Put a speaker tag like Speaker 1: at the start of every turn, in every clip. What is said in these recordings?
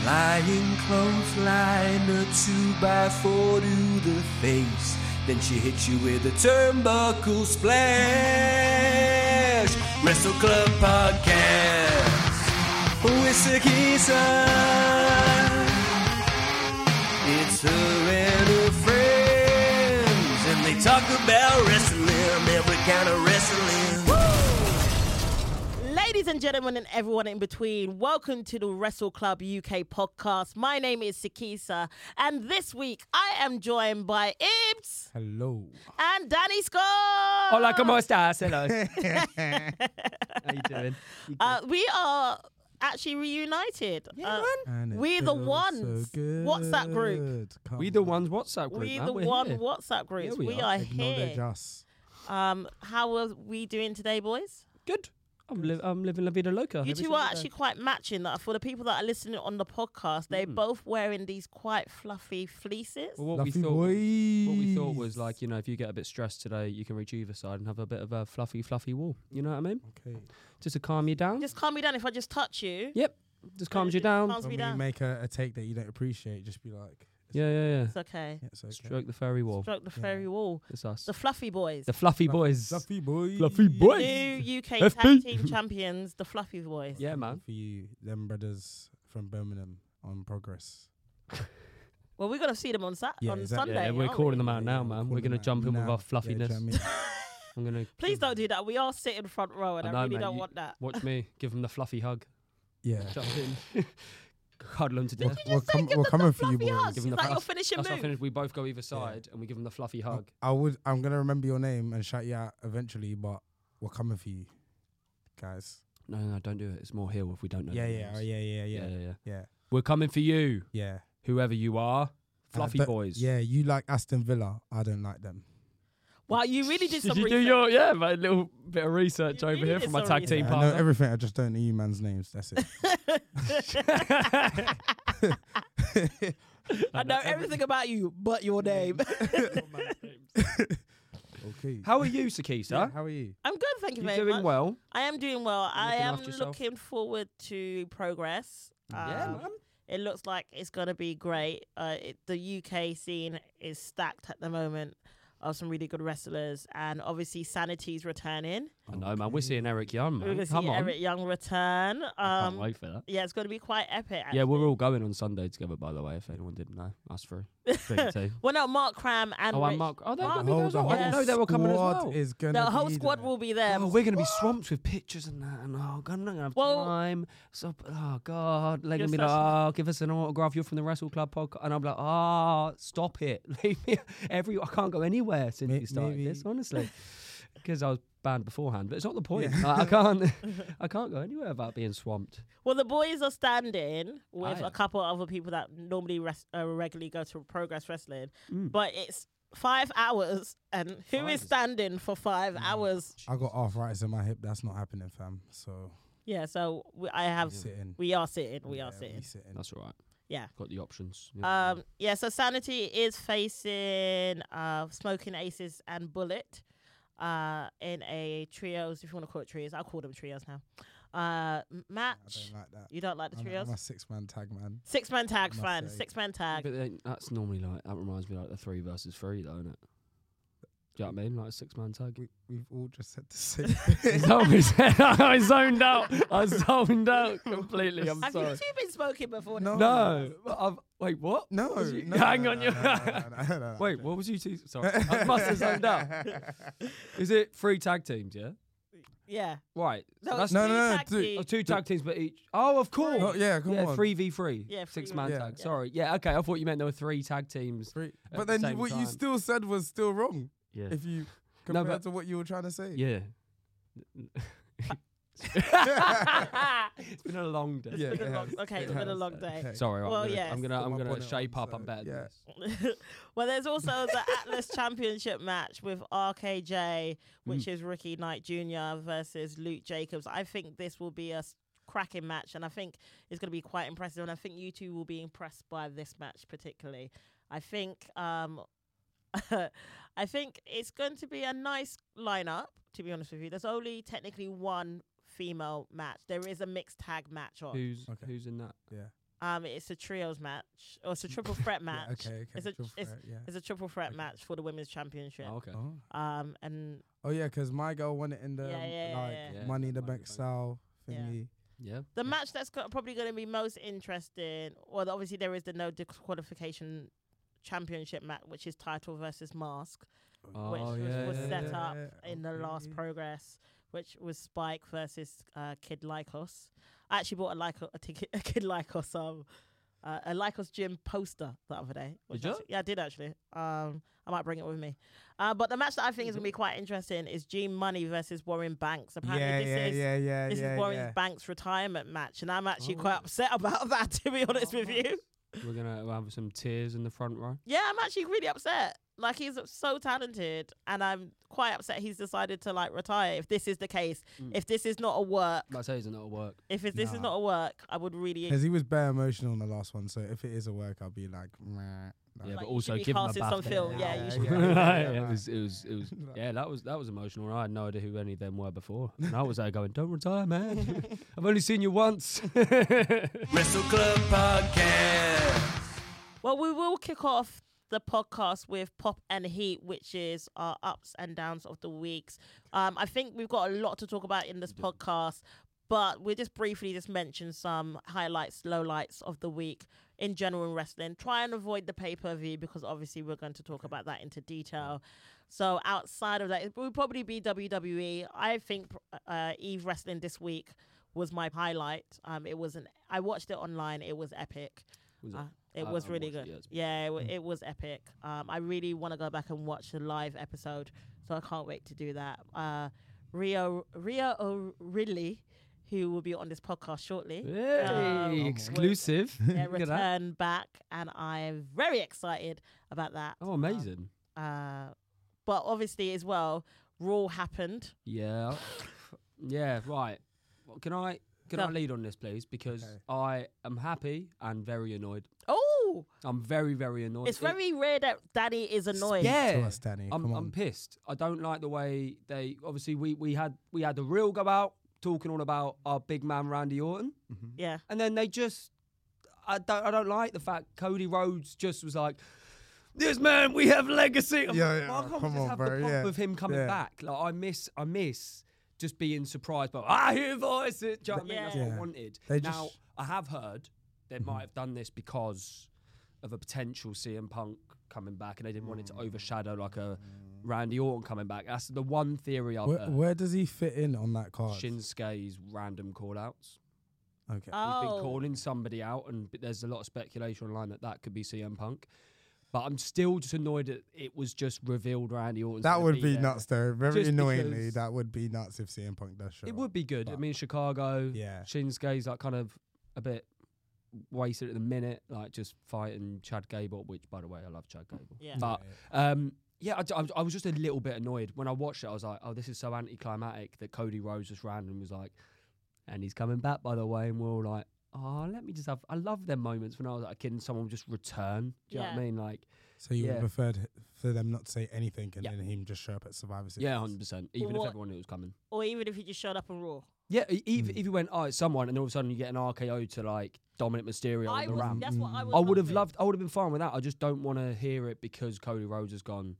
Speaker 1: Flying clothesline, a two by four to the face. Then she hits you with a turnbuckle splash. Wrestle Club Podcast with Sakisa. It's her and her friends, and they talk about wrestling, every kind of wrestling.
Speaker 2: Ladies and gentlemen, and everyone in between, welcome to the Wrestle Club UK podcast. My name is Sakisa, and this week I am joined by Ibs
Speaker 3: Hello.
Speaker 2: and Danny Scott.
Speaker 4: Hola, ¿cómo estás? Hello. How you doing?
Speaker 2: Uh, we are actually reunited. Uh,
Speaker 3: And it
Speaker 2: we the
Speaker 3: feels so
Speaker 2: ones. What's that group?
Speaker 3: good. Come
Speaker 4: We the
Speaker 3: on.
Speaker 4: ones WhatsApp group.
Speaker 2: we
Speaker 4: man.
Speaker 2: the
Speaker 4: We're
Speaker 2: one
Speaker 4: here.
Speaker 2: WhatsApp groups.
Speaker 4: Here we
Speaker 2: we
Speaker 4: are.
Speaker 2: are,
Speaker 3: Acknowledge
Speaker 2: here.
Speaker 3: us.
Speaker 2: Um, how are we doing today, boys?
Speaker 4: Good. I'm, li- I'm living la vida loca.
Speaker 2: You
Speaker 4: every
Speaker 2: two are
Speaker 4: single
Speaker 2: actually
Speaker 4: day.
Speaker 2: quite matching. That for the people that are listening on the podcast,
Speaker 4: Hmm.
Speaker 2: they're both wearing these quite fluffy fleeces.
Speaker 4: Well, what we
Speaker 3: Fluffy
Speaker 4: thought. What we thought
Speaker 3: boys.
Speaker 4: was like, you know, if you get a bit stressed today, you can reach either side and have a bit of a fluffy, fluffy wall. You know what I mean?
Speaker 3: Okay.
Speaker 4: Just to calm you down.
Speaker 2: Just calm me down if I just touch you.
Speaker 4: yep. Just calms you
Speaker 2: just
Speaker 4: down.
Speaker 2: calms- Must be
Speaker 3: When you
Speaker 2: done.
Speaker 3: make a, a take that you don't appreciate, just be like,
Speaker 4: yeah, yeah, yeah.
Speaker 2: It's okay.
Speaker 3: yeah, it's okay.
Speaker 4: Stroke the fairy wall.
Speaker 2: Stroke the fairy wall.
Speaker 4: It's us.
Speaker 2: The
Speaker 4: The,
Speaker 2: Fluffy Boys.
Speaker 4: fluffy
Speaker 3: Fluff-
Speaker 4: boys.
Speaker 3: Fluffy boy.
Speaker 4: Fluffy boys.
Speaker 2: New UK
Speaker 4: FP.
Speaker 2: tag team champions, the Fluffy Boys.
Speaker 4: Yeah, man.
Speaker 3: For you, them brothers from Birmingham on progress.
Speaker 2: Well, we're gonna see them on Sat
Speaker 3: Yeah,
Speaker 2: on
Speaker 3: exactly.
Speaker 2: Sunday.
Speaker 4: Yeah, we're
Speaker 2: aren't we?
Speaker 4: calling them out now,
Speaker 3: Yeah,
Speaker 4: man.
Speaker 3: call
Speaker 4: We're
Speaker 3: them
Speaker 4: gonna
Speaker 3: out
Speaker 4: jump in
Speaker 3: now.
Speaker 4: with our
Speaker 3: Yeah, do you know
Speaker 4: fluffiness.
Speaker 3: what I mean?
Speaker 4: I'm gonna
Speaker 2: Please don't do that. We all sit in front row, and I,
Speaker 4: I know,
Speaker 2: really
Speaker 4: mate,
Speaker 2: don't
Speaker 4: you-
Speaker 2: want that.
Speaker 4: watch me. Give them the fluffy hug.
Speaker 3: Yeah.
Speaker 4: Jump in. Cuddle them to
Speaker 3: We'll,
Speaker 4: death.
Speaker 3: we'll
Speaker 2: Say,
Speaker 3: come,
Speaker 2: give
Speaker 3: we'll
Speaker 2: them
Speaker 3: come
Speaker 2: the
Speaker 3: in for you,
Speaker 2: fluffy hug.
Speaker 3: boys.
Speaker 4: Give
Speaker 2: It's
Speaker 4: them the
Speaker 2: like your
Speaker 4: fluff-
Speaker 2: finishing
Speaker 4: That's not
Speaker 2: move.
Speaker 4: finished. We both go either side and we give them the fluffy hug.
Speaker 3: I would. I'm gonna remember your name and shout you out eventually, but we're coming for you, guys.
Speaker 4: No, no, no, don't do it. It's more heel if we don't know.
Speaker 3: Yeah,
Speaker 4: their
Speaker 3: yeah,
Speaker 4: names.
Speaker 3: oh, yeah, yeah, yeah,
Speaker 4: yeah, yeah.
Speaker 3: yeah,
Speaker 4: We're coming for you,
Speaker 3: yeah.
Speaker 4: whoever you are,
Speaker 3: Uh,
Speaker 4: fluffy
Speaker 3: but-
Speaker 4: boys.
Speaker 3: Yeah, you like Aston Villa. I don't like them.
Speaker 2: Wow, you really did
Speaker 4: Did
Speaker 2: some
Speaker 4: you do
Speaker 2: research.
Speaker 4: your yeah, my little bit of research
Speaker 2: You
Speaker 4: over
Speaker 2: really
Speaker 4: here
Speaker 2: did
Speaker 4: from my
Speaker 2: some
Speaker 4: tag team
Speaker 3: Yeah, I know
Speaker 4: partner?
Speaker 3: everything. I just don't know you man's names. That's it.
Speaker 2: I know everything about you, but your name.
Speaker 3: okay.
Speaker 4: How are you,
Speaker 3: Yeah,
Speaker 4: Sakisa?
Speaker 3: how are you?
Speaker 2: I'm good, thank you
Speaker 4: you
Speaker 2: very
Speaker 4: doing
Speaker 2: much.
Speaker 4: well?
Speaker 2: I am doing well. I
Speaker 4: looking
Speaker 2: am
Speaker 4: after yourself?
Speaker 2: looking forward to progress. Um, It looks like it's going to be great. Uh, it, the UK scene is stacked at the moment of some really good wrestlers, and obviously Sanity's returning.
Speaker 4: I know, man. We're seeing Eric Young,
Speaker 2: We're
Speaker 4: man.
Speaker 2: going to
Speaker 4: Come
Speaker 2: see
Speaker 4: on.
Speaker 2: Eric Young return.
Speaker 4: I can't
Speaker 2: Um,
Speaker 4: wait for that.
Speaker 2: yeah, it's going to be quite epic.
Speaker 4: Yeah, we're
Speaker 2: actually.
Speaker 4: all going on Sunday together, by the way, if anyone didn't know. Us three. Three, two.
Speaker 2: Well, no, Mark Cram and,
Speaker 4: Oh, and
Speaker 2: Rich-
Speaker 4: Mark. Oh, they're
Speaker 2: Mark-
Speaker 4: going to be there as well. I didn't know they were coming as
Speaker 3: squad
Speaker 4: well.
Speaker 3: Is gonna
Speaker 2: the whole
Speaker 3: be
Speaker 2: squad
Speaker 3: there.
Speaker 2: will be there.
Speaker 4: Oh, we're going to be swamped with pictures and that, and oh, God, I'm not going to have
Speaker 2: Um, Well-
Speaker 4: time. So, oh God, they're going
Speaker 2: You're
Speaker 4: to be like,
Speaker 2: such-
Speaker 4: oh, give us an autograph. You're from the Wrestle Club podcast, and I'm like, ah, stop it. Leave me. Every I can't go anywhere since
Speaker 3: May-
Speaker 4: you started this,
Speaker 3: maybe-
Speaker 4: honestly, because I was banned beforehand. But it's not the point. Like, I can't, I can't go anywhere about being swamped.
Speaker 2: Well, the boys are standing with
Speaker 4: Aye.
Speaker 2: a couple of other people that normally res- uh, regularly go to Progress Wrestling, but it's five hours, and who is
Speaker 4: Mm. Five. Mm.
Speaker 2: standing for five hours?
Speaker 3: I got arthritis in my hip. That's not happening, fam. So
Speaker 2: Yeah, so we, I have.
Speaker 3: sitting.
Speaker 2: We are sitting. We are
Speaker 3: Yeah,
Speaker 2: sitting.
Speaker 3: We sitting.
Speaker 4: That's all right.
Speaker 2: Yeah.
Speaker 4: Got the options. you know.
Speaker 2: Um. Yeah. So Sanity is facing uh Smoking Aces and Bullet, uh, in a trios. If you want to call it trios, I'll call them trios now. Uh, m-
Speaker 3: I
Speaker 2: match.
Speaker 3: don't like that.
Speaker 2: You don't like the
Speaker 3: I'm a-
Speaker 2: trios?
Speaker 3: I'm a six man tag man.
Speaker 2: Six man tag,
Speaker 3: must
Speaker 2: fine.
Speaker 3: say.
Speaker 2: Six man tag.
Speaker 4: but then that's normally like that reminds me like the three versus three, though, isn't it? Do you know what I mean? Like a six man tag.
Speaker 3: We we've all just said the same.
Speaker 4: It's always- I zoned out. I zoned out completely. I'm
Speaker 2: Have you
Speaker 4: sorry.
Speaker 2: two been smoking before?
Speaker 3: No.
Speaker 4: No. I've, wait, what?
Speaker 3: No,
Speaker 4: What was you-
Speaker 3: no,
Speaker 4: hang
Speaker 3: no,
Speaker 4: on,
Speaker 3: no,
Speaker 4: you.
Speaker 3: no, no, no, no, no, no, no.
Speaker 4: Wait, what was you two? Sorry, I must have zoned out. Is it three tag teams? Yeah.
Speaker 2: Yeah.
Speaker 4: Right. so that's
Speaker 3: No,
Speaker 2: two
Speaker 3: no, no,
Speaker 2: tag
Speaker 3: dude.
Speaker 2: team.
Speaker 4: oh, two tag teams, but each. Oh, of course.
Speaker 3: Oh, yeah, come
Speaker 4: yeah,
Speaker 3: on.
Speaker 4: three v three.
Speaker 2: Yeah, three
Speaker 4: six man
Speaker 3: v-
Speaker 4: tag.
Speaker 2: yeah.
Speaker 4: Sorry. Yeah. Okay. I thought you meant there were three tag teams.
Speaker 3: Three.
Speaker 4: at
Speaker 3: But
Speaker 4: the
Speaker 3: then
Speaker 4: same
Speaker 3: what you
Speaker 4: time.
Speaker 3: still said was still wrong.
Speaker 4: Yeah.
Speaker 3: If you
Speaker 4: No,
Speaker 3: compared
Speaker 4: but-
Speaker 3: to what you were trying to say.
Speaker 4: Yeah. it's been a long day.
Speaker 3: Yeah,
Speaker 2: It's been a
Speaker 3: it
Speaker 2: long-
Speaker 3: has.
Speaker 2: okay,
Speaker 3: It
Speaker 2: it's been a
Speaker 3: has.
Speaker 2: long day.
Speaker 3: Okay.
Speaker 4: Sorry. Right,
Speaker 2: Well,
Speaker 4: I'm gonna,
Speaker 2: yes.
Speaker 4: I'm gonna,
Speaker 3: Put
Speaker 4: I'm
Speaker 3: my
Speaker 4: gonna
Speaker 3: bonnet on,
Speaker 4: shape up.
Speaker 3: so,
Speaker 4: I'm better. than
Speaker 3: yeah.
Speaker 4: this.
Speaker 2: well, there's also the Atlas Championship match with RKJ, which is Ricky Knight Jr. versus Luke Jacobs. I think this will be a s- cracking match, and I think it's going to be quite impressive. And I think you two will be impressed by this match particularly. I think, um, I think it's going to be a nice lineup. To be honest with you, there's only technically one female match. There is a mixed tag match on.
Speaker 4: Who's
Speaker 3: Okay.
Speaker 4: who's in that?
Speaker 3: Yeah.
Speaker 2: Um, it's a trios match, or it's a triple threat match.
Speaker 3: okay, okay.
Speaker 2: It's a
Speaker 3: triple
Speaker 2: it's,
Speaker 3: threat, yeah.
Speaker 2: it's a triple threat
Speaker 3: Okay.
Speaker 2: match for the women's championship.
Speaker 4: Oh, okay.
Speaker 3: Oh.
Speaker 2: Um, and
Speaker 3: Oh yeah, because my girl won it in the um,
Speaker 2: Yeah, yeah, yeah,
Speaker 3: like
Speaker 2: yeah.
Speaker 4: Yeah,
Speaker 3: money in the
Speaker 4: Money in
Speaker 3: bank
Speaker 4: the Bank.
Speaker 3: style
Speaker 2: Yeah.
Speaker 3: thingy.
Speaker 4: Yeah.
Speaker 2: the match that's got, probably going to be most interesting, well, obviously there is the no disqualification championship match, which is title versus mask.
Speaker 4: Oh,
Speaker 2: which was,
Speaker 4: yeah,
Speaker 2: was
Speaker 4: yeah,
Speaker 2: set
Speaker 4: yeah.
Speaker 2: up in the last
Speaker 3: okay.
Speaker 2: progress, which was Spike versus uh, Kid Lycos. I actually bought a Lycos, a, ticket, a Kid Lycos, um, uh, a Lycos gym poster the other day. which
Speaker 4: you?
Speaker 2: actually- yeah, I did actually. Um, I might bring it with me. Uh, but the match that I think is going to be quite interesting is Gene Money versus Warren Banks. Apparently,
Speaker 3: Yeah,
Speaker 2: this
Speaker 3: yeah,
Speaker 2: is.
Speaker 3: yeah, yeah,
Speaker 2: This
Speaker 3: yeah,
Speaker 2: is Warren
Speaker 3: yeah.
Speaker 2: Banks' retirement match, and I'm actually
Speaker 4: Oh.
Speaker 2: quite upset about that, to be honest with you.
Speaker 4: We're gonna have some tears in the front row.
Speaker 2: Yeah, I'm actually really upset. Like he's so talented, and I'm quite upset he's decided to like retire. If this is the case,
Speaker 4: Mm.
Speaker 2: if this is not a work,
Speaker 4: That says not at work.
Speaker 2: if it's, this is not a work, I would really
Speaker 3: Because he was bare emotional in the last one, so if it is a work, I'll be like, meh.
Speaker 4: Yeah,
Speaker 2: like,
Speaker 4: but
Speaker 2: you should
Speaker 4: also
Speaker 2: be
Speaker 4: give him a
Speaker 2: casting
Speaker 4: bath.
Speaker 2: some film. Oh, Yeah, you should.
Speaker 3: yeah, yeah,
Speaker 4: it
Speaker 3: yeah.
Speaker 4: was, it was, it was.
Speaker 3: Like-
Speaker 4: Yeah, that was that was emotional. I had no idea who any of them were before, and I was there going, "Don't retire, man. I've only seen you once."
Speaker 1: Wrestle Club Podcast.
Speaker 2: Well, we will kick off the podcast with Pop and Heat, which is our ups and downs of the weeks. Um, I think we've got a lot to talk about in this podcast, but we'll just briefly just mention some highlights, lowlights of the week in general in wrestling. Try and avoid the pay per view because obviously we're going to talk about that into detail. So outside of that, it would probably be WWE. I think uh, Eve Wrestling this week was my highlight. Um, it was an I watched it online. It was epic.
Speaker 4: Was it?
Speaker 2: Uh, it
Speaker 4: I-
Speaker 2: was
Speaker 4: I
Speaker 2: really
Speaker 4: watched
Speaker 2: good.
Speaker 4: Mm. it, yeah, it's-
Speaker 2: yeah, it, w- it was epic. Um, I really want to go back and watch the live episode, so I can't wait to do that. Uh, Rio Rio O'Reilly, who will be on this podcast shortly,
Speaker 4: hey,
Speaker 2: Um, will-
Speaker 4: exclusive.
Speaker 2: yeah,
Speaker 4: Look at that.
Speaker 2: return back, and I'm very excited about that.
Speaker 4: Oh, amazing.
Speaker 2: Uh, uh, but obviously, as well, Raw happened.
Speaker 4: Yeah, yeah. Right. Well, Can I can I
Speaker 2: Go.
Speaker 4: lead on this, please? Because
Speaker 3: Okay.
Speaker 4: I am happy and very annoyed.
Speaker 2: Oh,
Speaker 4: I'm very very annoyed.
Speaker 2: it's
Speaker 4: It-
Speaker 2: very rare that Danny is annoyed.
Speaker 4: Yeah,
Speaker 3: us, Danny,
Speaker 4: I'm,
Speaker 3: come
Speaker 4: I'm
Speaker 3: on.
Speaker 4: pissed. I don't like the way they. Obviously, we we had we had the real go out talking all about our big man Randy Orton,
Speaker 2: yeah.
Speaker 4: and then they just. I don't. I don't like the fact Cody Rhodes just was like, "This man, we have legacy." I'm
Speaker 3: Yeah,
Speaker 4: like,
Speaker 3: yeah,
Speaker 4: well, I can't we
Speaker 3: come
Speaker 4: just
Speaker 3: on,
Speaker 4: have
Speaker 3: bro,
Speaker 4: the pop
Speaker 3: yeah,
Speaker 4: of him coming
Speaker 3: yeah.
Speaker 4: back. Like I miss, I miss just being surprised by. I hear voices. Do you know what I mean? That's what
Speaker 3: Yeah.
Speaker 4: I wanted.
Speaker 3: They
Speaker 4: now
Speaker 3: just- Mm-hmm.
Speaker 4: I have heard they might have done this because of a potential CM Punk coming back, and they didn't want it
Speaker 3: Mm.
Speaker 4: to overshadow like a Randy Orton coming back. That's the one theory I've
Speaker 3: Where,
Speaker 4: heard.
Speaker 3: where does he fit in on that card?
Speaker 4: Shinsuke's random call outs.
Speaker 3: Okay.
Speaker 2: Oh,
Speaker 4: He's been calling somebody out, and b- there's a lot of speculation online that that could be CM Punk. But I'm still just annoyed that it was just revealed Randy Orton.
Speaker 3: that would be nuts, though. Very
Speaker 4: Just
Speaker 3: annoyingly,
Speaker 4: because-
Speaker 3: that would be nuts if CM Punk does show.
Speaker 4: It
Speaker 3: up.
Speaker 4: would be good. I
Speaker 3: but-
Speaker 4: mean, Chicago.
Speaker 3: Yeah.
Speaker 4: Shinsuke's like kind of a bit wasted at the minute, like just fighting Chad Gable, which by the way, I love Chad Gable.
Speaker 2: Yeah.
Speaker 4: But um, yeah, I d- I, was- I was just a little bit annoyed when I watched it. I was like, oh, this is so anticlimactic that Cody Rhodes just randomly was like, and he's coming back by the way, and we're all like. Oh, let me just have. I love them moments when I was like a kid and someone would just return. Do you know what
Speaker 2: Yeah.
Speaker 4: I mean? Like,
Speaker 3: So you
Speaker 4: yeah.
Speaker 3: would prefer th- for them not to say anything and
Speaker 4: Yeah.
Speaker 3: then him just show up at Survivor Series?
Speaker 4: yeah, hundred percent. Even if
Speaker 2: what-
Speaker 4: everyone knew it was coming.
Speaker 2: or even if he just showed up on Raw.
Speaker 4: Yeah, e- even if you went, oh, it's someone, and all of a sudden you get an RKO to like Dominic Mysterio
Speaker 2: I
Speaker 4: on the
Speaker 2: was,
Speaker 4: ramp.
Speaker 2: that's what I was.
Speaker 4: I would have
Speaker 2: hoping.
Speaker 4: loved. I would have been fine with that. I just don't want to hear it because Cody Rhodes has gone.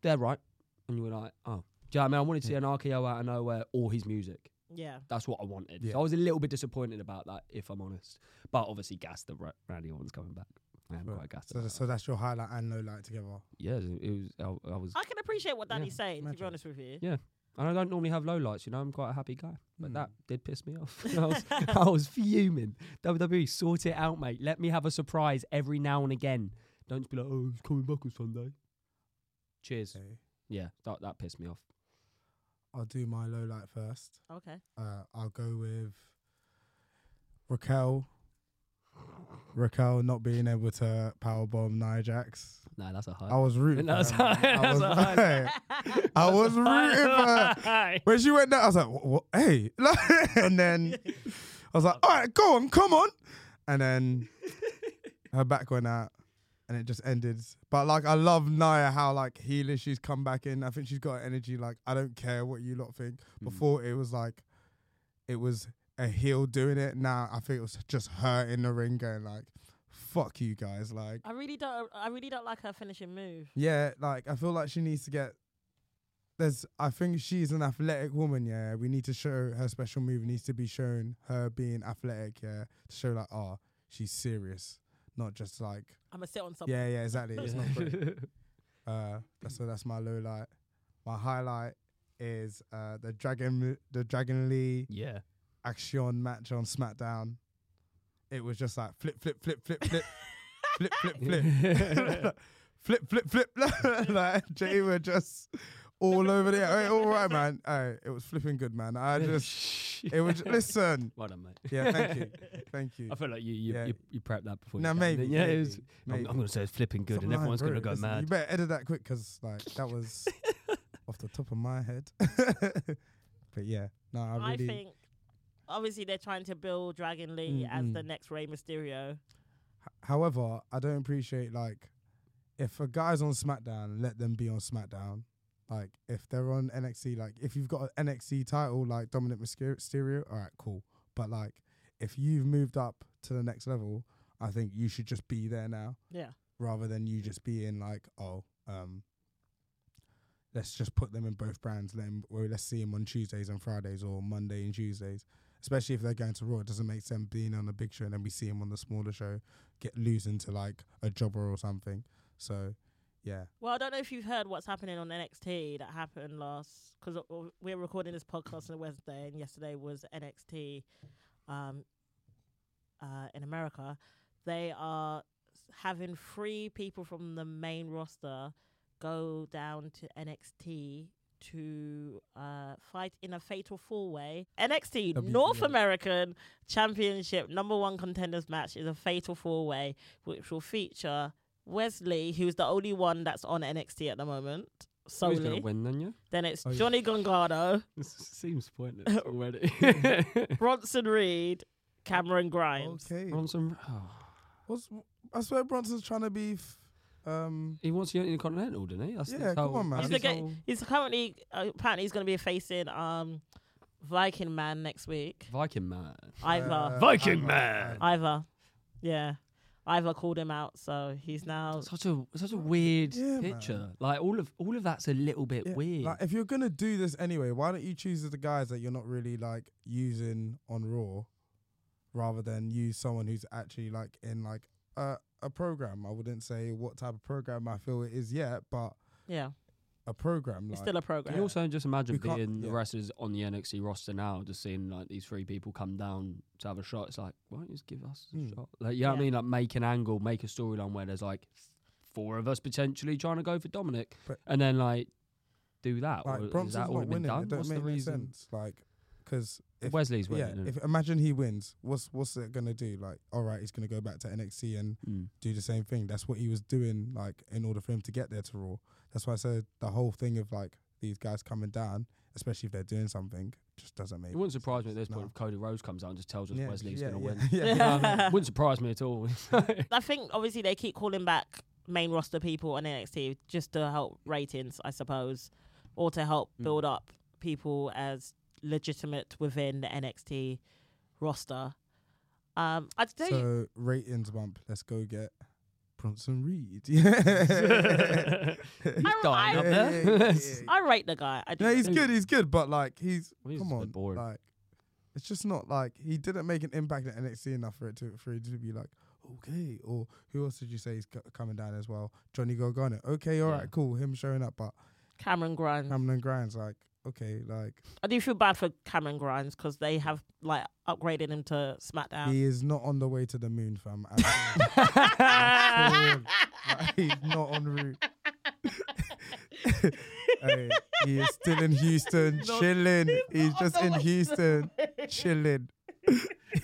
Speaker 4: They're right, and you were like, oh, do you know what I mean? I wanted to see an RKO out of nowhere or his music.
Speaker 2: Yeah.
Speaker 4: That's what I wanted.
Speaker 3: Yeah.
Speaker 4: So I was a little bit disappointed about that, if I'm honest. But obviously, gassed that Ra- Randy Orton's coming back. I am
Speaker 3: Right.
Speaker 4: quite gassed.
Speaker 3: So,
Speaker 4: about
Speaker 3: th-
Speaker 4: that.
Speaker 3: so that's your highlight and no light together.
Speaker 4: yeah, it was. I, I was.
Speaker 2: I can appreciate what
Speaker 4: Yeah,
Speaker 2: Danny's saying, to be
Speaker 3: imagine.
Speaker 2: honest with you.
Speaker 4: Yeah. And I don't normally have low lights, you know. I'm quite a happy guy, but
Speaker 3: Hmm.
Speaker 4: that did piss me off. I, was, I was fuming. WWE, sort it out, mate. Let me have a surprise every now and again. Don't just be like, "Oh, he's coming back on Sunday." Cheers.
Speaker 3: So
Speaker 4: Yeah, that that pissed me off.
Speaker 3: I'll do my low light first.
Speaker 2: Okay.
Speaker 3: Uh, I'll go with Raquel. Raquel not being able to powerbomb Nia Jax.
Speaker 4: Nah, that's a high.
Speaker 3: I was rooting.
Speaker 4: That's
Speaker 3: for her.
Speaker 4: high,
Speaker 3: I
Speaker 4: that's
Speaker 3: was,
Speaker 4: high.
Speaker 3: I was rooting for her. When she went down, I was like, what, hey. and then I was like, all right, go on, come on. And then her back went out and it just ended. But like, I love Naya how like healing she's come back in. I think she's got energy. Like, I don't care what you lot think. Before it was like, it was a heel doing it. Now I think it was just her in the ring going like, "Fuck you guys!" Like,
Speaker 2: I really don't. I really don't like her finishing move.
Speaker 3: yeah, like I feel like she needs to get. There's, I think she's an athletic woman. Yeah, we need to show her special move needs to be shown. Her being athletic, yeah, to show like, oh, she's serious, not just like,
Speaker 2: I'm gonna sit on something.
Speaker 3: yeah, yeah, exactly. It's not. pretty. Uh, that's so that's my low light. My highlight is uh the Dragon the Dragon Lee
Speaker 4: yeah.
Speaker 3: action match on SmackDown. It was just like flip, flip, flip, flip, flip, flip, flip, flip, flip, flip, flip. like Jay were just all over the. Hey, all right, man. Hey, it was flipping good, man. I just. It was listen.
Speaker 4: Well done, mate.
Speaker 3: Yeah, thank you, thank you.
Speaker 4: I feel like you you,
Speaker 3: Yeah.
Speaker 4: you, you prepped that before. you
Speaker 3: No,
Speaker 4: came, didn't
Speaker 3: maybe,
Speaker 4: you? Yeah, it was,
Speaker 3: maybe,
Speaker 4: I'm-
Speaker 3: maybe.
Speaker 4: I'm, gonna say it's flipping good, and
Speaker 3: Something like,
Speaker 4: everyone's
Speaker 3: bro,
Speaker 4: gonna go
Speaker 3: listen, You
Speaker 4: mad.
Speaker 3: better edit that quick because like that was off the top of my head. but yeah, no, I
Speaker 2: I,
Speaker 3: really.
Speaker 2: think obviously they're trying to build Dragon Lee as the
Speaker 3: Mm-mm.
Speaker 2: next Rey Mysterio.
Speaker 3: However, I don't appreciate like if a guy's on SmackDown, let them be on SmackDown. Like if they're on NXT, like if you've got an NXT title like Dominic Myster- Mysterio, all right, cool. But like if you've moved up to the next level, I think you should just be there now
Speaker 2: Yeah.
Speaker 3: rather than you just being like, oh, um, let's just put them in both brands. Let 'em- well, let's see them on Tuesdays and Fridays or Monday and Tuesdays. Especially if they're going to Raw, it doesn't make sense being on a big show and then we see him on the smaller show get losing to like a jobber or something. So, yeah,
Speaker 2: Well, I don't know if you've heard what's happening on NXT that happened last because we're recording this podcast on a Wednesday, and yesterday was NXT um, uh, in America. They are s- having three people from the main roster go down to NXT to uh, fight in a fatal four way. NXT
Speaker 3: That'd be
Speaker 2: North
Speaker 3: great.
Speaker 2: American Championship number one contenders match is a fatal four way, which will feature Wesley, who's the only one that's on NXT at the moment.
Speaker 4: Who's gonna
Speaker 2: Solely.
Speaker 4: win then? Yeah.
Speaker 2: Then it's
Speaker 3: Oh, yeah.
Speaker 2: Johnny Gongado,
Speaker 4: This seems pointless already.
Speaker 2: Bronson Reed, Cameron Grimes.
Speaker 3: okay.
Speaker 4: Bronson, oh,
Speaker 3: What's, I swear Bronson's trying to be, f- um,
Speaker 4: he wants the Intercontinental, didn't he? That's
Speaker 3: Yeah,
Speaker 4: his
Speaker 3: come
Speaker 4: whole-
Speaker 3: on, man.
Speaker 4: that's
Speaker 2: He's,
Speaker 4: his
Speaker 2: gonna get-
Speaker 4: whole-
Speaker 2: he's currently uh, apparently he's going to be facing um, Viking Man next week.
Speaker 4: Viking man.
Speaker 2: Either,
Speaker 3: uh,
Speaker 4: Viking
Speaker 3: Ivar-
Speaker 4: man.
Speaker 2: either, yeah, either called him out, so he's now.
Speaker 4: Such a such a weird
Speaker 3: Yeah,
Speaker 4: picture.
Speaker 3: man.
Speaker 4: Like all of all of that's a little bit
Speaker 3: Yeah,
Speaker 4: weird.
Speaker 3: Like, if you're gonna do this anyway, why don't you choose the guys that you're not really like using on Raw, rather than use someone who's actually like in like a a program? I wouldn't say what type of program I feel it is yet, but
Speaker 2: Yeah,
Speaker 3: a program. Like,
Speaker 2: it's still a
Speaker 4: Can
Speaker 2: program.
Speaker 4: you also just imagine
Speaker 3: We can't-
Speaker 4: being the
Speaker 3: yeah.
Speaker 4: wrestlers on the NXT roster now, just seeing like these three people come down to have a shot? It's like, why don't you just give us a
Speaker 3: Hmm.
Speaker 4: shot? Like, you know
Speaker 2: Yeah.
Speaker 4: what I mean? Like, make an angle, make a storyline where there's like four of us potentially trying to go for Dominic,
Speaker 3: But-
Speaker 4: and then like do that.
Speaker 3: like
Speaker 4: or is
Speaker 3: Bronson's
Speaker 4: that
Speaker 3: not
Speaker 4: all been
Speaker 3: winning.
Speaker 4: done?
Speaker 3: It don't
Speaker 4: What's
Speaker 3: make
Speaker 4: the
Speaker 3: no
Speaker 4: reason?
Speaker 3: sense. Like, because if
Speaker 4: Wesley's
Speaker 3: yeah,
Speaker 4: winning.
Speaker 3: if imagine he wins, what's what's it gonna do? Like, all right, he's gonna go back to NXT and
Speaker 4: Mm.
Speaker 3: do the same thing. That's what he was doing, like, in order for him to get there to Raw. That's why I said the whole thing of like these guys coming down, especially if they're doing something, just doesn't make.
Speaker 4: It wouldn't surprise me at this point
Speaker 3: No.
Speaker 4: if Cody Rose comes out and just tells us
Speaker 3: Yeah,
Speaker 4: Wesley's
Speaker 3: yeah,
Speaker 4: going to
Speaker 3: yeah,
Speaker 4: win.
Speaker 3: yeah.
Speaker 4: You know what I mean? wouldn't surprise me at all.
Speaker 2: I think obviously they keep calling back main roster people on NXT just to help ratings, I suppose, or to help
Speaker 4: Mm.
Speaker 2: build up people as legitimate within the NXT roster. Um, I tell you,
Speaker 3: So ratings bump. Let's go get Bronson Reed. Yeah.
Speaker 4: He's dying
Speaker 3: Yeah,
Speaker 4: up there.
Speaker 3: yeah, yeah, yeah.
Speaker 2: I rate the guy. I do.
Speaker 3: no, he's good. He's good, but like he's
Speaker 4: He's
Speaker 3: come
Speaker 4: just a
Speaker 3: on,
Speaker 4: bit boring.
Speaker 3: like it's just not like he didn't make an impact at NXT enough for it to for it to be like okay. Or who else did you say is c- coming down as well? Johnny Gargano. Okay, all right,
Speaker 4: Yeah.
Speaker 3: cool. Him showing up, but
Speaker 2: Cameron Grimes.
Speaker 3: Cameron Grimes like okay, like
Speaker 2: I do feel bad for Cameron Grimes because they have like upgraded him to SmackDown.
Speaker 3: he is not on the way to the moon, fam. at all. Like, he's not en route. Hey, he is still in Houston, chilling. He's
Speaker 2: not on
Speaker 3: just
Speaker 2: the
Speaker 3: in
Speaker 2: way to the
Speaker 3: Houston, chilling.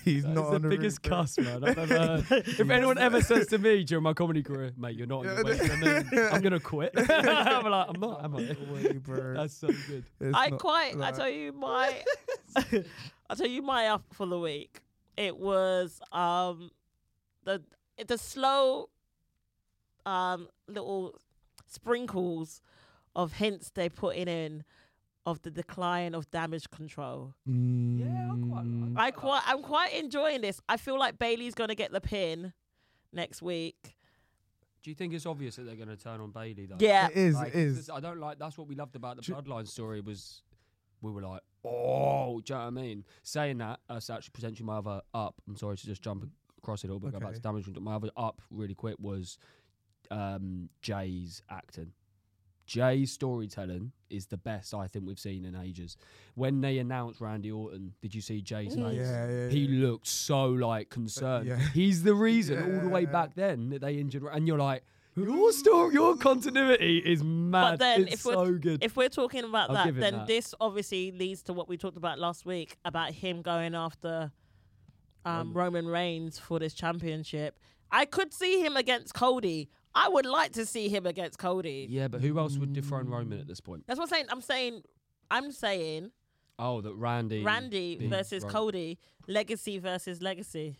Speaker 3: he's
Speaker 4: That's
Speaker 3: not on
Speaker 4: the
Speaker 3: route,
Speaker 4: biggest
Speaker 3: bro.
Speaker 4: cuss, man. I've ever heard. if anyone ever says to me during my comedy career, mate, you're not on your way to the moon," I'm gonna quit. I'm like, I'm not. Am I?
Speaker 3: Way, bro.
Speaker 4: That's so good.
Speaker 3: It's
Speaker 2: I
Speaker 3: not-
Speaker 2: quite. I
Speaker 3: like-
Speaker 2: tell you my. I tell you my up for the week. It was um, the the slow, um, little sprinkles of hints they put in in of the decline of damage control.
Speaker 4: Yeah, I quite,
Speaker 3: Mm.
Speaker 4: I
Speaker 2: I quite, I'm quite enjoying this. I feel like Bailey's gonna get the pin next week.
Speaker 4: Do you think it's obvious that they're going to turn on Bailey though?
Speaker 2: Yeah,
Speaker 3: It is,
Speaker 4: Like,
Speaker 3: it is.
Speaker 4: this- I don't like. That's what we loved about the
Speaker 3: Do-
Speaker 4: bloodline story was we were like, oh, do you know what I mean? Saying that, us actually potentially my other up. I'm sorry to just jump across it all, but go back
Speaker 3: Okay.
Speaker 4: to damage. control. My other up really quick was um, Jay's acting. Jay's storytelling is the best I think we've seen in ages. When they announced Randy Orton, did you see Jay's
Speaker 3: Yeah,
Speaker 4: face?
Speaker 3: yeah,
Speaker 4: He
Speaker 3: yeah.
Speaker 4: looked so like concerned.
Speaker 3: yeah.
Speaker 4: He's the reason all the way
Speaker 3: Yeah.
Speaker 4: back then that they injured, and you're like, your story, your continuity is mad.
Speaker 2: but then
Speaker 4: it's
Speaker 2: if we're
Speaker 4: so good.
Speaker 2: if we're talking about
Speaker 4: I'll
Speaker 2: that,
Speaker 4: give him
Speaker 2: then
Speaker 4: that.
Speaker 2: this obviously leads to what we talked about last week about him going after um, Roman Reigns for this championship. I could see him against Cody. I would like to see him against Cody.
Speaker 4: yeah, but who else would dethrone Roman at this point?
Speaker 2: That's what I'm saying. I'm saying, I'm saying
Speaker 4: Oh, that Randy.
Speaker 2: Randy
Speaker 4: beat
Speaker 2: versus
Speaker 4: Roman.
Speaker 2: Cody, legacy versus legacy.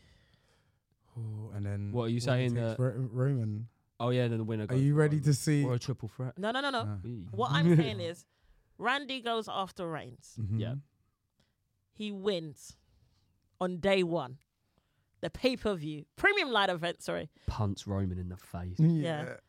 Speaker 3: Ooh, Oh, and then
Speaker 4: What are you
Speaker 3: Orton
Speaker 4: saying
Speaker 3: takes
Speaker 4: that-
Speaker 3: Ro- Roman?
Speaker 4: Oh yeah, then the winner.
Speaker 3: Are
Speaker 4: goes
Speaker 3: you
Speaker 4: for
Speaker 3: ready
Speaker 4: Roman.
Speaker 3: to see?
Speaker 4: Or a triple threat.
Speaker 2: No, no, no, no.
Speaker 3: Ah.
Speaker 4: Eee.
Speaker 2: What I'm saying is, Randy goes after Reigns.
Speaker 3: Mhm.
Speaker 4: Yeah.
Speaker 2: He wins on day one, the pay per view premium light event. Sorry,
Speaker 4: punts Roman in the face.
Speaker 3: Yeah.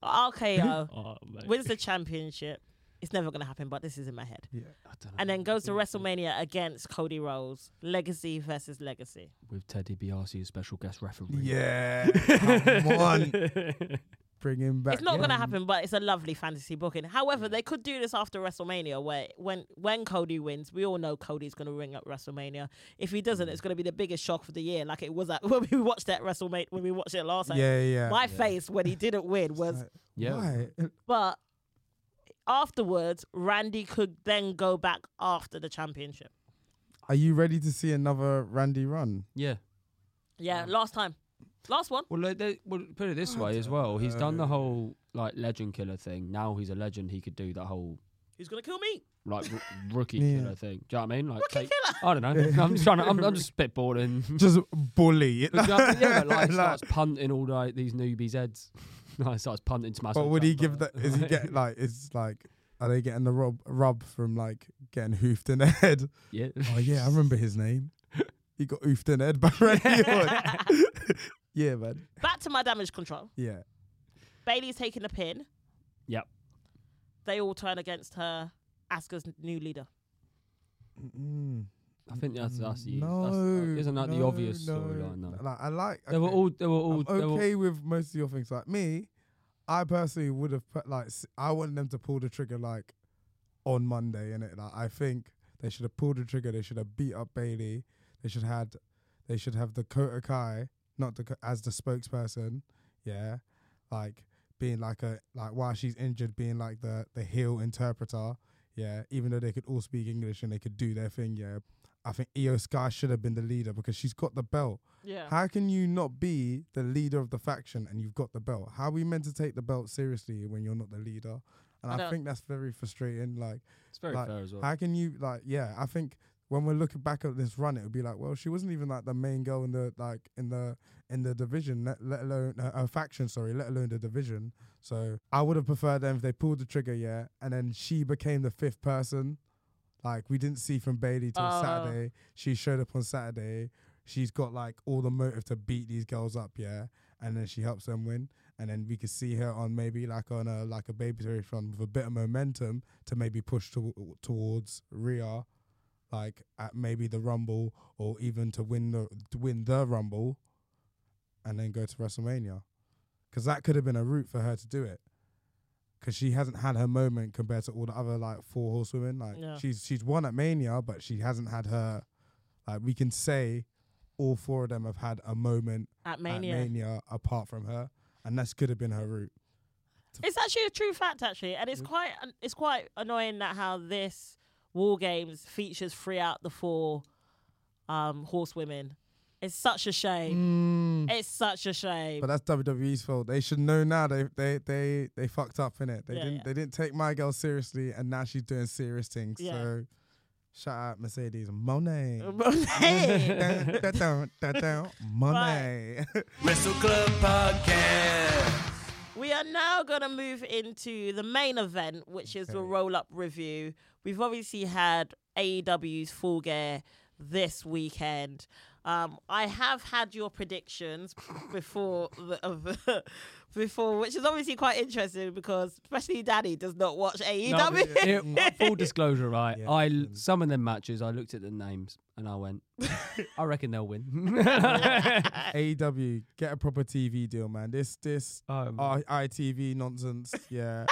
Speaker 2: RKO
Speaker 4: Oh, mate.
Speaker 2: wins the championship. It's never gonna happen, but this is in my head.
Speaker 3: Yeah.
Speaker 4: I don't
Speaker 2: And
Speaker 4: know.
Speaker 2: then goes to WrestleMania against Cody Rhodes, legacy versus legacy.
Speaker 4: with Teddy DiBiase as special guest referee.
Speaker 3: Yeah. Come on. Bring him back.
Speaker 2: It's not going to
Speaker 3: in.
Speaker 2: happen, but it's a lovely fantasy booking. However, they could do this after WrestleMania, where when when Cody wins, we all know Cody's going to ring up WrestleMania. If he doesn't, it's going to be the biggest shock for the year, like it was at when we watched that WrestleMania when we watched it last time.
Speaker 3: Yeah, yeah.
Speaker 2: My
Speaker 4: Yeah.
Speaker 2: face when he didn't win
Speaker 3: It's
Speaker 2: was,
Speaker 3: like,
Speaker 4: Yeah.
Speaker 3: Why?
Speaker 2: but afterwards, Randy could then go back after the championship.
Speaker 3: Are you ready to see another Randy run?
Speaker 4: Yeah.
Speaker 2: Yeah, last time, last one.
Speaker 4: Well, like, they, well, put it this way as well. He's done the whole like legend killer thing. Now he's a legend. He could do that whole
Speaker 2: Who's going to kill me?
Speaker 4: like r- rookie
Speaker 3: Yeah.
Speaker 4: killer thing. Do you know what I mean? Like,
Speaker 2: Rookie
Speaker 4: take- I don't know. I'm just trying to. I'm, I'm just spitballing. Do
Speaker 3: Just bully.
Speaker 4: you know what I mean? yeah, but, like,
Speaker 3: Like-
Speaker 4: he starts punting all like, these newbies' heads. no, he starts punting to
Speaker 3: but would he give that? Is he get like? Is like? Are they getting the rub rub from like getting hoofed in the head?
Speaker 4: Yeah.
Speaker 3: Oh yeah, I remember his name. He got hoofed in the head by Randy Orton. yeah, man.
Speaker 2: Back to my damage control.
Speaker 3: Yeah.
Speaker 2: Bailey's taking the pin.
Speaker 4: Yep.
Speaker 2: They all turn against her. Asuka's new leader.
Speaker 3: Mm.
Speaker 4: I think that's that's the
Speaker 3: no.
Speaker 4: that's, uh, isn't that the
Speaker 3: no,
Speaker 4: obvious
Speaker 3: no.
Speaker 4: storyline though?
Speaker 3: Like I like.
Speaker 4: They were
Speaker 3: okay.
Speaker 4: all. They were all.
Speaker 3: I'm
Speaker 4: they were-
Speaker 3: okay with most of your things. Like me, I personally would have put like s- I wanted them to pull the trigger like on Monday, and it like I think they should have pulled the trigger. They should have beat up Bailey. They should had they should have Dakota Kai not the as the spokesperson. Yeah, like being like a like while she's injured, being like the the heel interpreter. Yeah, even though they could all speak English and they could do their thing. Yeah, I think Io Sky should have been the leader because she's got the belt.
Speaker 2: Yeah.
Speaker 3: How can you not be the leader of the faction and you've got the belt? How are we meant to take the belt seriously when you're not the leader? And
Speaker 2: I
Speaker 3: I,
Speaker 2: don't-
Speaker 3: think that's very frustrating. Like,
Speaker 4: It's very
Speaker 3: like,
Speaker 4: fair as well.
Speaker 3: how can you like? Yeah, I think when we're looking back at this run, it would be like, well, she wasn't even like the main girl in the like in the in the division, let, let alone uh, uh, faction. Sorry, let alone the division. So I would have preferred them if they pulled the trigger, yeah, and then she became the fifth person. Like we didn't see from Bailey till
Speaker 2: Oh.
Speaker 3: Saturday. She showed up on Saturday. She's got like all the motive to beat these girls up, yeah, and then she helps them win. And then we could see her on maybe like on a like a baby series run with a bit of momentum to maybe push to, towards Rhea, like at maybe the Rumble or even to win the to win the Rumble, and then go to WrestleMania, because that could have been a route for her to do it, because she hasn't had her moment compared to all the other like four horsewomen. Like
Speaker 2: Yeah.
Speaker 3: she's she's won at Mania, but she hasn't had her. Like we can say, all four of them have had a moment
Speaker 2: At Mania.
Speaker 3: at Mania apart from her, and this could have been her route.
Speaker 2: It's actually a true fact, actually, and it's quite it's quite annoying that how this War Games features three out the four um, horsewomen. It's such a shame. It's such a shame.
Speaker 3: But that's WWE's fault. They should know now. They they they they fucked up in it. They
Speaker 2: Yeah,
Speaker 3: didn't
Speaker 2: yeah.
Speaker 3: they didn't take my girl seriously, and now she's doing serious things.
Speaker 2: Yeah.
Speaker 3: So shout out Mercedes Monet.
Speaker 2: Hey.
Speaker 3: Dun, dun, dun, dun, dun. Monet.
Speaker 1: Wrestle Club Podcast.
Speaker 2: We are now going to move into the main event, which is the roll up review. We've obviously had AEW's full gear this weekend. Um, I have had your predictions before, the, of, before, which is obviously quite interesting because especially Daddy does not watch E
Speaker 4: No,
Speaker 2: AEW.
Speaker 4: it- full disclosure, right?
Speaker 3: Yeah,
Speaker 4: I
Speaker 3: um,
Speaker 4: some of them matches. I looked at the names and I went, I reckon they'll win.
Speaker 3: AEW, get a proper TV deal, man. This this
Speaker 4: Um,
Speaker 3: I- ITV nonsense, yeah.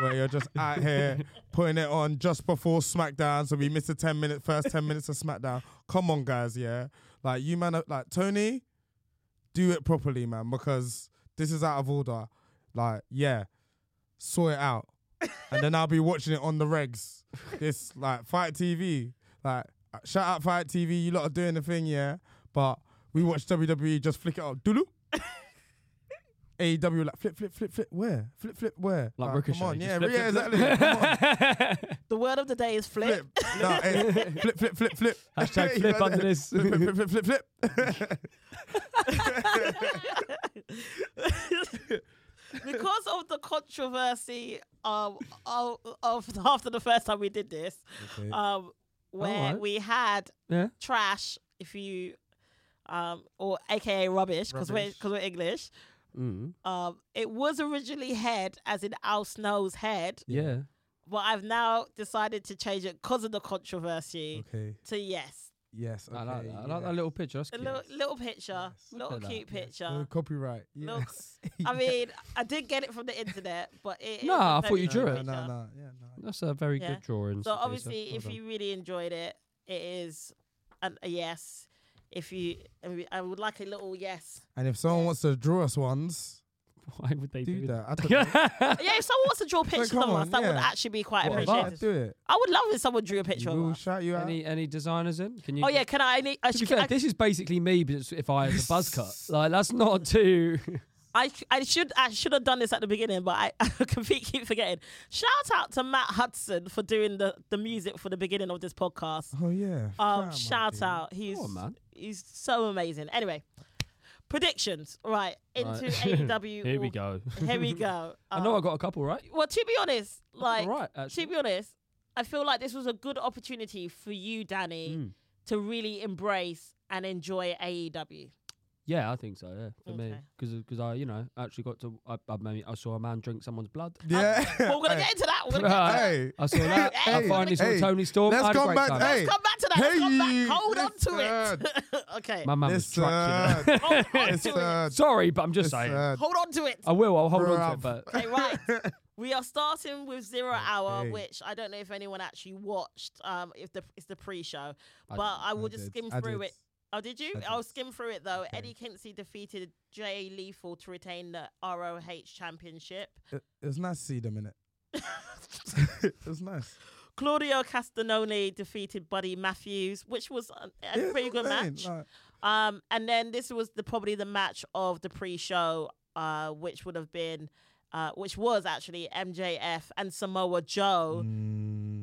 Speaker 3: Where you're just out here putting it on just before SmackDown, so we miss the ten minute first ten minutes of SmackDown. Come on, guys, yeah. Like you, man, like Tony, do it properly, man, because this is out of order. Like, yeah, sort it out, and then I'll be watching it on the regs. This like Fight TV, like uh, shout out Fight TV. You lot are doing the thing, yeah. But we watch WWE, E, just flick it up, doodoo. AEW like flip, flip, flip, flip. Where? Flip, flip. Where?
Speaker 4: Like Ricochet,
Speaker 3: Come on,
Speaker 4: just
Speaker 3: yeah,
Speaker 4: flip,
Speaker 3: yeah,
Speaker 4: flip,
Speaker 3: exactly. Come on,
Speaker 2: the word of the day is flip.
Speaker 3: flip. Nah, eh, flip, flip, flip, flip.
Speaker 4: Hashtag
Speaker 3: You
Speaker 4: flip
Speaker 3: know
Speaker 4: under
Speaker 3: that?
Speaker 4: this.
Speaker 3: Flip, flip, flip, flip, flip, flip.
Speaker 2: because of the controversy um, of, of after the first time we did this, um, where
Speaker 4: Alright.
Speaker 2: we had
Speaker 4: yeah.
Speaker 2: trash, if you, um, or AKA rubbish, because we're
Speaker 3: Rubbish.
Speaker 2: because we're English.
Speaker 4: Mm.
Speaker 2: Um, it was originally head, as in Al Snow's head,
Speaker 4: yeah.
Speaker 2: but I've now decided to change it because of the controversy
Speaker 3: okay.
Speaker 2: to yes.
Speaker 3: Yes. Okay.
Speaker 4: I like that. I like
Speaker 3: yeah.
Speaker 4: that little picture. That's
Speaker 2: A
Speaker 4: cute.
Speaker 2: little little picture, little
Speaker 4: at that.
Speaker 2: cute picture.
Speaker 3: Oh, copyright. Yeah.
Speaker 2: Looks- I mean, I did get it from the internet, but it. it
Speaker 4: Nah,
Speaker 2: was a
Speaker 4: I thought
Speaker 2: very
Speaker 4: you
Speaker 2: good
Speaker 4: drew it.
Speaker 3: No,
Speaker 2: picture.
Speaker 3: no, no. Yeah, no.
Speaker 4: That's a very
Speaker 2: Yeah.
Speaker 4: good drawing.
Speaker 2: So
Speaker 4: Sophia,
Speaker 2: obviously,
Speaker 4: well
Speaker 2: if
Speaker 4: done.
Speaker 2: you really enjoyed it, it is an, a yes. If you, and we- I would like a little yes.
Speaker 3: And if someone wants to draw us ones,
Speaker 4: why would they
Speaker 3: do
Speaker 4: do,
Speaker 3: that. I don't know.
Speaker 4: that?
Speaker 2: Yeah, if someone wants to draw pictures of
Speaker 3: come
Speaker 2: us,
Speaker 3: on,
Speaker 2: that would
Speaker 3: yeah.
Speaker 2: actually be quite
Speaker 4: What about-
Speaker 3: Yeah,
Speaker 2: appreciated.
Speaker 3: do it.
Speaker 2: I would love if someone drew a picture of
Speaker 3: We'll
Speaker 2: us.
Speaker 3: shout you out.
Speaker 4: any any designers in? Can you?
Speaker 2: Oh yeah, can I? I need- I,
Speaker 4: To be
Speaker 2: sh-
Speaker 4: fair,
Speaker 2: I,
Speaker 4: this is basically me, but it's if I had a buzz cut, like that's not too.
Speaker 2: I, I should I should have done this at the beginning, but I, I completely keep forgetting. Shout out to Matt Hudson for doing the, the music for the beginning of this podcast.
Speaker 3: Oh yeah.
Speaker 2: Um,
Speaker 3: fam,
Speaker 2: shout
Speaker 3: okay.
Speaker 2: out. He's
Speaker 4: on, man.
Speaker 2: he's so amazing. Anyway, predictions. Right into AEW.
Speaker 4: Here we
Speaker 2: or-
Speaker 4: go.
Speaker 2: Here we go.
Speaker 4: I know I
Speaker 2: Um,
Speaker 4: got a couple right.
Speaker 2: well, to be honest, like
Speaker 4: right,
Speaker 2: to
Speaker 4: actually.
Speaker 2: be honest, I feel like this was a good opportunity for you, Danny,
Speaker 4: Mm.
Speaker 2: to really embrace and enjoy E AEW.
Speaker 4: Yeah, I think so. Yeah, for me,
Speaker 2: Okay.
Speaker 4: because because I you know actually got to I I, maybe, I saw a man drink someone's blood.
Speaker 3: Yeah.
Speaker 2: Um, Well, we're gonna
Speaker 3: Hey,
Speaker 2: get into that. We're gonna get into that.
Speaker 3: Hey.
Speaker 4: I saw that. I
Speaker 2: Hey,
Speaker 4: finally saw
Speaker 3: hey,
Speaker 4: Tony Storm.
Speaker 3: let's
Speaker 4: I had a
Speaker 3: come
Speaker 4: great
Speaker 3: back-
Speaker 4: time.
Speaker 3: hey.
Speaker 2: Let's come back to that. Let's come
Speaker 3: Hey,
Speaker 2: back. Hold on to it. okay.
Speaker 4: My mum was
Speaker 3: Listen.
Speaker 4: Dracula.
Speaker 3: uh,
Speaker 2: Hold on to it.
Speaker 3: Listen.
Speaker 4: Sorry, but I'm just saying.
Speaker 3: Listen.
Speaker 2: Hold on to it.
Speaker 4: I will. I'll hold on to
Speaker 3: Bruv.
Speaker 4: it. But
Speaker 2: Okay, right. We are starting with Zero Hour,
Speaker 3: Okay.
Speaker 2: which I don't know if anyone actually watched. Um, if the it's the pre-show, but
Speaker 4: did.
Speaker 2: I will just
Speaker 3: did.
Speaker 2: skim
Speaker 3: I
Speaker 2: through
Speaker 3: did.
Speaker 2: it. Oh, did you?
Speaker 3: I
Speaker 2: I'll
Speaker 3: did.
Speaker 2: skim through it though. Eddie Kinsey defeated Jay Lethal to retain the ROH Championship.
Speaker 3: It, it was nice to see them in it. it was nice.
Speaker 2: Claudio Castagnoli defeated Buddy Matthews, which was a, a
Speaker 3: Yeah,
Speaker 2: pretty good
Speaker 3: that's what I'm
Speaker 2: match.
Speaker 3: saying, like,
Speaker 2: Um, and then this was the probably the match of the pre-show, uh, which would have been, uh, which was actually MJF and Samoa Joe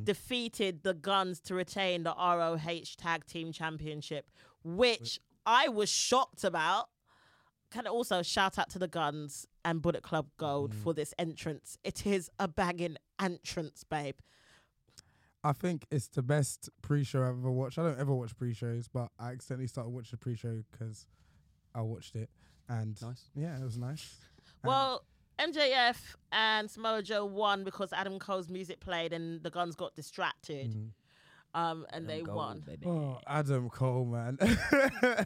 Speaker 2: defeated the Guns to retain the ROH Tag Team Championship, which I was shocked about. Can I also shout out to the Guns and Bullet Club Gold for this entrance. It is a banging entrance, babe.
Speaker 3: I think it's the best pre-show I've ever watched. I don't ever watch pre-shows, but I accidentally started watching the pre-show because I watched it, and
Speaker 4: Nice.
Speaker 3: yeah, it was nice. And
Speaker 2: Well, MJF and Samoa Joe won because Adam Cole's music played and the Guns got distracted. Um, and they won.
Speaker 3: oh, Adam Cole, man,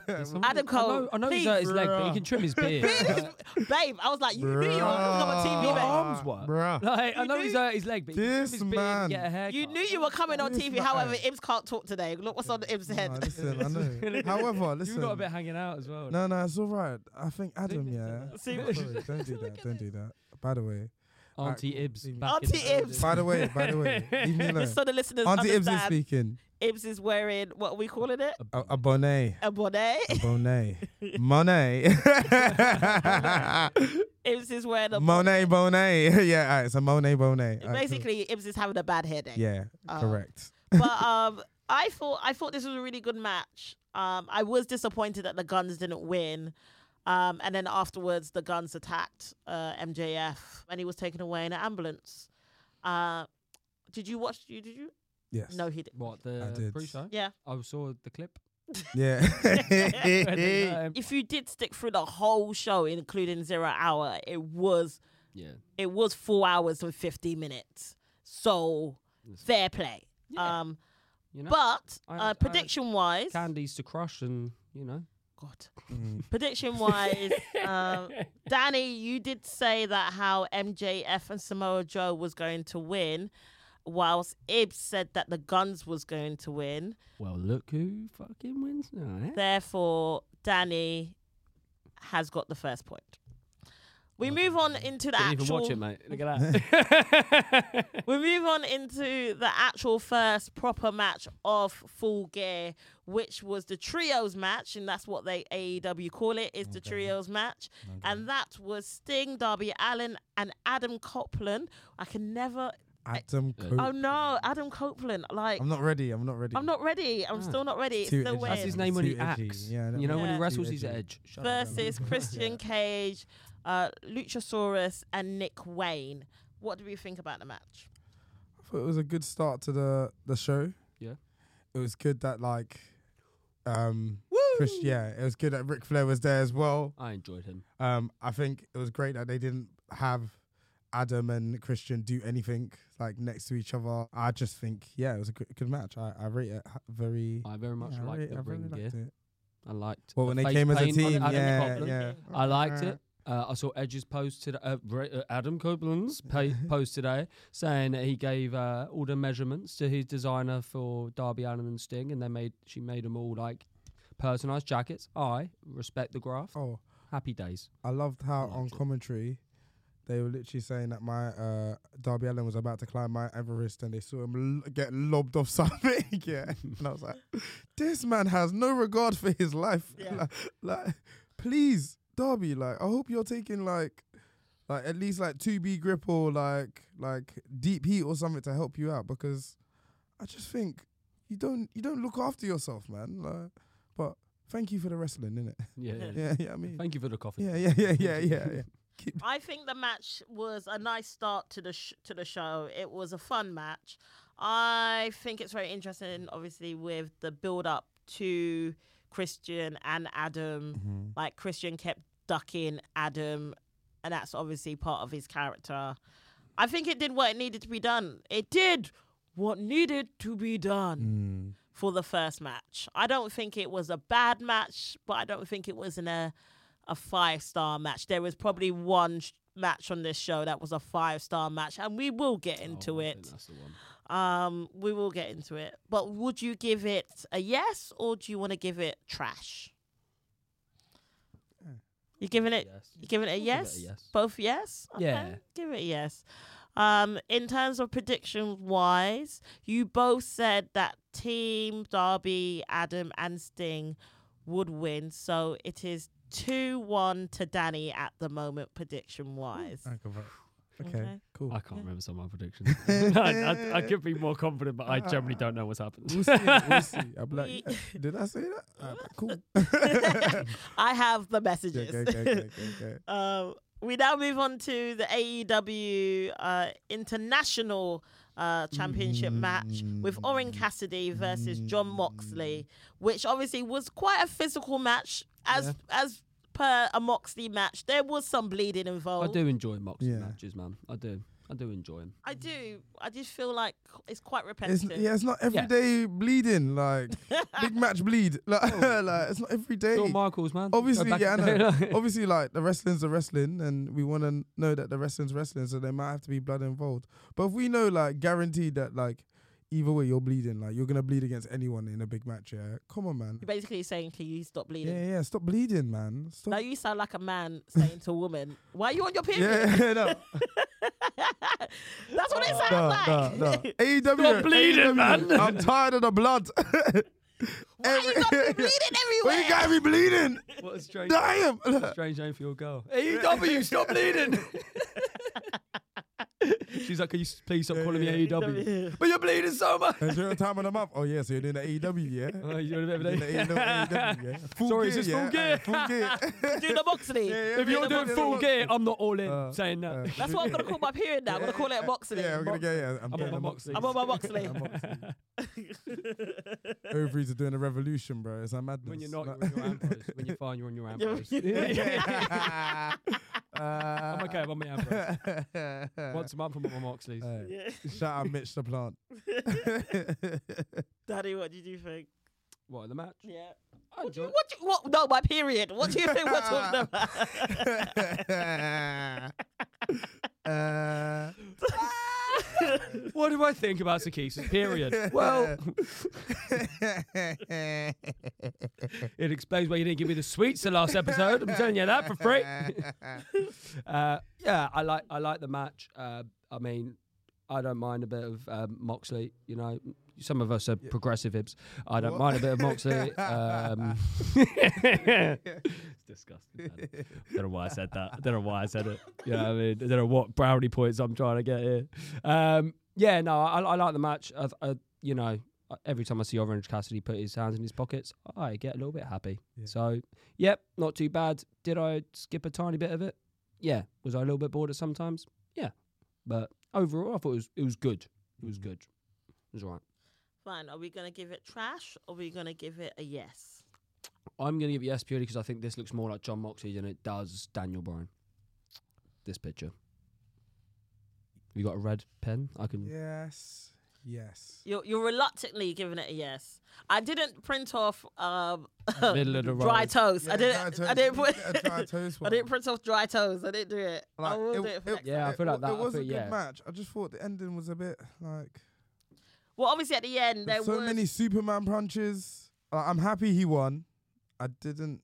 Speaker 2: Adam
Speaker 4: I know,
Speaker 2: Cole,
Speaker 4: I know he's
Speaker 2: please.
Speaker 4: his leg, but he can trim his beard.
Speaker 3: Oh.
Speaker 2: Babe, I was like, you knew you were coming
Speaker 4: Your
Speaker 2: on TV,
Speaker 4: arms were.
Speaker 3: Bruh.
Speaker 4: Like, I know he's
Speaker 2: knew-
Speaker 4: hurt his leg, but he can trim
Speaker 3: This
Speaker 4: his beard
Speaker 3: man.
Speaker 4: and get a
Speaker 2: babe.
Speaker 4: haircut.
Speaker 2: You knew you were coming on
Speaker 3: This
Speaker 2: TV.
Speaker 3: man.
Speaker 2: However, Ibs can't talk today. Look what's on Ibs' head.
Speaker 3: Nah, listen, I know. However,
Speaker 4: You
Speaker 3: listen,
Speaker 4: got a bit hanging out as well.
Speaker 3: no, no, it's all right. I think Adam, yeah.
Speaker 2: See,
Speaker 3: Sorry, don't do that. Don't do that. By the way,
Speaker 4: Auntie
Speaker 3: Alright,
Speaker 4: Ibs.
Speaker 3: cool.
Speaker 4: back in
Speaker 2: Auntie
Speaker 4: the building.
Speaker 2: Ibs.
Speaker 3: by the way, by the way, leave me alone.
Speaker 2: Just so the listeners
Speaker 3: Auntie Ibs is
Speaker 2: understand, Ibs is,
Speaker 3: speaking.
Speaker 2: wearing what are we calling it?
Speaker 3: A, a bonnet.
Speaker 2: A bonnet.
Speaker 3: A bonnet. Monet.
Speaker 2: Ibs is wearing a
Speaker 3: Monet Bonet. yeah, alright, it's a Monet Bonet. Alright,
Speaker 2: Basically, Ibs is having a bad headache.
Speaker 3: cool. Yeah,
Speaker 2: Um,
Speaker 3: correct.
Speaker 2: but um, I thought I thought this was a really good match. Um, I was disappointed that the Guns didn't win. Um, and then afterwards, the guns attacked uh, MJF, and he was taken away in an ambulance. Uh, did you watch? You did you?
Speaker 3: Yes.
Speaker 2: No, he did.
Speaker 4: What the
Speaker 3: did.
Speaker 4: pre-show?
Speaker 2: Yeah.
Speaker 4: I saw the clip.
Speaker 3: Yeah.
Speaker 4: Where they, um,
Speaker 2: If you did stick through the whole show, including zero hour, it was
Speaker 4: yeah.
Speaker 2: it was four hours and fifty minutes. So fair play.
Speaker 4: Yeah.
Speaker 2: Um,
Speaker 4: You know,
Speaker 2: but
Speaker 4: I- I-
Speaker 2: uh, prediction wise,
Speaker 4: candies to crush and you know.
Speaker 2: God,
Speaker 3: Mm.
Speaker 2: prediction wise, um, Danny, you did say that how MJF and Samoa Joe was going to win, whilst Ibs said that the guns was going to win.
Speaker 4: Well, look who fucking wins now. Eh?
Speaker 2: Therefore, Danny has got the first point. We move on into the
Speaker 4: Didn't
Speaker 2: actual.
Speaker 4: even watch it, mate. Look at that.
Speaker 2: We move on into the actual first proper match of Full Gear, which was the trios match, and that's what they AEW call it, is the trios match. And that was Sting, Darby Allen, and Adam Copeland. I can never.
Speaker 3: Adam Copeland.
Speaker 2: Oh no, Adam Copeland! Like
Speaker 3: I'm not ready. I'm not ready.
Speaker 2: I'm not ready. I'm
Speaker 4: Ah.
Speaker 2: still not ready. It's
Speaker 3: Too
Speaker 2: still
Speaker 3: edgy.
Speaker 4: That's
Speaker 2: weird.
Speaker 4: his name when he
Speaker 3: Too edgy.
Speaker 4: acts.
Speaker 3: Yeah, that
Speaker 4: you know,
Speaker 2: was
Speaker 4: when he
Speaker 2: too
Speaker 4: wrestles, he's at
Speaker 3: edgy.
Speaker 4: edge. Shut up.
Speaker 2: versus Christian Cage, uh, Luchasaurus, and Nick Wayne. What do we think about the match?
Speaker 3: I thought it was a good start to the the show.
Speaker 4: Yeah.
Speaker 3: It was good that like um Chris, yeah, it was good that Ric Flair was there as well.
Speaker 4: I enjoyed him.
Speaker 3: Um I think it was great that they didn't have Adam and Christian do anything like next to each other. I just think yeah, it was a good, good match. I, I rate it h- very
Speaker 4: I very much
Speaker 3: yeah, I
Speaker 4: liked
Speaker 3: rate-
Speaker 4: the
Speaker 3: I
Speaker 4: ring
Speaker 3: really
Speaker 4: gear.
Speaker 3: liked it.
Speaker 4: I liked.
Speaker 3: Well,
Speaker 4: the
Speaker 3: when they
Speaker 4: face
Speaker 3: came as a
Speaker 4: paint on
Speaker 3: team,
Speaker 4: Adam
Speaker 3: yeah,
Speaker 4: Copeland.
Speaker 3: yeah.
Speaker 4: I liked it. Uh, I saw Edge's post today, uh, Ra- uh, Adam Copeland's pa- post today, saying that he gave uh, all the measurements to his designer for Darby Allen and Sting, and they made she made them all like personalized jackets. I respect the graft.
Speaker 3: Oh,
Speaker 4: Happy days.
Speaker 3: I loved how on
Speaker 4: liked it.
Speaker 3: commentary they were literally saying that my uh, Darby Allen was about to climb Mount Everest and they saw him l- get lobbed off something. yeah, and I was like, this man has no regard for his life.
Speaker 2: Yeah.
Speaker 3: like, like, please, Darby, like, I hope you're taking like, like at least like two B grip or like like deep heat or something to help you out because I just think you don't you don't look after yourself, man. Like, but thank you for the wrestling, innit?
Speaker 4: Yeah, yeah.
Speaker 3: Yeah, yeah, I mean.
Speaker 4: Thank you for the coffee.
Speaker 3: Yeah, yeah, yeah, yeah, yeah, yeah.
Speaker 2: I think the match was a nice start to the sh- to the show. It was a fun match. I think it's very interesting, obviously, with the build up to Christian and Adam. Like Christian kept ducking Adam, and that's obviously part of his character. I think it did what it needed to be done. It did what needed to be done for the first match. I don't think it was a bad match, but I don't think it was in a a five star match. There was probably one sh- match on this show that was a five star match, and we will get into
Speaker 4: Oh, I think
Speaker 2: it.
Speaker 4: That's the one.
Speaker 2: Um, we will get into it. But would you give it a yes, or do you want to give it trash? You giving it?
Speaker 4: Yes.
Speaker 2: You giving it a
Speaker 4: give it a
Speaker 2: yes?
Speaker 4: yes.
Speaker 2: Both yes? Okay,
Speaker 4: Yeah.
Speaker 2: Give it a yes. Um, in terms of prediction wise, you both said that Team Derby, Adam, and Sting would win. So it is 2 1 to Danny at the moment, prediction wise.
Speaker 3: Okay,
Speaker 2: Okay.
Speaker 3: cool.
Speaker 4: I can't remember some of my predictions. I, I, I could be more confident, but I
Speaker 3: Uh,
Speaker 4: generally don't know what's happened.
Speaker 3: We'll see. We'll see. I'm like,
Speaker 2: We-
Speaker 3: "Uh, did I say that? Uh, cool.
Speaker 2: I have the
Speaker 3: Yeah,
Speaker 2: messages.
Speaker 3: okay, okay, okay, okay.
Speaker 2: Um, we now move on to the AEW uh, International uh, Championship
Speaker 3: Mm-hmm.
Speaker 2: match with Orin Cassidy versus John Moxley, which obviously was quite a physical match. As as per a Moxley match, there was some bleeding
Speaker 4: I
Speaker 2: involved.
Speaker 4: do enjoy Moxley
Speaker 3: Yeah.
Speaker 4: matches, man. I do. I do enjoy him.
Speaker 2: I do. I just feel like it's quite
Speaker 3: It's,
Speaker 2: repetitive.
Speaker 3: yeah, it's not every
Speaker 4: Yeah.
Speaker 3: day bleeding like big match bleed. Like, like it's not every day.
Speaker 4: Shawn Michaels, man. Go
Speaker 3: Obviously,
Speaker 4: Oh. back
Speaker 3: yeah, I
Speaker 4: in
Speaker 3: know.
Speaker 4: the day.
Speaker 3: Obviously, like the wrestling's the wrestling, and we want to know that the wrestling's wrestling, so there might have to be blood involved. But if we know, like, guaranteed that, like, either way you're bleeding, like you're gonna bleed against anyone in a big match. Yeah, come on, man.
Speaker 2: You're basically saying, "Can you stop
Speaker 3: Yeah,
Speaker 2: bleeding?"
Speaker 3: yeah. Stop bleeding, man. Stop.
Speaker 2: Now you sound like a man saying to a woman, "Why are you on your period?"
Speaker 3: yeah, yeah, no.
Speaker 2: That's what it sounds
Speaker 3: No,
Speaker 2: like.
Speaker 3: no, no. AEW.
Speaker 4: Stop bleeding,
Speaker 3: AEW,
Speaker 4: man.
Speaker 3: I'm tired of the blood.
Speaker 2: Why you got to be bleeding
Speaker 3: Why
Speaker 2: everywhere?
Speaker 3: you gotta be bleeding?
Speaker 4: What a strange,
Speaker 3: Damn. E
Speaker 4: strange name for your girl. AEW, stop bleeding. She's like, can you s- please stop
Speaker 3: Yeah,
Speaker 4: calling
Speaker 3: yeah,
Speaker 4: me E AEW? But you're bleeding so much.
Speaker 3: And during the time of the month, oh yeah, so you're doing the AEW, yeah. E
Speaker 4: Oh, you know what I
Speaker 3: Doing
Speaker 4: mean?
Speaker 3: the AEW, yeah. Full
Speaker 4: Sorry,
Speaker 3: gear,
Speaker 4: it's just
Speaker 3: yeah.
Speaker 4: full gear.
Speaker 3: Uh, full gear.
Speaker 2: Do the moxley.
Speaker 3: yeah, yeah,
Speaker 4: If you're
Speaker 3: yeah,
Speaker 4: doing
Speaker 3: yeah,
Speaker 4: full
Speaker 3: yeah.
Speaker 4: gear, I'm not all in
Speaker 3: Uh,
Speaker 4: saying that.
Speaker 3: uh,
Speaker 2: That's what I'm gonna call my period now. I'm gonna call it a moxley.
Speaker 3: Yeah, we're gonna go. Yeah, I'm
Speaker 4: I'm
Speaker 3: doing
Speaker 4: on my
Speaker 3: the
Speaker 4: boxing.
Speaker 2: I'm on my moxley.
Speaker 3: I'm boxing. Ovaries are doing a revolution, bro. It's a madness.
Speaker 4: When you're not, you're on your ambrose. When you're fine, you're on your
Speaker 2: Yeah,
Speaker 4: ambrose. I'm okay, I'm on Oh my ambrose.
Speaker 3: okay.
Speaker 4: Once a month, I'm on my Moxley's.
Speaker 3: Uh, Shout out Mitch the plant.
Speaker 2: Daddy, what did you think?
Speaker 4: what, the match?
Speaker 2: Yeah.
Speaker 4: I
Speaker 2: What do you,
Speaker 4: enjoyed
Speaker 2: what, do you, what? No, my period. What do you think we're talking about?
Speaker 3: Uh,
Speaker 4: it. What do I think about Sakisa's period? well, it explains why you didn't give me the sweets the last episode. I'm telling you that for free. uh, yeah, I like I like the match. Uh, I mean, I don't mind a bit of um, Moxley. You know, some of us are progressive hips. I don't
Speaker 3: What?
Speaker 4: mind a bit of Moxley. Um, it's disgusting. man. I don't know why I said that. I don't know why I said it. You know what I mean? I don't know what brownie points I'm trying to get here. Um, yeah, no, I, I like the match. I, I, you know, every time I see Orange Cassidy put his hands in his pockets, I get a little bit happy.
Speaker 3: Yeah.
Speaker 4: So, yep, not too bad. Did I skip a tiny bit of it? Yeah. Was I a little bit bored at sometimes? Yeah. But overall, I thought it was it was good. It
Speaker 3: Mm.
Speaker 4: was good. It was all right.
Speaker 2: Fine. Are we gonna give it trash or are we gonna give it a yes?
Speaker 4: I'm going to give it yes purely because I think this looks more like John Moxley than it does Daniel Bryan. This picture. You got a red pen? I can.
Speaker 3: yes. Yes.
Speaker 2: You're, you're reluctantly giving it a yes. I didn't print off um,
Speaker 4: Middle of the
Speaker 2: dry
Speaker 4: road.
Speaker 2: toast. I
Speaker 3: Yeah,
Speaker 2: didn't.
Speaker 3: dry
Speaker 2: I didn't
Speaker 3: toast.
Speaker 2: put.
Speaker 3: Yeah, dry toast
Speaker 2: I
Speaker 3: one.
Speaker 2: didn't print off dry toes. I didn't do it. I
Speaker 3: Like,
Speaker 2: will
Speaker 3: it-
Speaker 2: do it for
Speaker 3: it-
Speaker 2: next.
Speaker 4: Yeah, I feel like
Speaker 3: it,
Speaker 4: that-
Speaker 3: It
Speaker 4: I
Speaker 3: was a
Speaker 4: feel-
Speaker 3: good
Speaker 4: yeah.
Speaker 3: match. I just thought the ending was a bit like
Speaker 2: Well, obviously at the end there
Speaker 3: so
Speaker 2: was
Speaker 3: many Superman punches. Uh, I'm happy he won. I didn't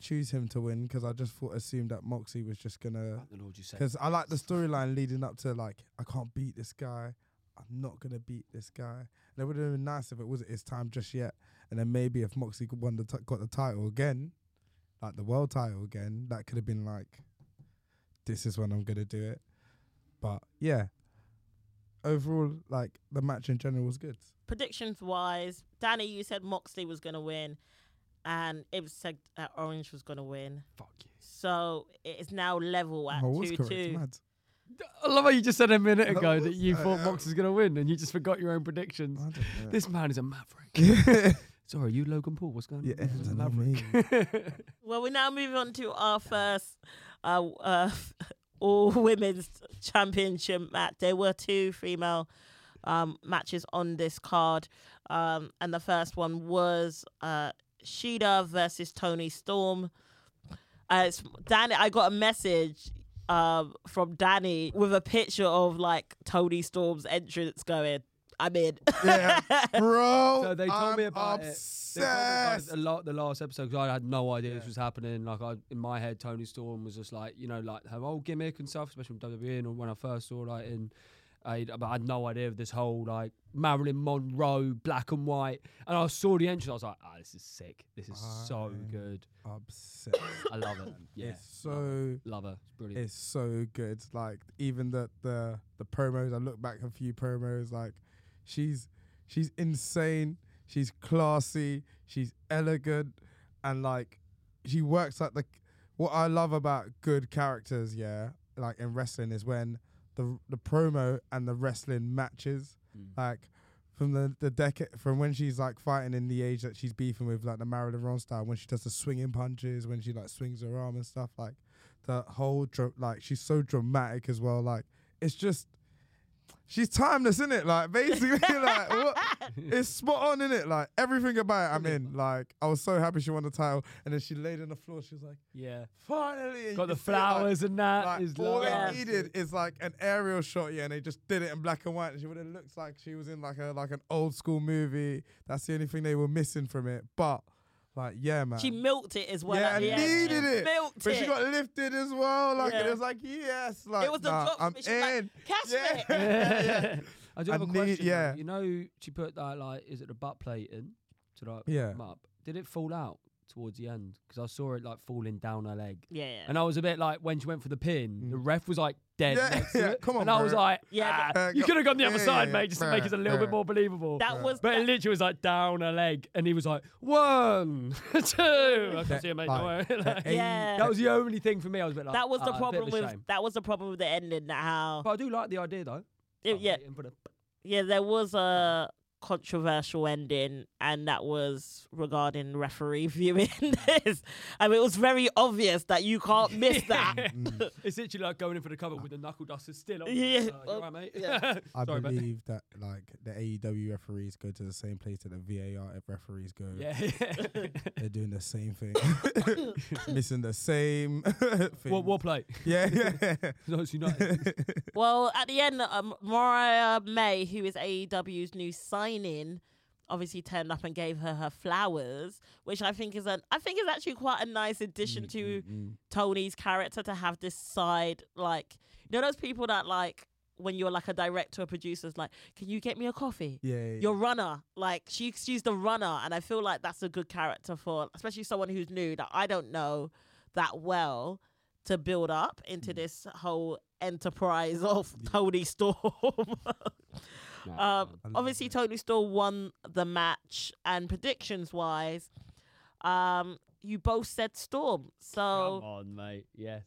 Speaker 3: choose him to win because I just thought assumed that Moxie was just gonna.
Speaker 4: Thank The Lord you said.
Speaker 3: Because I like the storyline leading up to like I can't beat this guy. I'm not gonna beat this guy. And it would have been nice if it wasn't his time just yet. And then maybe if Moxie could won the t- got the title again, like the world title again, that could have been like, this is when I'm gonna do it. But yeah, overall, like the match in general was good.
Speaker 2: predictions wise. Danny, you said Moxley was going to win, and it was said that Orange was going to win.
Speaker 4: Fuck you.
Speaker 2: So it is now level at
Speaker 3: I was
Speaker 2: two
Speaker 3: Oh, correct.
Speaker 2: two.
Speaker 3: Mad.
Speaker 4: I love how you just said a minute
Speaker 3: That
Speaker 4: ago
Speaker 3: was-
Speaker 4: that you thought
Speaker 3: uh,
Speaker 4: Mox was going to win and you just forgot your own predictions.
Speaker 3: I don't know.
Speaker 4: This man is a maverick. Sorry, you Logan Paul. What's going on?
Speaker 3: Yeah, I
Speaker 4: He's a
Speaker 3: don't know,
Speaker 4: maverick.
Speaker 2: Well, we now move on to our first uh, uh, all women's championship match. There were two female um, matches on this card, um, and the first one was uh, Sheeda versus Tony Storm. Uh, it's Danny, I got a message um, from Danny with a picture of like Tony Storm's entrance going. I'm in.
Speaker 3: yeah, bro.
Speaker 4: So they told
Speaker 3: I'm
Speaker 4: me about it. They told me about it
Speaker 3: obsessed.
Speaker 4: the, la- the last episode because I had no idea this was happening. Like I, in my head, Tony Storm was just like you know like her old gimmick and stuff, especially from WWE and when I first saw like in. uh, I, but I had no idea of this whole like Marilyn Monroe black and white, and I saw the entrance. I was like, "Ah, this is sick! This is so
Speaker 3: I'm-
Speaker 4: good!
Speaker 3: Obsessed.
Speaker 4: I love it! Yeah,
Speaker 3: It's so
Speaker 4: love her! It's brilliant!
Speaker 3: it's so good. Like even the the the promos. I look back a few promos. Like she's she's insane. She's classy. She's elegant, and like she works like the. What I love about good characters, yeah, like in wrestling, is when the the promo and the wrestling matches. Like from the the decade from when she's like fighting in the age that she's beefing with, like the Marilyn Ron style, when she does the swinging punches, when she like swings her arm and stuff, like the whole dra- like she's so dramatic as well. Like it's just she's timeless, in it? Like basically, like what it's spot on, in it? Like everything about it, I'm in. Like I was so happy she won the title, and then she laid on the floor. She was like,
Speaker 4: yeah,
Speaker 3: finally, And
Speaker 4: got
Speaker 3: you
Speaker 4: the
Speaker 3: can see it, like-
Speaker 4: flowers and that.
Speaker 3: like,
Speaker 4: is
Speaker 3: all
Speaker 4: love.
Speaker 3: they needed is like an aerial shot, yeah, and they just did it in black and white. And she would have looked like she was in like a like an old school movie. That's the only thing they were missing from it. But like, yeah, man.
Speaker 2: She milked it as well.
Speaker 3: yeah,
Speaker 2: at
Speaker 3: I
Speaker 2: the end.
Speaker 3: needed it.
Speaker 2: Milked
Speaker 3: but
Speaker 2: it.
Speaker 3: she got lifted as well. Like and
Speaker 2: Yeah.
Speaker 3: it was like, yes, like
Speaker 2: it was the
Speaker 3: nah,
Speaker 2: drop.
Speaker 3: I'm
Speaker 2: she was
Speaker 3: in.
Speaker 2: Like, Catch
Speaker 3: yeah.
Speaker 2: it.
Speaker 4: I do have
Speaker 3: I
Speaker 4: a
Speaker 3: need-
Speaker 4: question. though.
Speaker 3: yeah.
Speaker 4: You know, she put that like, is it the butt plate in to like
Speaker 3: Yeah.
Speaker 4: come up? Did it fall out? towards the end because I saw it like falling down her leg.
Speaker 2: Yeah, yeah.
Speaker 4: And I was a bit like, when she went for the pin, the ref was like dead.
Speaker 3: Mm. Yeah,
Speaker 4: next to
Speaker 3: yeah,
Speaker 4: it.
Speaker 3: come on,
Speaker 4: And I was
Speaker 3: bro.
Speaker 4: like,
Speaker 2: Yeah,
Speaker 4: yeah,
Speaker 3: but-
Speaker 4: you could have gone the other
Speaker 3: Yeah,
Speaker 4: side,
Speaker 3: yeah,
Speaker 4: mate, just to make it a little
Speaker 3: bro.
Speaker 4: bit more believable.
Speaker 2: that was
Speaker 4: but it
Speaker 2: that-
Speaker 4: literally was like down her leg, and he was like one, two. I can see it, mate. don't
Speaker 3: like,
Speaker 4: worry. Like,
Speaker 3: eh,
Speaker 2: Yeah.
Speaker 4: That was the only thing for me. I was a bit like,
Speaker 2: that was the
Speaker 4: "Ah, bit of a
Speaker 2: problem with
Speaker 4: shame."
Speaker 2: that was the problem with the ending. That how
Speaker 4: But I do like the idea though.
Speaker 2: it-
Speaker 4: I'm
Speaker 2: yeah
Speaker 4: waiting for the-
Speaker 2: yeah there was a controversial ending, and that was regarding referee viewing this. I mean, it was very obvious that you can't miss that.
Speaker 4: It's literally like going in for the cover with the knuckle dusters still on.
Speaker 2: Yeah.
Speaker 4: Uh, you all right, mate.
Speaker 2: Yeah.
Speaker 3: I
Speaker 4: Sorry, mate.
Speaker 3: believe that like the AEW referees go to the same place that the VAR referees go.
Speaker 4: Yeah.
Speaker 3: They're doing the same thing, missing the same thing.
Speaker 4: what, what play?
Speaker 3: Yeah, yeah.
Speaker 4: No, it's United.
Speaker 2: Well, at the end, um, Mariah May, who is AEW's new signing, obviously turned up and gave her her flowers, which I think is an I think is actually quite a nice addition
Speaker 4: Mm-hmm.
Speaker 3: Mm,
Speaker 2: to Tony's character to have this side like you know those people that like when you're like a director or producer is like, can you get me a coffee?
Speaker 3: yeah, yeah.
Speaker 2: Your runner, like she, she's the runner, and I feel like that's a good character for, especially someone who's new that I don't know that well, to build up
Speaker 4: Mm.
Speaker 2: into this whole enterprise of Tony Storm. um, obviously, Tony Storm won the match, and predictions wise, um, you both said Storm,
Speaker 4: Come
Speaker 2: so
Speaker 4: on, mate. Yes.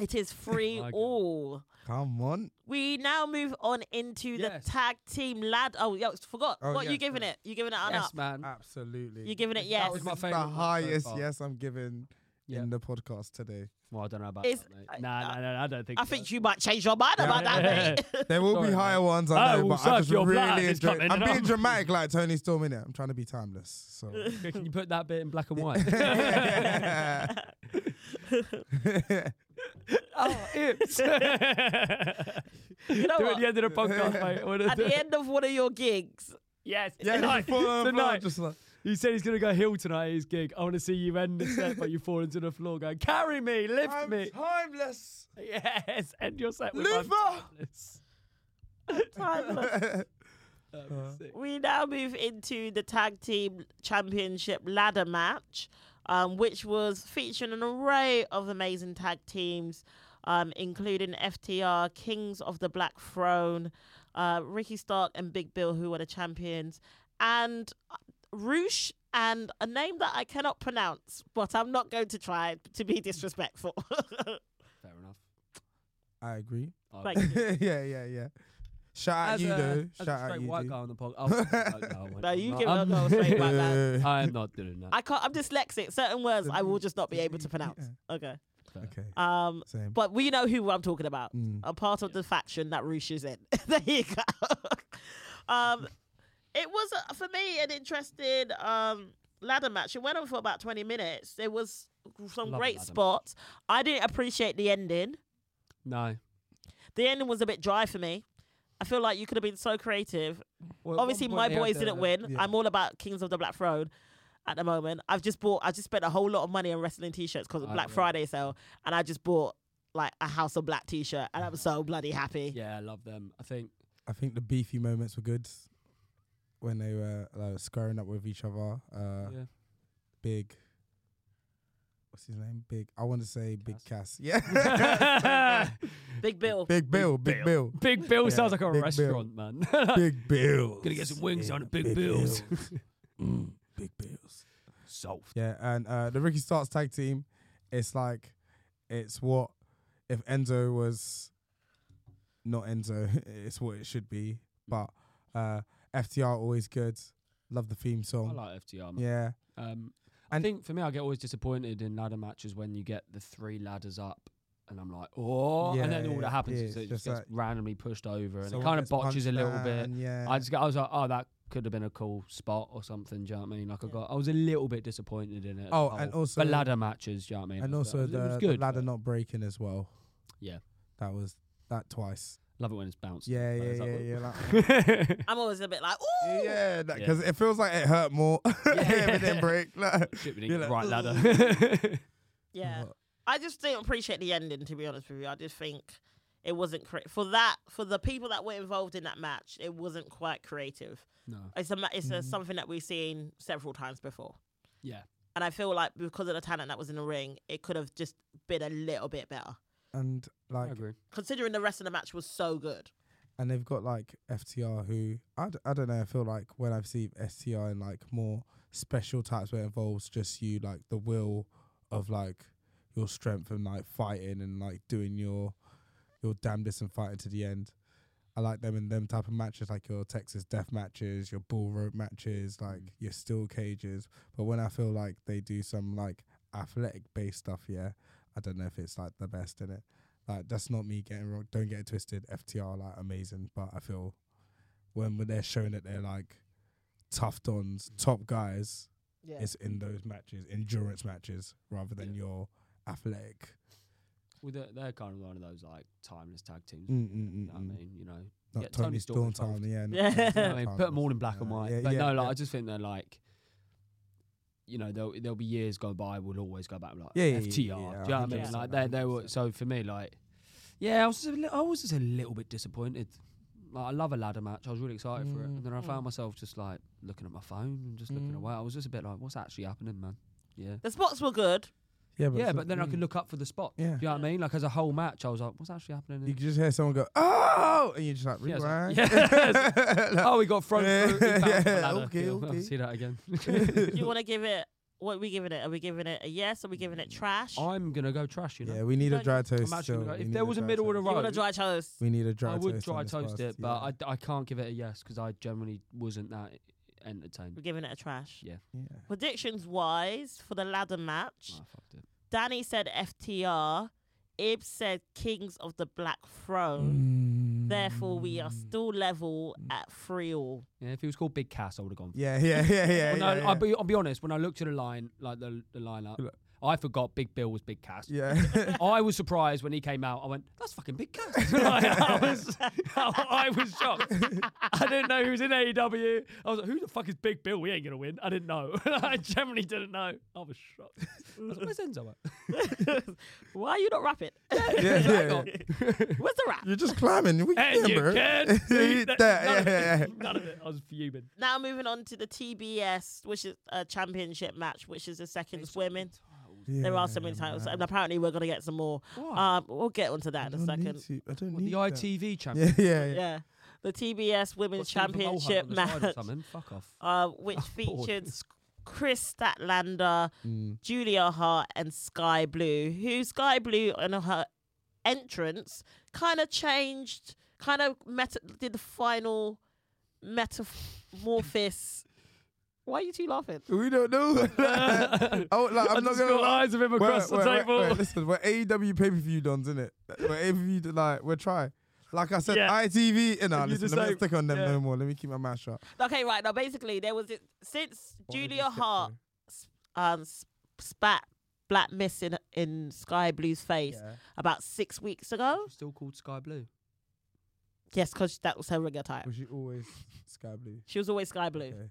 Speaker 2: it is free
Speaker 4: Oh My God.
Speaker 2: all.
Speaker 3: Come on.
Speaker 2: We now move on into
Speaker 4: Yes.
Speaker 2: the tag team lad. Oh, yeah, forgot.
Speaker 3: Oh,
Speaker 2: what you
Speaker 3: yes,
Speaker 2: giving
Speaker 3: yes.
Speaker 2: it? You giving it on
Speaker 4: Yes,
Speaker 2: up?
Speaker 4: man.
Speaker 3: Absolutely.
Speaker 2: You're giving it
Speaker 4: That
Speaker 2: yes.
Speaker 4: was my
Speaker 3: This is
Speaker 4: favourite
Speaker 3: The
Speaker 4: one so
Speaker 3: highest
Speaker 4: far.
Speaker 3: yes I'm giving
Speaker 4: Yeah.
Speaker 3: in the podcast today.
Speaker 4: Well, I don't know about
Speaker 2: It's-
Speaker 4: that, mate. Nah, nah, nah, I don't think.
Speaker 2: I think you might change your mind about that. mate.
Speaker 3: There will
Speaker 4: Sorry,
Speaker 3: be
Speaker 4: mate.
Speaker 3: higher ones, I
Speaker 4: I
Speaker 3: know,
Speaker 4: will
Speaker 3: but
Speaker 4: suck
Speaker 3: I just
Speaker 4: your blood,
Speaker 3: really
Speaker 4: it's
Speaker 3: enjoy.
Speaker 4: coming
Speaker 3: I'm being
Speaker 4: up.
Speaker 3: dramatic like Tony Storm in it. I'm trying to be timeless. So
Speaker 4: you. Can you put that bit in black and white? oh, it's.
Speaker 2: you know
Speaker 4: Do it
Speaker 2: what?
Speaker 4: at the end of the podcast, mate. What is
Speaker 2: At the
Speaker 4: it?
Speaker 2: end of one of your gigs,
Speaker 4: Yes.
Speaker 3: yeah,
Speaker 4: tonight.
Speaker 3: just full on blood,
Speaker 4: Tonight.
Speaker 3: just like
Speaker 4: He said he's gonna go heel tonight at his gig. I want to see you end the set, but you fall into the floor. Going, carry me, lift
Speaker 3: I'm
Speaker 4: me.
Speaker 3: timeless.
Speaker 4: Yes, end your set with
Speaker 3: Liver!
Speaker 4: I'm timeless.
Speaker 2: timeless.
Speaker 4: That was sick.
Speaker 2: we now move into the tag team championship ladder match, um, which was featuring an array of amazing tag teams, um, including FTR, Kings of the Black Throne, uh, Ricky Stark, and Big Bill, who were the champions, and Roosh. And a name that I cannot pronounce, but I'm not going to try to be disrespectful.
Speaker 4: Fair enough.
Speaker 3: I agree.
Speaker 4: I
Speaker 2: Like,
Speaker 4: would-
Speaker 3: yeah, yeah, yeah. Shout out
Speaker 4: as
Speaker 3: you
Speaker 4: a,
Speaker 3: though.
Speaker 4: as a
Speaker 3: Shout
Speaker 4: straight
Speaker 3: out you.
Speaker 4: white
Speaker 3: D.
Speaker 4: guy on the podcast. Oh, no, I won't.
Speaker 2: no,
Speaker 4: I'm
Speaker 2: you
Speaker 4: not-
Speaker 2: give it a
Speaker 4: I'm-
Speaker 2: go straight like that.
Speaker 4: I am not doing that.
Speaker 2: I can't. I'm dyslexic. Certain words I will just not be able to pronounce. Okay.
Speaker 3: okay.
Speaker 2: Um,
Speaker 3: Same.
Speaker 2: but we know who I'm talking about.
Speaker 3: Mm.
Speaker 2: A part of the faction that Roosh is in. there you go. um, it was uh, for me an interesting um ladder match. It went on for about 20 minutes. There was some
Speaker 4: Love a
Speaker 2: great
Speaker 4: ladder match.
Speaker 2: spots. I didn't appreciate the ending.
Speaker 4: no.
Speaker 2: The ending was a bit dry for me. I feel like you could have been so creative.
Speaker 4: Well, at
Speaker 2: Obviously,
Speaker 4: one
Speaker 2: my
Speaker 4: point
Speaker 2: boys
Speaker 4: they had the-
Speaker 2: didn't win.
Speaker 3: yeah.
Speaker 2: I'm all about Kings of the Black Throne at the moment. I've just bought, I just spent a whole lot of money on wrestling t-shirts because of
Speaker 4: I
Speaker 2: Black
Speaker 4: know.
Speaker 2: Friday sale, and I just bought like a House of Black t-shirt, and I'm so bloody happy.
Speaker 4: Yeah, I love them. I think.
Speaker 3: I think the beefy moments were good when they were like, squaring up with each other. Uh,
Speaker 4: yeah.
Speaker 3: Big. What's his name? Big. I want to say Big Cass. Yeah.
Speaker 4: Big
Speaker 2: Big Bill.
Speaker 3: Big Bill. Big Bill.
Speaker 4: Bill
Speaker 3: Yeah,
Speaker 4: sounds like a
Speaker 3: Big Bill.
Speaker 4: restaurant, man.
Speaker 3: Big Bill.
Speaker 4: Gonna get some wings on the Big Bills.
Speaker 3: Mm, big Bills.
Speaker 4: Soft.
Speaker 3: Yeah, and uh, the Ricky Starks tag team, it's like, it's what if Enzo was not Enzo, it's what it should be. But uh, FTR always good. Love the theme
Speaker 4: I
Speaker 3: song.
Speaker 4: like FTR. Man.
Speaker 3: yeah.
Speaker 4: Um, I
Speaker 3: And-
Speaker 4: think for me, I get always disappointed in ladder matches when you get the three ladders up, and I'm like, oh, and then
Speaker 3: Yeah,
Speaker 4: all
Speaker 3: yeah,
Speaker 4: that happens
Speaker 3: yeah,
Speaker 4: is it
Speaker 3: it's
Speaker 4: just
Speaker 3: just
Speaker 4: gets randomly pushed over, and it
Speaker 3: Someone
Speaker 4: kind of
Speaker 3: gets
Speaker 4: botches a
Speaker 3: punched
Speaker 4: little bit.
Speaker 3: down, Yeah.
Speaker 4: I just got, I was like, oh, that could have been a cool spot or something. Do you know what I mean? Like I got, I was a little bit disappointed in it. as a
Speaker 3: Oh, and
Speaker 4: whole.
Speaker 3: also-
Speaker 4: the ladder matches. Do you know what I mean?
Speaker 3: and
Speaker 4: It was-
Speaker 3: also
Speaker 4: it was
Speaker 3: the,
Speaker 4: good,
Speaker 3: the ladder
Speaker 4: but
Speaker 3: not breaking as well.
Speaker 4: Yeah.
Speaker 3: That was that twice.
Speaker 4: Love it when it's bounced.
Speaker 3: Yeah, yeah,
Speaker 4: It's
Speaker 3: yeah,
Speaker 4: like,
Speaker 3: yeah. Like,
Speaker 4: "Whoop."
Speaker 2: I'm always a bit like, ooh.
Speaker 3: yeah, that-
Speaker 4: Yeah.
Speaker 3: 'cause it feels like it hurt more. if it didn't break. like-
Speaker 4: Shit, we
Speaker 3: You're
Speaker 4: didn't get
Speaker 3: like,
Speaker 4: the right ladder.
Speaker 2: Yeah. I just didn't appreciate the ending, to be honest with you. I just think it wasn't cre- for that for the people that were involved in that match. It wasn't quite creative.
Speaker 4: no.
Speaker 2: It's a ma- it's a, something that we've seen several times before.
Speaker 4: Yeah.
Speaker 2: And I feel like because of the talent that was in the ring, it could have just been a little bit better.
Speaker 3: and
Speaker 4: I
Speaker 3: like
Speaker 4: agree.
Speaker 2: Considering the rest of the match was so good.
Speaker 3: and they've got like FTR who I, d- I don't know I feel like when I've seen STR in like more special types where it involves just you like the will of like your strength and like fighting and like doing your your damnedest and fighting to the end. I like them in them type of matches like your Texas death matches, your bull rope matches, like your steel cages. But when I feel like they do some like athletic based stuff, yeah, I don't know if it's like the best in it. Like that's not me getting wrong. Don't get it twisted. FTR like amazing, but I feel when when they're showing that they're like tough dons, top guys,
Speaker 2: Yeah.
Speaker 3: it's in those matches, endurance matches, rather than
Speaker 4: Yeah.
Speaker 3: your athletic.
Speaker 4: Well, they're, they're kind of one of those like timeless tag teams.
Speaker 3: Mm, mm,
Speaker 4: You
Speaker 3: mm,
Speaker 4: know what I
Speaker 3: mm.
Speaker 4: mean, you know,
Speaker 3: Not
Speaker 4: Yeah, Tony
Speaker 3: Tony Storm
Speaker 4: Storm
Speaker 3: time,
Speaker 2: Yeah.
Speaker 3: yeah. not Tony
Speaker 4: You know
Speaker 3: Storm
Speaker 4: what I mean?
Speaker 3: time.
Speaker 4: put them all in black and
Speaker 3: Yeah,
Speaker 4: white.
Speaker 3: yeah,
Speaker 4: but
Speaker 3: yeah,
Speaker 4: no, like
Speaker 3: yeah.
Speaker 4: I just think they're like, you know, there'll, there'll be years go by. We'll always go back and be like
Speaker 3: Yeah, yeah, yeah,
Speaker 4: FTR.
Speaker 3: yeah,
Speaker 4: do you know what I mean?
Speaker 2: 100%,
Speaker 4: Like they, they were.
Speaker 3: 100%.
Speaker 4: So for me, like, yeah, I was just a little, I was just a little bit disappointed. Like, I love a ladder match. I was really excited for it, and then I found myself just like looking at my phone and just looking
Speaker 3: Mm.
Speaker 4: away. I was just a bit like, what's actually happening, man? Yeah.
Speaker 2: The spots were good.
Speaker 3: Yeah,
Speaker 4: yeah,
Speaker 3: so- mm,
Speaker 4: but then I could look up for the spot.
Speaker 3: Yeah.
Speaker 4: Do you know what I mean? Like as a whole match, I was like, what's actually happening?
Speaker 3: You could just hear someone go, "Oh!" and you're just like,
Speaker 4: Yeah, it's
Speaker 3: "Rewind."
Speaker 4: like- oh, we got thrown
Speaker 3: Yeah,
Speaker 4: through. he bounced the
Speaker 3: yeah,
Speaker 4: ladder.
Speaker 3: okay,
Speaker 4: Yeah,
Speaker 3: okay.
Speaker 4: I'll see that again.
Speaker 2: Do you want to give it? What are we giving it? Are we giving it a yes? Are we giving it trash? You
Speaker 4: I'm gonna go trash. You know.
Speaker 3: yeah, we need a
Speaker 2: Don't-
Speaker 3: dry toast.
Speaker 4: actually
Speaker 3: still.
Speaker 4: gonna go-
Speaker 3: We
Speaker 4: if
Speaker 3: need
Speaker 4: there
Speaker 3: a
Speaker 4: was a
Speaker 3: dry
Speaker 4: middle
Speaker 3: toast.
Speaker 4: order
Speaker 2: want to
Speaker 4: Right.
Speaker 2: dry toast?
Speaker 3: we need a dry
Speaker 4: I
Speaker 3: toast.
Speaker 4: would
Speaker 3: on
Speaker 4: dry
Speaker 3: this
Speaker 4: toast
Speaker 3: podcast,
Speaker 4: it,
Speaker 3: yeah.
Speaker 4: but I, d- I can't give it a yes because I generally wasn't that entertained.
Speaker 2: We're giving it a trash.
Speaker 4: Yeah.
Speaker 3: Yeah.
Speaker 2: Predictions wise for the ladder match,
Speaker 4: Nah, I fucked it.
Speaker 2: Danny said FTR, Ib said Kings of the Black Throne. Therefore, we are still level at three all.
Speaker 4: Yeah, if he was called Big Cass, I would have gone. for
Speaker 3: Yeah, yeah, yeah, yeah.
Speaker 4: it. Well,
Speaker 3: yeah,
Speaker 4: no,
Speaker 3: yeah.
Speaker 4: I'll, be, I'll be honest. When I looked at the line, like the, the lineup,
Speaker 3: Look.
Speaker 4: I forgot Big Bill was Big Cass.
Speaker 3: yeah.
Speaker 4: I was surprised when he came out. I went, "That's fucking Big Cass." Like, I was, I was shocked. I didn't know he was in AEW. I was like, "Who the fuck is Big Bill? We ain't gonna win." I didn't know. I generally didn't know. I was shocked. I was like, Where's Enzo at?
Speaker 2: Why are you not rapping?
Speaker 3: yeah,
Speaker 4: Hang
Speaker 3: yeah.
Speaker 4: on.
Speaker 2: Where's the rap?
Speaker 3: You're just climbing. We
Speaker 4: oh, And
Speaker 3: can,
Speaker 4: you
Speaker 3: bro.
Speaker 4: can see
Speaker 3: Eat
Speaker 4: that.
Speaker 3: that,
Speaker 4: None, of
Speaker 3: yeah,
Speaker 4: it. None of it. I was fuming.
Speaker 2: Now moving on to the TBS, which is a championship match, which is the second women. There are so many titles, and apparently we're gonna get some more. Um, we'll get onto that in a second.
Speaker 3: I don't
Speaker 4: What, the
Speaker 3: need that.
Speaker 4: ITV champion.
Speaker 3: Yeah, yeah, yeah.
Speaker 2: Yeah, the TBS Women's
Speaker 4: What's Stephen Mulholland on
Speaker 2: Championship
Speaker 4: the side or
Speaker 2: match,
Speaker 4: something? Oh, Fuck off.
Speaker 2: uh, which
Speaker 4: bored.
Speaker 2: featured S- Chris Statlander,
Speaker 3: Mm.
Speaker 2: Julia Hart, and Sky Blue. Who Sky Blue on her entrance kind of changed, kind of meta- did the final metamorphosis. Why are you two laughing?
Speaker 3: We don't know. oh, like, I'm
Speaker 4: I
Speaker 3: not
Speaker 4: just
Speaker 3: gonna.
Speaker 4: got
Speaker 3: lie.
Speaker 4: eyes of him
Speaker 3: Wait,
Speaker 4: across
Speaker 3: wait,
Speaker 4: the
Speaker 3: wait,
Speaker 4: table.
Speaker 3: Wait, listen, we're AEW pay per view dons, innit? We're AEW, like, we're try. Like I said,
Speaker 4: Yeah.
Speaker 3: ITV, and nah,
Speaker 4: You
Speaker 3: listen,
Speaker 4: just
Speaker 3: I'm not
Speaker 4: say-
Speaker 3: stick on them
Speaker 4: yeah.
Speaker 3: no more. Let me keep my mouth shut.
Speaker 2: Okay, right now, basically, there was it since
Speaker 3: What did
Speaker 2: Julia
Speaker 3: you skip
Speaker 2: Hart
Speaker 3: through?
Speaker 2: s- um s- spat black mist in, in Sky Blue's face
Speaker 3: Yeah.
Speaker 2: about six weeks ago.
Speaker 4: Still called Sky Blue.
Speaker 2: Yes, because that was her ring attire.
Speaker 3: Was you always sky blue?
Speaker 2: She was always Sky Blue,
Speaker 3: Okay.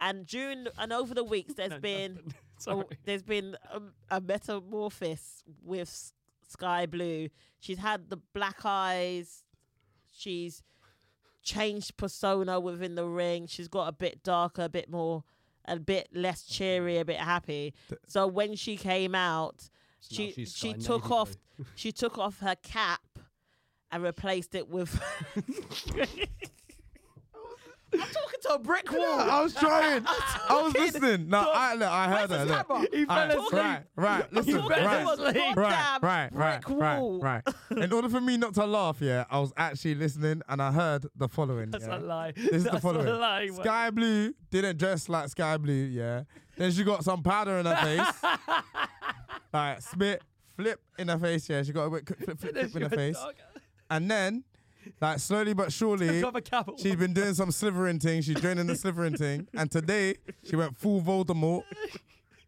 Speaker 2: and during the- and over the weeks, there's
Speaker 4: No,
Speaker 2: been
Speaker 4: nothing.
Speaker 2: a,
Speaker 4: Sorry.
Speaker 2: there's been a, a metamorphosis with S- Sky Blue. She's had the black eyes. She's changed persona within the ring. She's got a bit darker, a bit more, a bit less cheery, a bit happy.
Speaker 3: Th-
Speaker 2: So when she came out,
Speaker 4: So now
Speaker 2: she-
Speaker 4: she's
Speaker 2: she
Speaker 4: Sky
Speaker 2: took
Speaker 4: Navy
Speaker 2: off-
Speaker 4: Blue.
Speaker 2: she took off her cap and replaced it with. I'm talking to a brick wall.
Speaker 3: I was trying. I was
Speaker 2: talking-
Speaker 3: listening. No, I, look, I heard
Speaker 2: Where's
Speaker 3: that.
Speaker 2: his
Speaker 3: Look.
Speaker 2: hammer?
Speaker 3: All
Speaker 4: He fell
Speaker 3: right,
Speaker 4: asleep.
Speaker 3: right, right. Listen,
Speaker 2: talking
Speaker 3: right,
Speaker 2: to a
Speaker 3: right,
Speaker 2: goddamn
Speaker 3: right, right,
Speaker 2: brick
Speaker 3: right,
Speaker 2: wall.
Speaker 3: right. In order for me not to laugh, yeah, I was actually listening and I heard the following.
Speaker 4: That's
Speaker 3: yeah.
Speaker 4: a lie.
Speaker 3: This is the
Speaker 4: That's
Speaker 3: following.
Speaker 4: a lie. man.
Speaker 3: Sky Blue didn't dress like Sky Blue, yeah. Then she got some powder in her face. All right, spit, flip in her face, yeah. She got a bit flip, flip, flip in her face. And then, like, slowly but surely,
Speaker 4: Got a cap at
Speaker 3: She's been doing some slivering thing. She's draining the slivering thing. And today, she went full Voldemort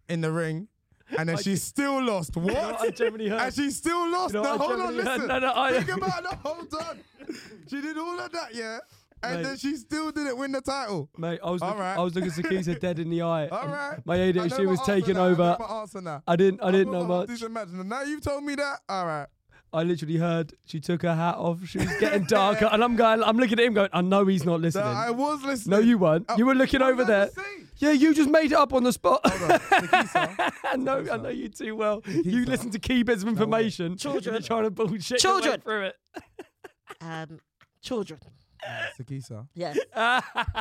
Speaker 3: in the ring. And then she still lost.
Speaker 4: once. I
Speaker 3: What?
Speaker 4: generally heard.
Speaker 3: And she still lost.
Speaker 4: You
Speaker 3: now,
Speaker 4: know what I
Speaker 3: hold on,
Speaker 4: generally-
Speaker 3: listen.
Speaker 4: No, no, I-
Speaker 3: Think about it. Hold on. She did all of that, yeah. And
Speaker 4: Mate.
Speaker 3: then she still didn't win the title.
Speaker 4: Mate, I was,
Speaker 3: All
Speaker 4: looking,
Speaker 3: right.
Speaker 4: I was looking Sakisa dead in the eye.
Speaker 3: All
Speaker 4: and
Speaker 3: right.
Speaker 4: Um, My
Speaker 3: I know
Speaker 4: ADHD
Speaker 3: my
Speaker 4: was
Speaker 3: answer
Speaker 4: taking
Speaker 3: now. I know
Speaker 4: over.
Speaker 3: my answer now.
Speaker 4: I didn't, I
Speaker 3: thought
Speaker 4: didn't know
Speaker 3: was
Speaker 4: much.
Speaker 3: decent match. Now you've told me that. All right.
Speaker 4: I literally heard she took her hat off. She was getting darker, and I'm going. I'm looking at him, going, "I know he's not
Speaker 3: No,
Speaker 4: listening.
Speaker 3: I was listening. Oh,
Speaker 4: no, you weren't. you were looking
Speaker 3: What
Speaker 4: over
Speaker 3: was I
Speaker 4: there.
Speaker 3: to say?
Speaker 4: Yeah, you just made it up on the spot.
Speaker 3: Hold on, Nikisa,
Speaker 4: I know, I
Speaker 3: Nikisa.
Speaker 4: know you too well. You listen to key
Speaker 3: Oh,
Speaker 4: bits of information. Children are trying to bullshit. your way
Speaker 2: Children.
Speaker 4: through it.
Speaker 2: Um, children.
Speaker 3: Nikisa,
Speaker 2: Yes.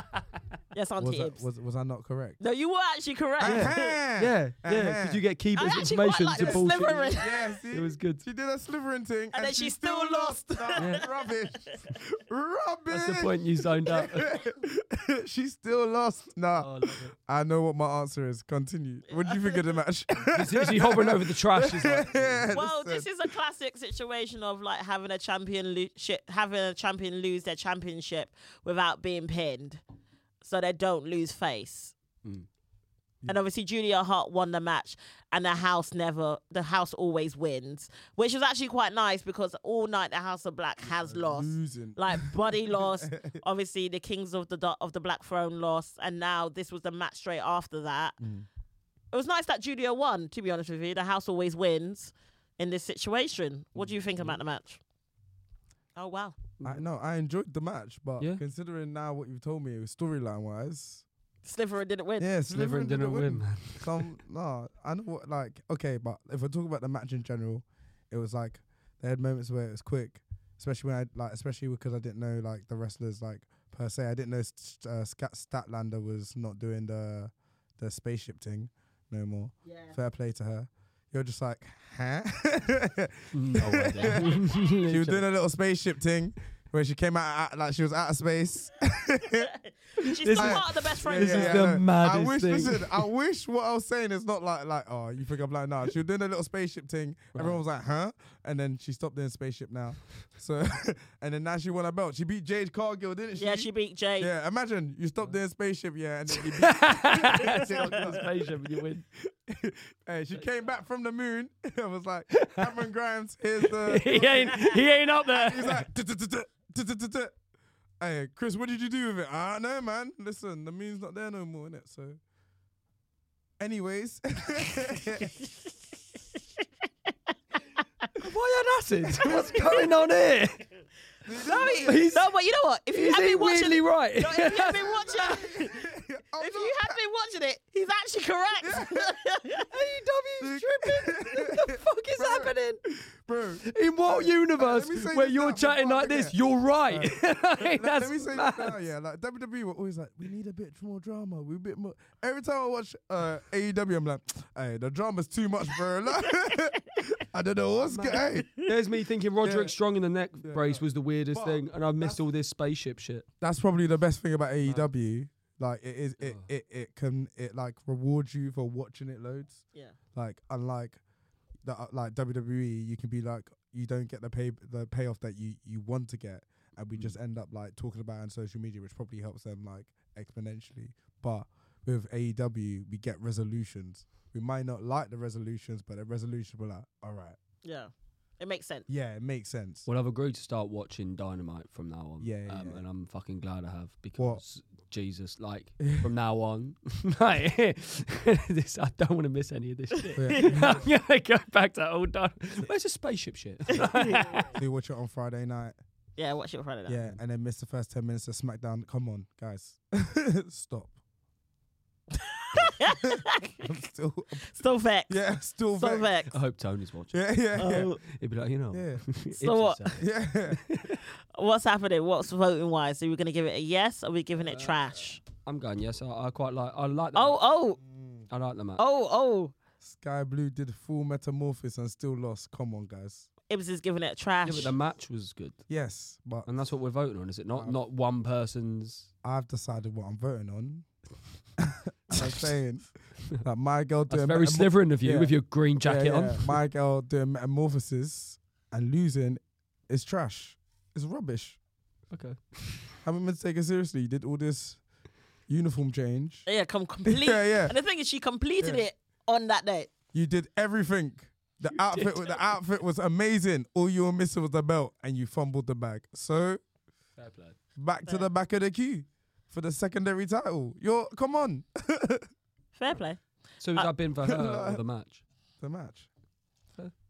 Speaker 2: yes,
Speaker 3: was
Speaker 2: Auntie
Speaker 3: I,
Speaker 2: Ibs.
Speaker 3: was, was I not correct?
Speaker 2: no, you were actually correct.
Speaker 3: Yeah,
Speaker 4: Yeah, yeah.
Speaker 3: Uh-huh.
Speaker 4: Because you get key
Speaker 2: I
Speaker 4: bits of
Speaker 2: actually quite
Speaker 4: information
Speaker 2: like
Speaker 4: to
Speaker 2: the
Speaker 4: bullshit. your
Speaker 2: slithering.
Speaker 4: way-
Speaker 3: Yeah, see?
Speaker 4: It was good.
Speaker 3: She did a slithering thing, and,
Speaker 2: then she still lost.
Speaker 3: Nah, Rubbish. Rubbish.
Speaker 4: That's the point you zoned out.
Speaker 3: she still lost. Nah, Oh,
Speaker 4: Oh.
Speaker 3: I know what my answer is. Continue. What do you think of the match?
Speaker 4: Is she- is she hovering over the trash? It's like, "Hmm,
Speaker 2: well,
Speaker 3: Listen.
Speaker 2: this is a classic situation of like having a champion lo- shi- having a champion lose their championship without being pinned, so they don't lose face.
Speaker 3: Hmm.
Speaker 2: And obviously, Julia Hart won the match, and the house never, the house always wins, which was actually quite nice because all night the House of Black has lost.
Speaker 3: losing.
Speaker 2: Like Buddy lost, obviously the Kings of the Do- of the Black Throne lost, and now this was the match straight after that. It was nice that Julia won. To be honest with you, the house always wins in this situation. What do you think about the match? Oh wow,
Speaker 3: I, no, I enjoyed the match, but
Speaker 4: Yeah.
Speaker 3: considering now what you've told me, storyline wise,
Speaker 2: Sliver didn't win.
Speaker 3: yeah,
Speaker 4: Slithering
Speaker 3: Slytherin
Speaker 4: didn't win, man.
Speaker 3: Some no, I know what like okay, but if we're talking about the match in general, it was like they had moments where it was quick, especially when I like especially because I didn't know like the wrestlers like per se. I didn't know St- uh, Scat- Statlander was not doing the the spaceship thing no more. Fair play to her. You're just like, huh?
Speaker 4: No idea.
Speaker 3: she was doing a little spaceship thing where she came out at, like she was out of space.
Speaker 2: She's
Speaker 4: This
Speaker 2: still
Speaker 4: is-
Speaker 2: part of the best
Speaker 3: Yeah,
Speaker 2: friends.
Speaker 4: This
Speaker 3: yeah,
Speaker 4: is
Speaker 3: yeah,
Speaker 4: the
Speaker 3: I know. I
Speaker 4: maddest
Speaker 3: wish,
Speaker 4: thing.
Speaker 3: Listen, I wish what I was saying is not like like oh you think I'm like nah. She was doing a little spaceship thing. Everyone was like huh, and then she stopped doing spaceship now. So and then now she won a belt. She beat Jade Cargill, didn't she?
Speaker 2: Yeah, she beat Jade.
Speaker 3: Yeah, imagine you stopped doing spaceship, yeah, and then you beat Jade Cargill.
Speaker 4: Spaceship and you win.
Speaker 3: Hey, she came back from the moon. I was like, Cameron Grimes, here's the.
Speaker 4: He ain't. He ain't up there.
Speaker 3: He's like, "Duh, duh, duh, duh, duh, duh, duh, duh." hey, Chris, what did you do with it? I don't know, man. Listen, the moon's not there no more, innit? So, anyways,
Speaker 4: Why on acid? What's going on here?
Speaker 2: No, he-
Speaker 4: He's-
Speaker 2: no, but you know what? If you
Speaker 4: Is
Speaker 2: had
Speaker 4: he
Speaker 2: been watching,
Speaker 4: weirdly right?
Speaker 2: No, if you had been watching, if you
Speaker 3: I'm
Speaker 2: had been watching it, he's actually correct.
Speaker 4: AEW's
Speaker 3: tripping. What the
Speaker 4: fuck is happening?
Speaker 3: bro.
Speaker 4: In what universe
Speaker 3: let me say
Speaker 4: where
Speaker 3: this
Speaker 4: you're
Speaker 3: now
Speaker 4: chatting
Speaker 3: before I
Speaker 4: like this,
Speaker 3: forget.
Speaker 4: you're right. Like,
Speaker 3: Let,
Speaker 4: that's
Speaker 3: let me say
Speaker 4: mad.
Speaker 3: this now, yeah. Like WWE were always like, we need a bit more drama. We a bit more. Every time I watch uh, AEW, I'm like, hey, the drama's too much, bro. Like, I don't know what's going. Hey,
Speaker 4: There's me thinking
Speaker 3: Yeah.
Speaker 4: Roderick Strong in the neck brace was the weirdest
Speaker 3: But
Speaker 4: thing, and I missed all this spaceship shit.
Speaker 3: that's probably the best thing about AEW. Like it is, it it it can it like rewards you for watching it loads.
Speaker 2: yeah.
Speaker 3: Like unlike the uh, like WWE, you can be like you don't get the pay the payoff that you you want to get, and we just end up like talking about it on social media, which probably helps them like exponentially. But with AEW, we get resolutions. We might not like the resolutions, but the resolution we're like, all right,
Speaker 2: Yeah. It makes sense.
Speaker 3: yeah, it makes sense.
Speaker 4: Well, I've agreed to start watching Dynamite from now on.
Speaker 3: Yeah, yeah,
Speaker 4: um,
Speaker 3: yeah.
Speaker 4: And I'm fucking glad I have because Jesus, like from now on, like, this, I don't want to miss any of this shit. I'm gonna go back to old Dynamite. Where's the spaceship shit?
Speaker 3: Do watch it on Friday night.
Speaker 2: Yeah, watch it on Friday night.
Speaker 3: Yeah, and then miss the first ten minutes of SmackDown. Come on, guys, stop. I'm still,
Speaker 2: Still vexed.
Speaker 3: yeah, I'm still
Speaker 2: Still
Speaker 3: vexed.
Speaker 2: vexed.
Speaker 4: I hope Tony's watching.
Speaker 3: Yeah, yeah, yeah,
Speaker 2: Oh,
Speaker 4: He'd be like, you know,
Speaker 3: Yeah.
Speaker 4: it's
Speaker 2: So what?
Speaker 4: upset.
Speaker 3: yeah.
Speaker 2: what's happening? What's voting wise? Are we gonna give it a yes? Or are we giving it trash?
Speaker 4: I'm going. Yes, I, I quite like. I like. Uh, The
Speaker 2: Oh, oh,
Speaker 4: I like the match.
Speaker 2: oh, oh.
Speaker 3: Sky Blue did full metamorphosis and still lost. Come on, guys.
Speaker 2: Ibs is giving it
Speaker 4: Yeah,
Speaker 2: trash.
Speaker 4: but the match was good,
Speaker 3: Yes, but
Speaker 4: and that's what we're voting on, is it not? not one person's.
Speaker 3: I've decided what I'm voting on. And I'm saying that my girl
Speaker 4: That's
Speaker 3: doing
Speaker 4: very
Speaker 3: metamor-
Speaker 4: slithering of you
Speaker 3: yeah.
Speaker 4: with your green
Speaker 3: yeah,
Speaker 4: jacket
Speaker 3: yeah, My girl doing metamorphosis and losing is trash. It's rubbish.
Speaker 4: on. Okay.
Speaker 3: Haven't been taken seriously. You did all this uniform change.
Speaker 2: yeah, come complete.
Speaker 3: Yeah, yeah.
Speaker 2: And the thing is, she completed
Speaker 3: Yeah.
Speaker 2: it on that day.
Speaker 3: You did everything. The outfit, the outfit was amazing. All you were missing was the belt, and you fumbled the bag. So
Speaker 4: Fair play.
Speaker 3: back to the back of the queue for the secondary title. You're come on,
Speaker 2: Fair play.
Speaker 3: Uh,
Speaker 4: So has that been for her or the match?
Speaker 3: the match.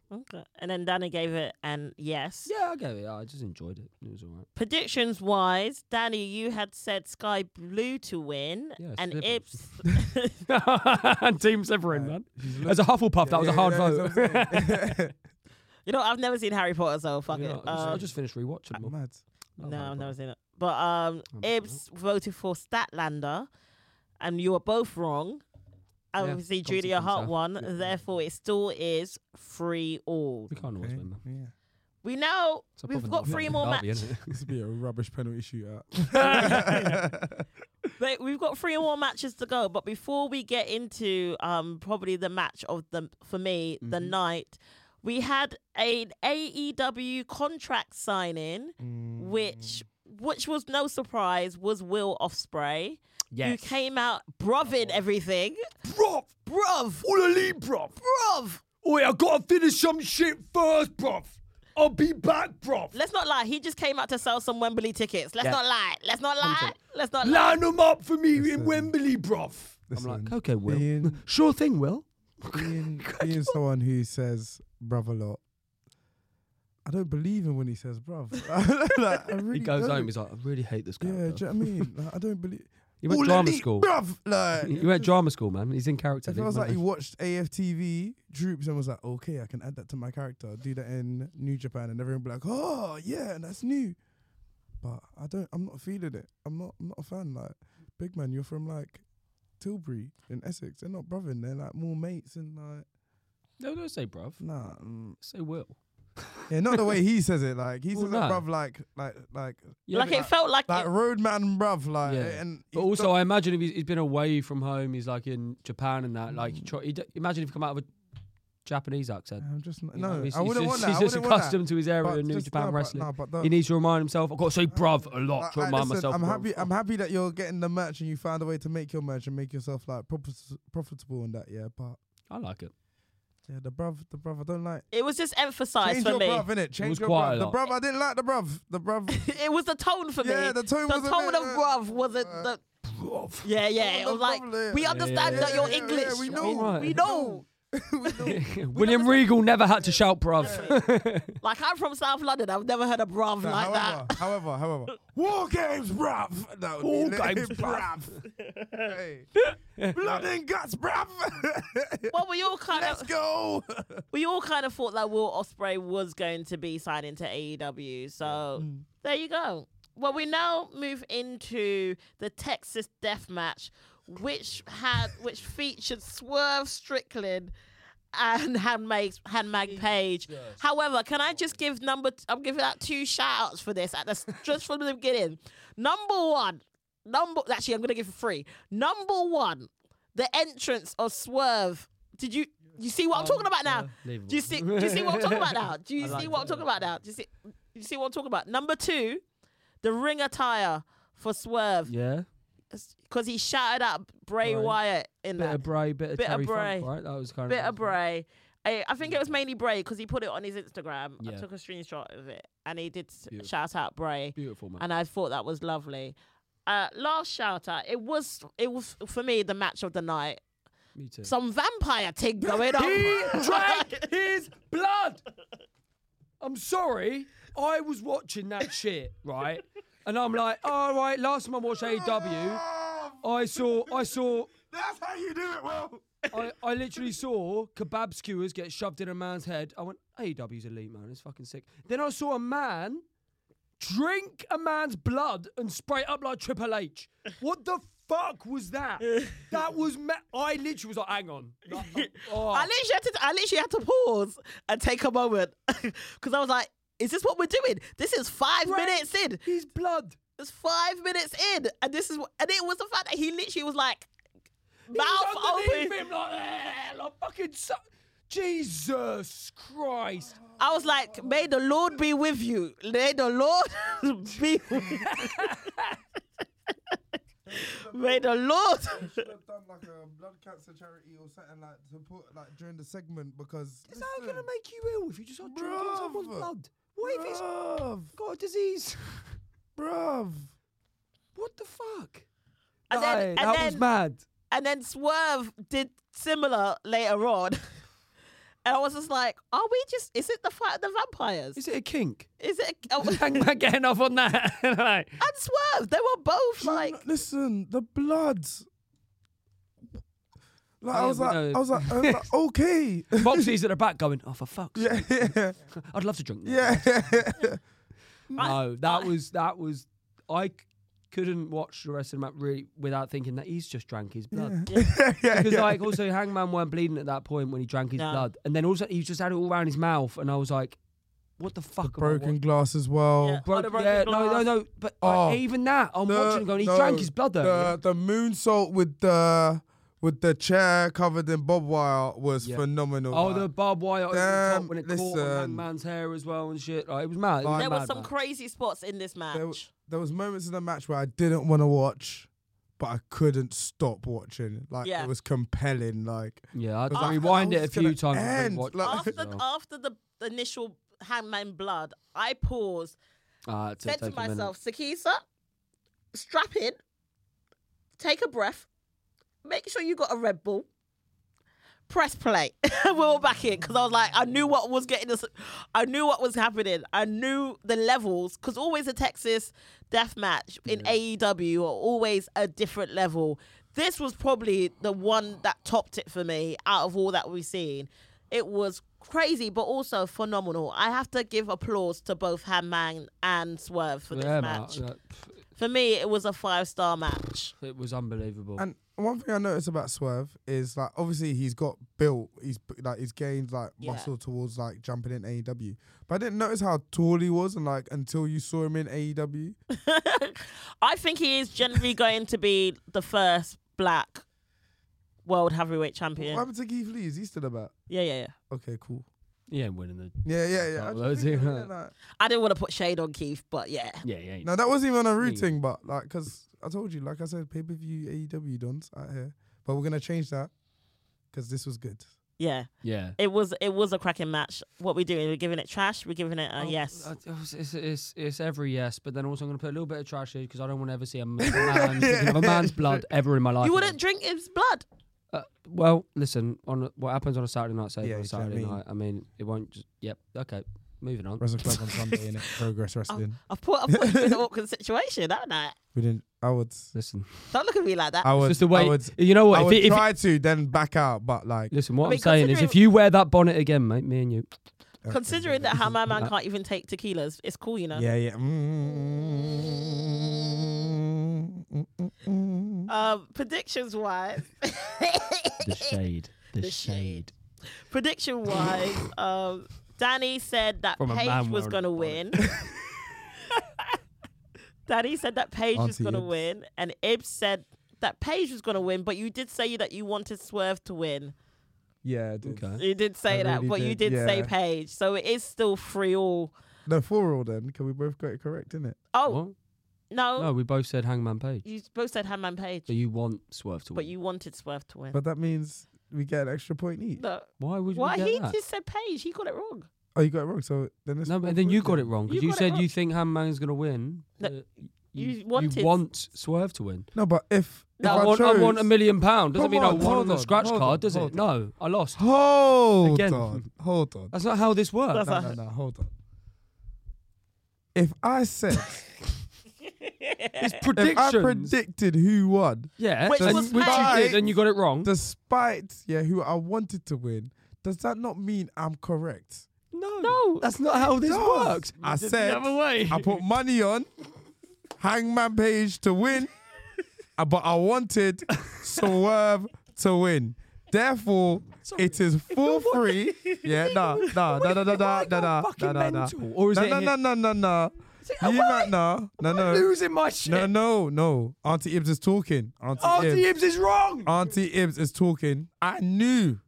Speaker 2: Okay. And then Danny gave it an yes.
Speaker 4: Yeah, I gave it. I just enjoyed it. It was all right.
Speaker 2: Predictions wise, Danny, you had said Sky Blue to win,
Speaker 4: Yeah,
Speaker 2: and Ibs.
Speaker 4: Slippers. Team Severin, man. As a Hufflepuff, that was a hard vote.
Speaker 3: vote.
Speaker 2: you know, I've never seen Harry Potter, so fuck
Speaker 4: Yeah, I
Speaker 2: it.
Speaker 4: just- I
Speaker 2: Um,
Speaker 4: just finished rewatching them.
Speaker 3: Mad.
Speaker 4: Love
Speaker 2: No,
Speaker 4: Harry
Speaker 2: I've never
Speaker 4: Potter. Oh,
Speaker 2: seen it. But um,
Speaker 4: I'm not.
Speaker 2: Ibs voted for Statlander, and you were both wrong.
Speaker 4: Yeah,
Speaker 2: Obviously,
Speaker 4: obviously
Speaker 2: Julia
Speaker 4: comes
Speaker 2: Hart
Speaker 4: out.
Speaker 2: won. Therefore, it still is free all.
Speaker 4: We can't always
Speaker 3: Okay,
Speaker 4: win, man.
Speaker 3: Yeah.
Speaker 2: We now
Speaker 4: It's a
Speaker 2: we've
Speaker 4: proper
Speaker 2: got
Speaker 4: derby,
Speaker 2: three
Speaker 4: isn't it?
Speaker 2: more
Speaker 4: Derby,
Speaker 2: matches.
Speaker 4: isn't it?
Speaker 3: This would be a rubbish penalty shootout.
Speaker 2: But We've got three more matches to go. But before we get into um, probably the match of the for me the
Speaker 3: Mm-hmm.
Speaker 2: night, we had an AEW contract signing,
Speaker 3: Mm.
Speaker 2: which which was no surprise was Will Osprey.
Speaker 4: Yes.
Speaker 2: who came out
Speaker 3: Oh.
Speaker 2: brovin everything.
Speaker 4: Bruv, bruv, all elite, bruv, bruv. Oi, I gotta finish some shit first, bruv. I'll be back, bruv.
Speaker 2: Let's not lie, he just came out to sell some Wembley tickets. Let's
Speaker 4: Yeah.
Speaker 2: not lie. Let's not lie.
Speaker 4: Content.
Speaker 2: Let's not lie.
Speaker 4: Line them up for me
Speaker 3: Listen.
Speaker 4: in Wembley, bruv. I'm
Speaker 3: Listen,
Speaker 4: like, okay, Will.
Speaker 3: being-
Speaker 4: Sure thing, Will.
Speaker 3: being, being someone who says bruv a lot, I don't believe him when he says bruv. Like, I really
Speaker 4: He goes
Speaker 3: don't.
Speaker 4: home. He's like, I really hate this guy.
Speaker 3: Yeah, do you know
Speaker 4: bruv."
Speaker 3: what I mean? Like, I don't believe.
Speaker 4: he went
Speaker 3: All
Speaker 4: drama
Speaker 3: elite,
Speaker 4: school.
Speaker 3: Bruv, like,
Speaker 4: He went drama school, man. He's in character.
Speaker 3: If it was like
Speaker 4: man.
Speaker 3: he watched AFTV Droops and was like, okay, I can add that to my character, do that in New Japan, and everyone be like, oh yeah, and that's new. But I don't, I'm not feeling it. I'm not, I'm not a fan. Like, big man, you're from like Tilbury in Essex. They're not brothering. They're like more mates and like,
Speaker 4: no, don't say bruv.
Speaker 3: nah. mm.
Speaker 4: Say Will.
Speaker 3: Yeah, not the way he says it. Like he
Speaker 4: Well,
Speaker 3: says that
Speaker 4: no.
Speaker 3: bruv like like like
Speaker 4: Yeah,
Speaker 2: like
Speaker 4: but-
Speaker 2: it felt like,
Speaker 3: like
Speaker 2: it-
Speaker 3: roadman bruv like
Speaker 4: Yeah.
Speaker 3: and
Speaker 4: But
Speaker 3: he
Speaker 4: also,
Speaker 3: don't-
Speaker 4: I imagine if he's, he's been away from home, he's like in Japan and that.
Speaker 3: Mm.
Speaker 4: Like, he try, he d- imagine if he come out with a Japanese accent.
Speaker 3: I'm just not,
Speaker 4: You know,
Speaker 3: no,
Speaker 4: he's,
Speaker 3: I
Speaker 4: he's
Speaker 3: wouldn't
Speaker 4: just,
Speaker 3: want that.
Speaker 4: He's
Speaker 3: I
Speaker 4: just
Speaker 3: wouldn't want that.
Speaker 4: accustomed to his era
Speaker 3: But
Speaker 4: in New
Speaker 3: just-
Speaker 4: Japan
Speaker 3: no, but-
Speaker 4: wrestling.
Speaker 3: no, but don't-
Speaker 4: he needs to remind himself. I've got to say bruv a lot to
Speaker 3: I- I-
Speaker 4: remind
Speaker 3: listen,
Speaker 4: myself.
Speaker 3: I'm
Speaker 4: bruv.
Speaker 3: happy. I'm happy that you're getting the merch and you found a way to make your merch and make yourself like profit- profitable and that. Yeah, but
Speaker 4: I like it.
Speaker 3: yeah, the bruv, the bruv, I don't like.
Speaker 2: it was just emphasized
Speaker 3: Change
Speaker 2: for
Speaker 3: your
Speaker 2: me.
Speaker 3: bruv, innit? Change
Speaker 4: was
Speaker 3: your bruv.
Speaker 4: quite a
Speaker 3: The
Speaker 4: lot.
Speaker 3: bruv, I didn't like the bruv. The bruv.
Speaker 2: it was the tone for me.
Speaker 3: yeah, the tone
Speaker 2: the
Speaker 3: was
Speaker 2: tone
Speaker 3: a
Speaker 2: of
Speaker 3: bit, uh,
Speaker 2: bruv wasn't the yeah yeah. It
Speaker 3: the
Speaker 2: was like
Speaker 3: bruv, yeah.
Speaker 2: we
Speaker 3: Yeah,
Speaker 2: understand
Speaker 4: yeah,
Speaker 2: that you're
Speaker 3: yeah, yeah,
Speaker 2: English.
Speaker 3: we
Speaker 2: we
Speaker 3: know.
Speaker 2: know.
Speaker 4: Right.
Speaker 2: We know.
Speaker 4: William Regal never had to shout bruv.
Speaker 2: Like I'm from South London. I've never heard a bruv
Speaker 3: Nah,
Speaker 2: like
Speaker 3: however,
Speaker 2: that.
Speaker 3: however, however, war games, bruv. That would be
Speaker 4: War
Speaker 3: lit.
Speaker 4: games,
Speaker 3: bruv. Hey. Blood and guts, bruv.
Speaker 2: Well, we all kind
Speaker 3: Let's
Speaker 2: of
Speaker 3: go.
Speaker 2: we all kind of thought that Will Osprey was going to be signing to AEW. E So there you go. Well, we now move into the Texas Death Match, which had which featured Swerve Strickland and Handmaid Handmag Page. However, can I just give number? T- I'm giving out two shout outs for this at the s- just from the beginning. Number one, number actually, I'm gonna give three. Number one, the entrance of Swerve. Did you you see
Speaker 4: Um,
Speaker 2: what I'm talking about now? Do you see? Do you see what I'm talking about now? Do you see what I'm talking about now? Do you see? Do you see what I'm talking about? Number two, the ring attire for Swerve
Speaker 4: Yeah,
Speaker 2: because he shouted out Bray
Speaker 4: Right.
Speaker 2: Wyatt in
Speaker 4: bit
Speaker 2: that
Speaker 4: of Bray, bit of
Speaker 2: Bit of
Speaker 4: Terry
Speaker 2: Bray.
Speaker 4: Funk, right? That was kind
Speaker 2: bit
Speaker 4: of
Speaker 2: of Bray. I, I think it was mainly Bray because he put it on his Instagram. I
Speaker 4: Yeah.
Speaker 2: took a screenshot of it and he did s
Speaker 4: Beautiful.
Speaker 2: shout out Bray,
Speaker 4: Beautiful man.
Speaker 2: and I thought that was lovely. Uh, last shout out, it was it was for me the match of the night.
Speaker 4: Me too.
Speaker 2: Some vampire thing going on.
Speaker 4: He drank his blood. I'm sorry. I was watching that shit, right? And I'm like, all right, last time I watched AEW, I saw, I saw,
Speaker 3: That's how you do it, Will.
Speaker 4: I, I literally saw kebab skewers get shoved in a man's head. I went, AEW's elite, man. It's fucking sick. Then I saw a man drink a man's blood and spray it up like Triple H. What the fuck was that? that was, me- I literally was like, hang on. Like, oh,
Speaker 2: I literally had to, I literally had to pause and take a moment because I was like, "Is this what we're doing? This is five
Speaker 4: Right.
Speaker 2: minutes in.
Speaker 4: his blood.
Speaker 2: It's five minutes in, and this is what, and it was the fact that he literally was like,
Speaker 4: He's
Speaker 2: mouth
Speaker 4: underneath
Speaker 2: open.
Speaker 4: him like, "Eh," like fucking so- Jesus Christ.
Speaker 2: I was like, "May the Lord be with you. May the Lord be. with you. May the Lord."
Speaker 3: should have done like a blood cancer charity or something like support like during the segment because.
Speaker 4: Is that going to make you ill if you just start drinking
Speaker 3: Bruv.
Speaker 4: someone's blood? What if he's
Speaker 3: bruv,
Speaker 4: got a disease?
Speaker 3: bruv.
Speaker 4: What the fuck?
Speaker 2: And then- and
Speaker 4: that was
Speaker 2: then-
Speaker 4: mad.
Speaker 2: And then Swerve did similar later on. and I was just like, "Are we just? Is it the fight of the vampires?
Speaker 4: Is it a kink?
Speaker 2: Is it?" A, oh, and
Speaker 4: Hangman getting off on that? like,
Speaker 2: Swerve, they were both like,
Speaker 3: listen, the bloods. Like I
Speaker 4: Yeah,
Speaker 3: was
Speaker 4: we
Speaker 3: like,
Speaker 4: know.
Speaker 3: I was like, I was like, okay,
Speaker 4: Moxie's at the back going, oh, for fuck's
Speaker 3: yeah,
Speaker 4: sake.
Speaker 3: yeah,
Speaker 4: I'd love to drink that.
Speaker 3: yeah.
Speaker 4: No, that was, that was, I c- couldn't watch the rest of the map really without thinking that he's just drank his blood.
Speaker 3: yeah,
Speaker 4: Because
Speaker 3: yeah.
Speaker 4: like also Hangman weren't bleeding at that point when he drank his
Speaker 2: No.
Speaker 4: blood, and then also he just had it all around his mouth, and I was like, "What the fuck?" am I
Speaker 3: broken
Speaker 4: watching?
Speaker 3: glass as well.
Speaker 2: Yeah. Oh, the broken
Speaker 4: yeah, no, no,
Speaker 2: glass.
Speaker 4: no. But
Speaker 3: Oh.
Speaker 4: like, even that, I'm
Speaker 3: The-
Speaker 4: watching him going, "He
Speaker 3: no,
Speaker 4: drank his blood." Though.
Speaker 3: The the moonsault with the with the chair covered in barbed wire was
Speaker 4: Yeah.
Speaker 3: phenomenal.
Speaker 4: Oh,
Speaker 3: man.
Speaker 4: the barbed wire over the top
Speaker 3: Damn,
Speaker 4: when it caught on
Speaker 3: listen.
Speaker 4: Hangman's hair as well and shit. Like, it was mad. It was
Speaker 3: Like-
Speaker 2: there
Speaker 4: mad,
Speaker 2: were some
Speaker 4: man.
Speaker 2: crazy spots in this match.
Speaker 3: there, w- there was moments in the match where I didn't want to watch, but I couldn't stop watching. Like
Speaker 2: Yeah.
Speaker 3: it was compelling. Like
Speaker 4: yeah, I
Speaker 3: was like,
Speaker 4: rewind
Speaker 3: how
Speaker 4: it a
Speaker 3: is this
Speaker 4: few
Speaker 3: gonna
Speaker 4: times. and
Speaker 3: end?
Speaker 4: watch
Speaker 3: Like-
Speaker 4: it
Speaker 2: after
Speaker 4: as well.
Speaker 2: after the initial Hangman blood, I paused,
Speaker 4: Ah, it's a-
Speaker 2: said to
Speaker 4: take a minute.
Speaker 2: myself, Sakisa, strap in, take a breath, make sure you got a Red Bull. Press play. we were back in because I was like, I knew what was getting us. I knew what was happening. I knew the levels because always a Texas death match in AEW are always a different level. This was probably the one that topped it for me out of all that we've seen. It was crazy, but also phenomenal. I have to give applause to both Hangman and Swerve for this
Speaker 4: yeah, man,
Speaker 2: match.
Speaker 4: that-
Speaker 2: For me, it was a five star match.
Speaker 4: it was unbelievable.
Speaker 3: And one thing I noticed about Swerve is like obviously he's got built, he's b- like he's gained like
Speaker 2: Yeah.
Speaker 3: muscle towards like jumping in AEW. But I didn't notice how tall he was and like until you saw him in E AEW.
Speaker 2: I think he is generally going to be the first black world heavyweight
Speaker 3: What
Speaker 2: champion.
Speaker 3: happened to Keith Lee? Is he still about?
Speaker 2: Yeah, yeah, yeah.
Speaker 3: Okay, cool.
Speaker 4: yeah, winning the.
Speaker 3: Yeah, yeah, yeah. I
Speaker 4: Oh,
Speaker 3: just
Speaker 4: those
Speaker 3: think
Speaker 4: are-
Speaker 3: I didn't like-
Speaker 2: I didn't want to put shade on Keith, but yeah.
Speaker 4: Yeah, yeah.
Speaker 3: No, that wasn't even a
Speaker 4: Yeah.
Speaker 3: rude thing, but like, because I told you, like I said, pay per view AEW dons out here. But we're going to change that because this was good.
Speaker 2: Yeah.
Speaker 4: Yeah.
Speaker 2: It was it was a cracking match. What we're doing, we're giving it trash, we're giving it a
Speaker 4: Oh,
Speaker 2: yes.
Speaker 4: uh, It's, it's, it's, it's every yes, but then also I'm going to put a little bit of trash here because I don't want to ever see a, man, I'm thinking of a man's blood ever in my life.
Speaker 2: You
Speaker 4: again.
Speaker 2: wouldn't drink his blood.
Speaker 4: Uh, well, listen. On a- what happens on a Saturday night stays
Speaker 3: Yeah,
Speaker 4: on a
Speaker 3: you know what I
Speaker 4: Saturday
Speaker 3: mean.
Speaker 4: night. I mean, it won't. just... Yep. Okay. Moving on.
Speaker 3: Wrestle Club on Sunday, and Progress Wrestling.
Speaker 2: I've put I've put you in an awkward situation, haven't I?
Speaker 3: Oh. We didn't, I would,
Speaker 4: Listen.
Speaker 2: Don't look at me like that.
Speaker 3: I would,
Speaker 4: Uh, Just the way.
Speaker 3: I would,
Speaker 4: you know what?
Speaker 3: I
Speaker 4: if
Speaker 3: would
Speaker 4: it, if it-
Speaker 3: try to, then back out, but like,
Speaker 4: listen, what
Speaker 2: I
Speaker 4: I
Speaker 2: mean,
Speaker 4: am saying is,
Speaker 2: considering-
Speaker 4: if you wear that bonnet again, mate, me and you.
Speaker 3: okay.
Speaker 2: Considering that how my man can't even take tequilas, it's cool, you know.
Speaker 3: Yeah, mm, yeah. Mm.
Speaker 2: Um, predictions wise,
Speaker 4: The shade. The,
Speaker 2: The shade. prediction wise, um, Danny said that
Speaker 4: From a
Speaker 2: Paige
Speaker 4: man
Speaker 2: was
Speaker 4: wearing a
Speaker 2: gonna win.
Speaker 4: bonnet.
Speaker 2: Danny said that Paige was
Speaker 3: Auntie
Speaker 2: gonna
Speaker 3: Ibs.
Speaker 2: win, and Ibs said that Paige was gonna win. But you did say that you wanted Swerve to win.
Speaker 3: Yeah, I did.
Speaker 4: Okay.
Speaker 2: You did say
Speaker 3: I
Speaker 2: that,
Speaker 3: really
Speaker 2: but you
Speaker 3: did,
Speaker 2: did say
Speaker 3: yeah.
Speaker 2: Paige, so it is still free all.
Speaker 3: No, four all then. Can we both get it correct, innit?
Speaker 2: Oh
Speaker 4: What?
Speaker 2: no,
Speaker 4: No, we both said Hangman Page.
Speaker 2: you both said Hangman Page,
Speaker 4: So you want Swerve to win?
Speaker 2: but you wanted Swerve to win.
Speaker 3: But that means we get an extra point each.
Speaker 2: No,
Speaker 4: Why would
Speaker 2: why
Speaker 4: we get
Speaker 2: he
Speaker 4: that?
Speaker 2: just said Paige? He got it wrong.
Speaker 3: Oh, you got it wrong. So then it's
Speaker 4: No,
Speaker 3: four
Speaker 4: but then you
Speaker 3: points
Speaker 4: got it wrong
Speaker 2: You
Speaker 4: because you,
Speaker 2: got it
Speaker 4: said
Speaker 2: wrong.
Speaker 4: you think Hangman's going to win.
Speaker 2: No,
Speaker 4: but
Speaker 2: you wanted- Oh,
Speaker 4: you want Swerve to win.
Speaker 3: No, but if,
Speaker 2: No,
Speaker 3: if
Speaker 4: I
Speaker 3: I,
Speaker 4: want, I
Speaker 3: chose,
Speaker 4: want a million pound. Doesn't
Speaker 3: Come
Speaker 4: mean I
Speaker 3: on,
Speaker 4: won on
Speaker 3: hold
Speaker 4: the
Speaker 3: on,
Speaker 4: scratch
Speaker 3: hold
Speaker 4: card,
Speaker 3: on,
Speaker 4: does it?
Speaker 3: hold
Speaker 4: No, I lost.
Speaker 3: Hold
Speaker 4: Again.
Speaker 3: on, hold on.
Speaker 4: That's not how this works.
Speaker 2: That's
Speaker 3: No,
Speaker 2: not-
Speaker 3: no, no, hold on. If I said, if
Speaker 4: It's
Speaker 3: I
Speaker 4: predictions.
Speaker 3: predicted who won,
Speaker 4: yeah,
Speaker 2: Which
Speaker 4: and-
Speaker 2: was
Speaker 4: which you
Speaker 3: Mike.
Speaker 4: did, and you got it wrong.
Speaker 3: despite yeah who I wanted to win, does that not mean I'm correct?
Speaker 4: No,
Speaker 2: No.
Speaker 4: that's not how this
Speaker 3: No.
Speaker 4: works.
Speaker 3: I
Speaker 4: You did
Speaker 3: said-
Speaker 4: the other way.
Speaker 3: I put money on Hangman Page to win, uh, but I wanted Swerve to win. Therefore, it is for free. Yeah, nah, nah, nah, nah, nah, nah, nah, nah,
Speaker 4: fucking
Speaker 3: nah, nah, nah.
Speaker 4: mental? Or is
Speaker 3: No,
Speaker 4: it
Speaker 3: no,
Speaker 4: him-
Speaker 3: no, no, no, no. You might no, no, no,
Speaker 4: losing my shit.
Speaker 3: no, no, no. Auntie Ibs is talking. Auntie,
Speaker 4: Auntie
Speaker 3: Ibs.
Speaker 4: Ibs is wrong.
Speaker 3: Auntie Ibs is talking. I knew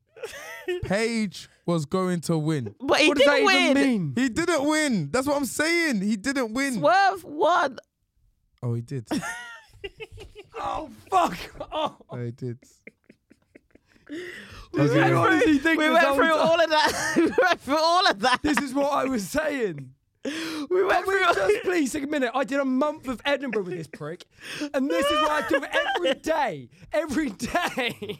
Speaker 3: Paige was going to win.
Speaker 2: But he
Speaker 4: what does that
Speaker 2: did win.
Speaker 4: even mean?
Speaker 3: He didn't win. That's what I'm saying. He didn't win.
Speaker 2: Swerve won.
Speaker 3: Oh, he did.
Speaker 4: Oh fuck! Oh.
Speaker 3: Oh, he did.
Speaker 4: Did you
Speaker 3: Okay.
Speaker 4: honestly think
Speaker 2: We
Speaker 4: this
Speaker 2: went
Speaker 4: whole
Speaker 2: through
Speaker 4: time-
Speaker 2: all of that. we went through all of that.
Speaker 4: This is what I was saying.
Speaker 2: We went
Speaker 4: Can we
Speaker 2: through.
Speaker 4: just please take a minute? I did a month of Edinburgh with this prick, and this is what I do every day. Every day.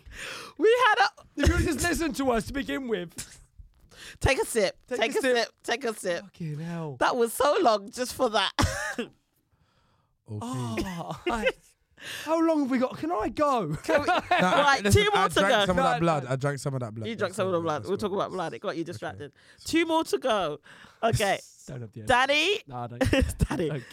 Speaker 2: we had a.
Speaker 4: If you would just listen to us to begin with,
Speaker 2: Take a sip. Take, a,
Speaker 3: a
Speaker 2: sip.
Speaker 3: sip.
Speaker 2: Take a sip.
Speaker 4: Fucking hell.
Speaker 2: That was so long just for that.
Speaker 3: Okay.
Speaker 4: Oh, I- how long have we got? Can I go?
Speaker 2: Can we-
Speaker 3: Nah, I-
Speaker 2: right,
Speaker 3: listen,
Speaker 2: two
Speaker 3: I
Speaker 2: more to
Speaker 3: drank
Speaker 2: go.
Speaker 3: Some of that
Speaker 4: No,
Speaker 3: blood. I drank some of that blood.
Speaker 2: You
Speaker 3: That's
Speaker 2: drank some of
Speaker 3: all
Speaker 2: the
Speaker 3: it
Speaker 2: blood.
Speaker 3: is,
Speaker 2: We'll
Speaker 3: that's
Speaker 2: talk
Speaker 3: all it
Speaker 2: about
Speaker 3: is.
Speaker 2: blood. It got you distracted. Two more to go. Okay.
Speaker 4: Don't have the end.
Speaker 2: Daddy.
Speaker 4: No, I don't.
Speaker 2: Daddy.
Speaker 4: Okay.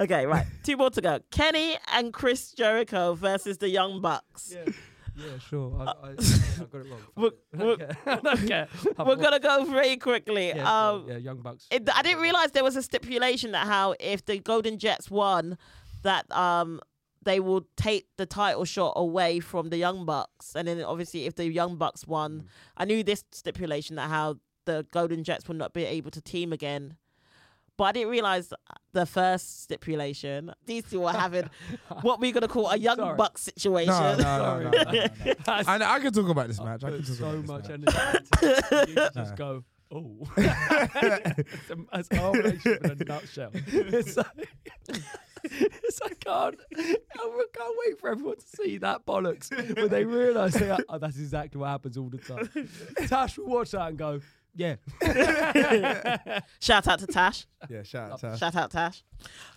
Speaker 2: Okay, right. Two more to go. Kenny and Chris Jericho versus the Young Bucks.
Speaker 4: Yeah, yeah sure. I, I, I got it wrong.
Speaker 2: We're-
Speaker 4: Fuck it. I don't care. I
Speaker 2: We're
Speaker 4: thought-
Speaker 2: gonna go very quickly.
Speaker 4: Yeah, sorry.
Speaker 2: um,
Speaker 4: yeah, Young Bucks.
Speaker 2: it, I didn't realize there was a stipulation that how if the Golden Jets won, that um they will take the title shot away from the Young Bucks, and then obviously if the Young Bucks won, I knew this stipulation that how the Golden Jets would not be able to team again. But I didn't realize uh, the first stipulation. These two are having what we're gonna call a Young
Speaker 4: Sorry.
Speaker 2: Bucks situation.
Speaker 3: No, no, no, no, no, no, no.
Speaker 4: That's
Speaker 3: And I can talk about this match. I can
Speaker 4: put
Speaker 3: talk
Speaker 4: so
Speaker 3: about
Speaker 4: much
Speaker 3: this match.
Speaker 4: energy. into it. You could just
Speaker 3: Yeah.
Speaker 4: go. Oh, it's a- it's our relationship in a nutshell. It's like, it's like I can't, I can't wait for everyone to see that bollocks when they realise they are- oh, that's exactly what happens all the time. Tash will watch that and go, yeah,
Speaker 2: Shout out to Tash.
Speaker 3: Yeah, shout out to her.
Speaker 2: Shout out Tash.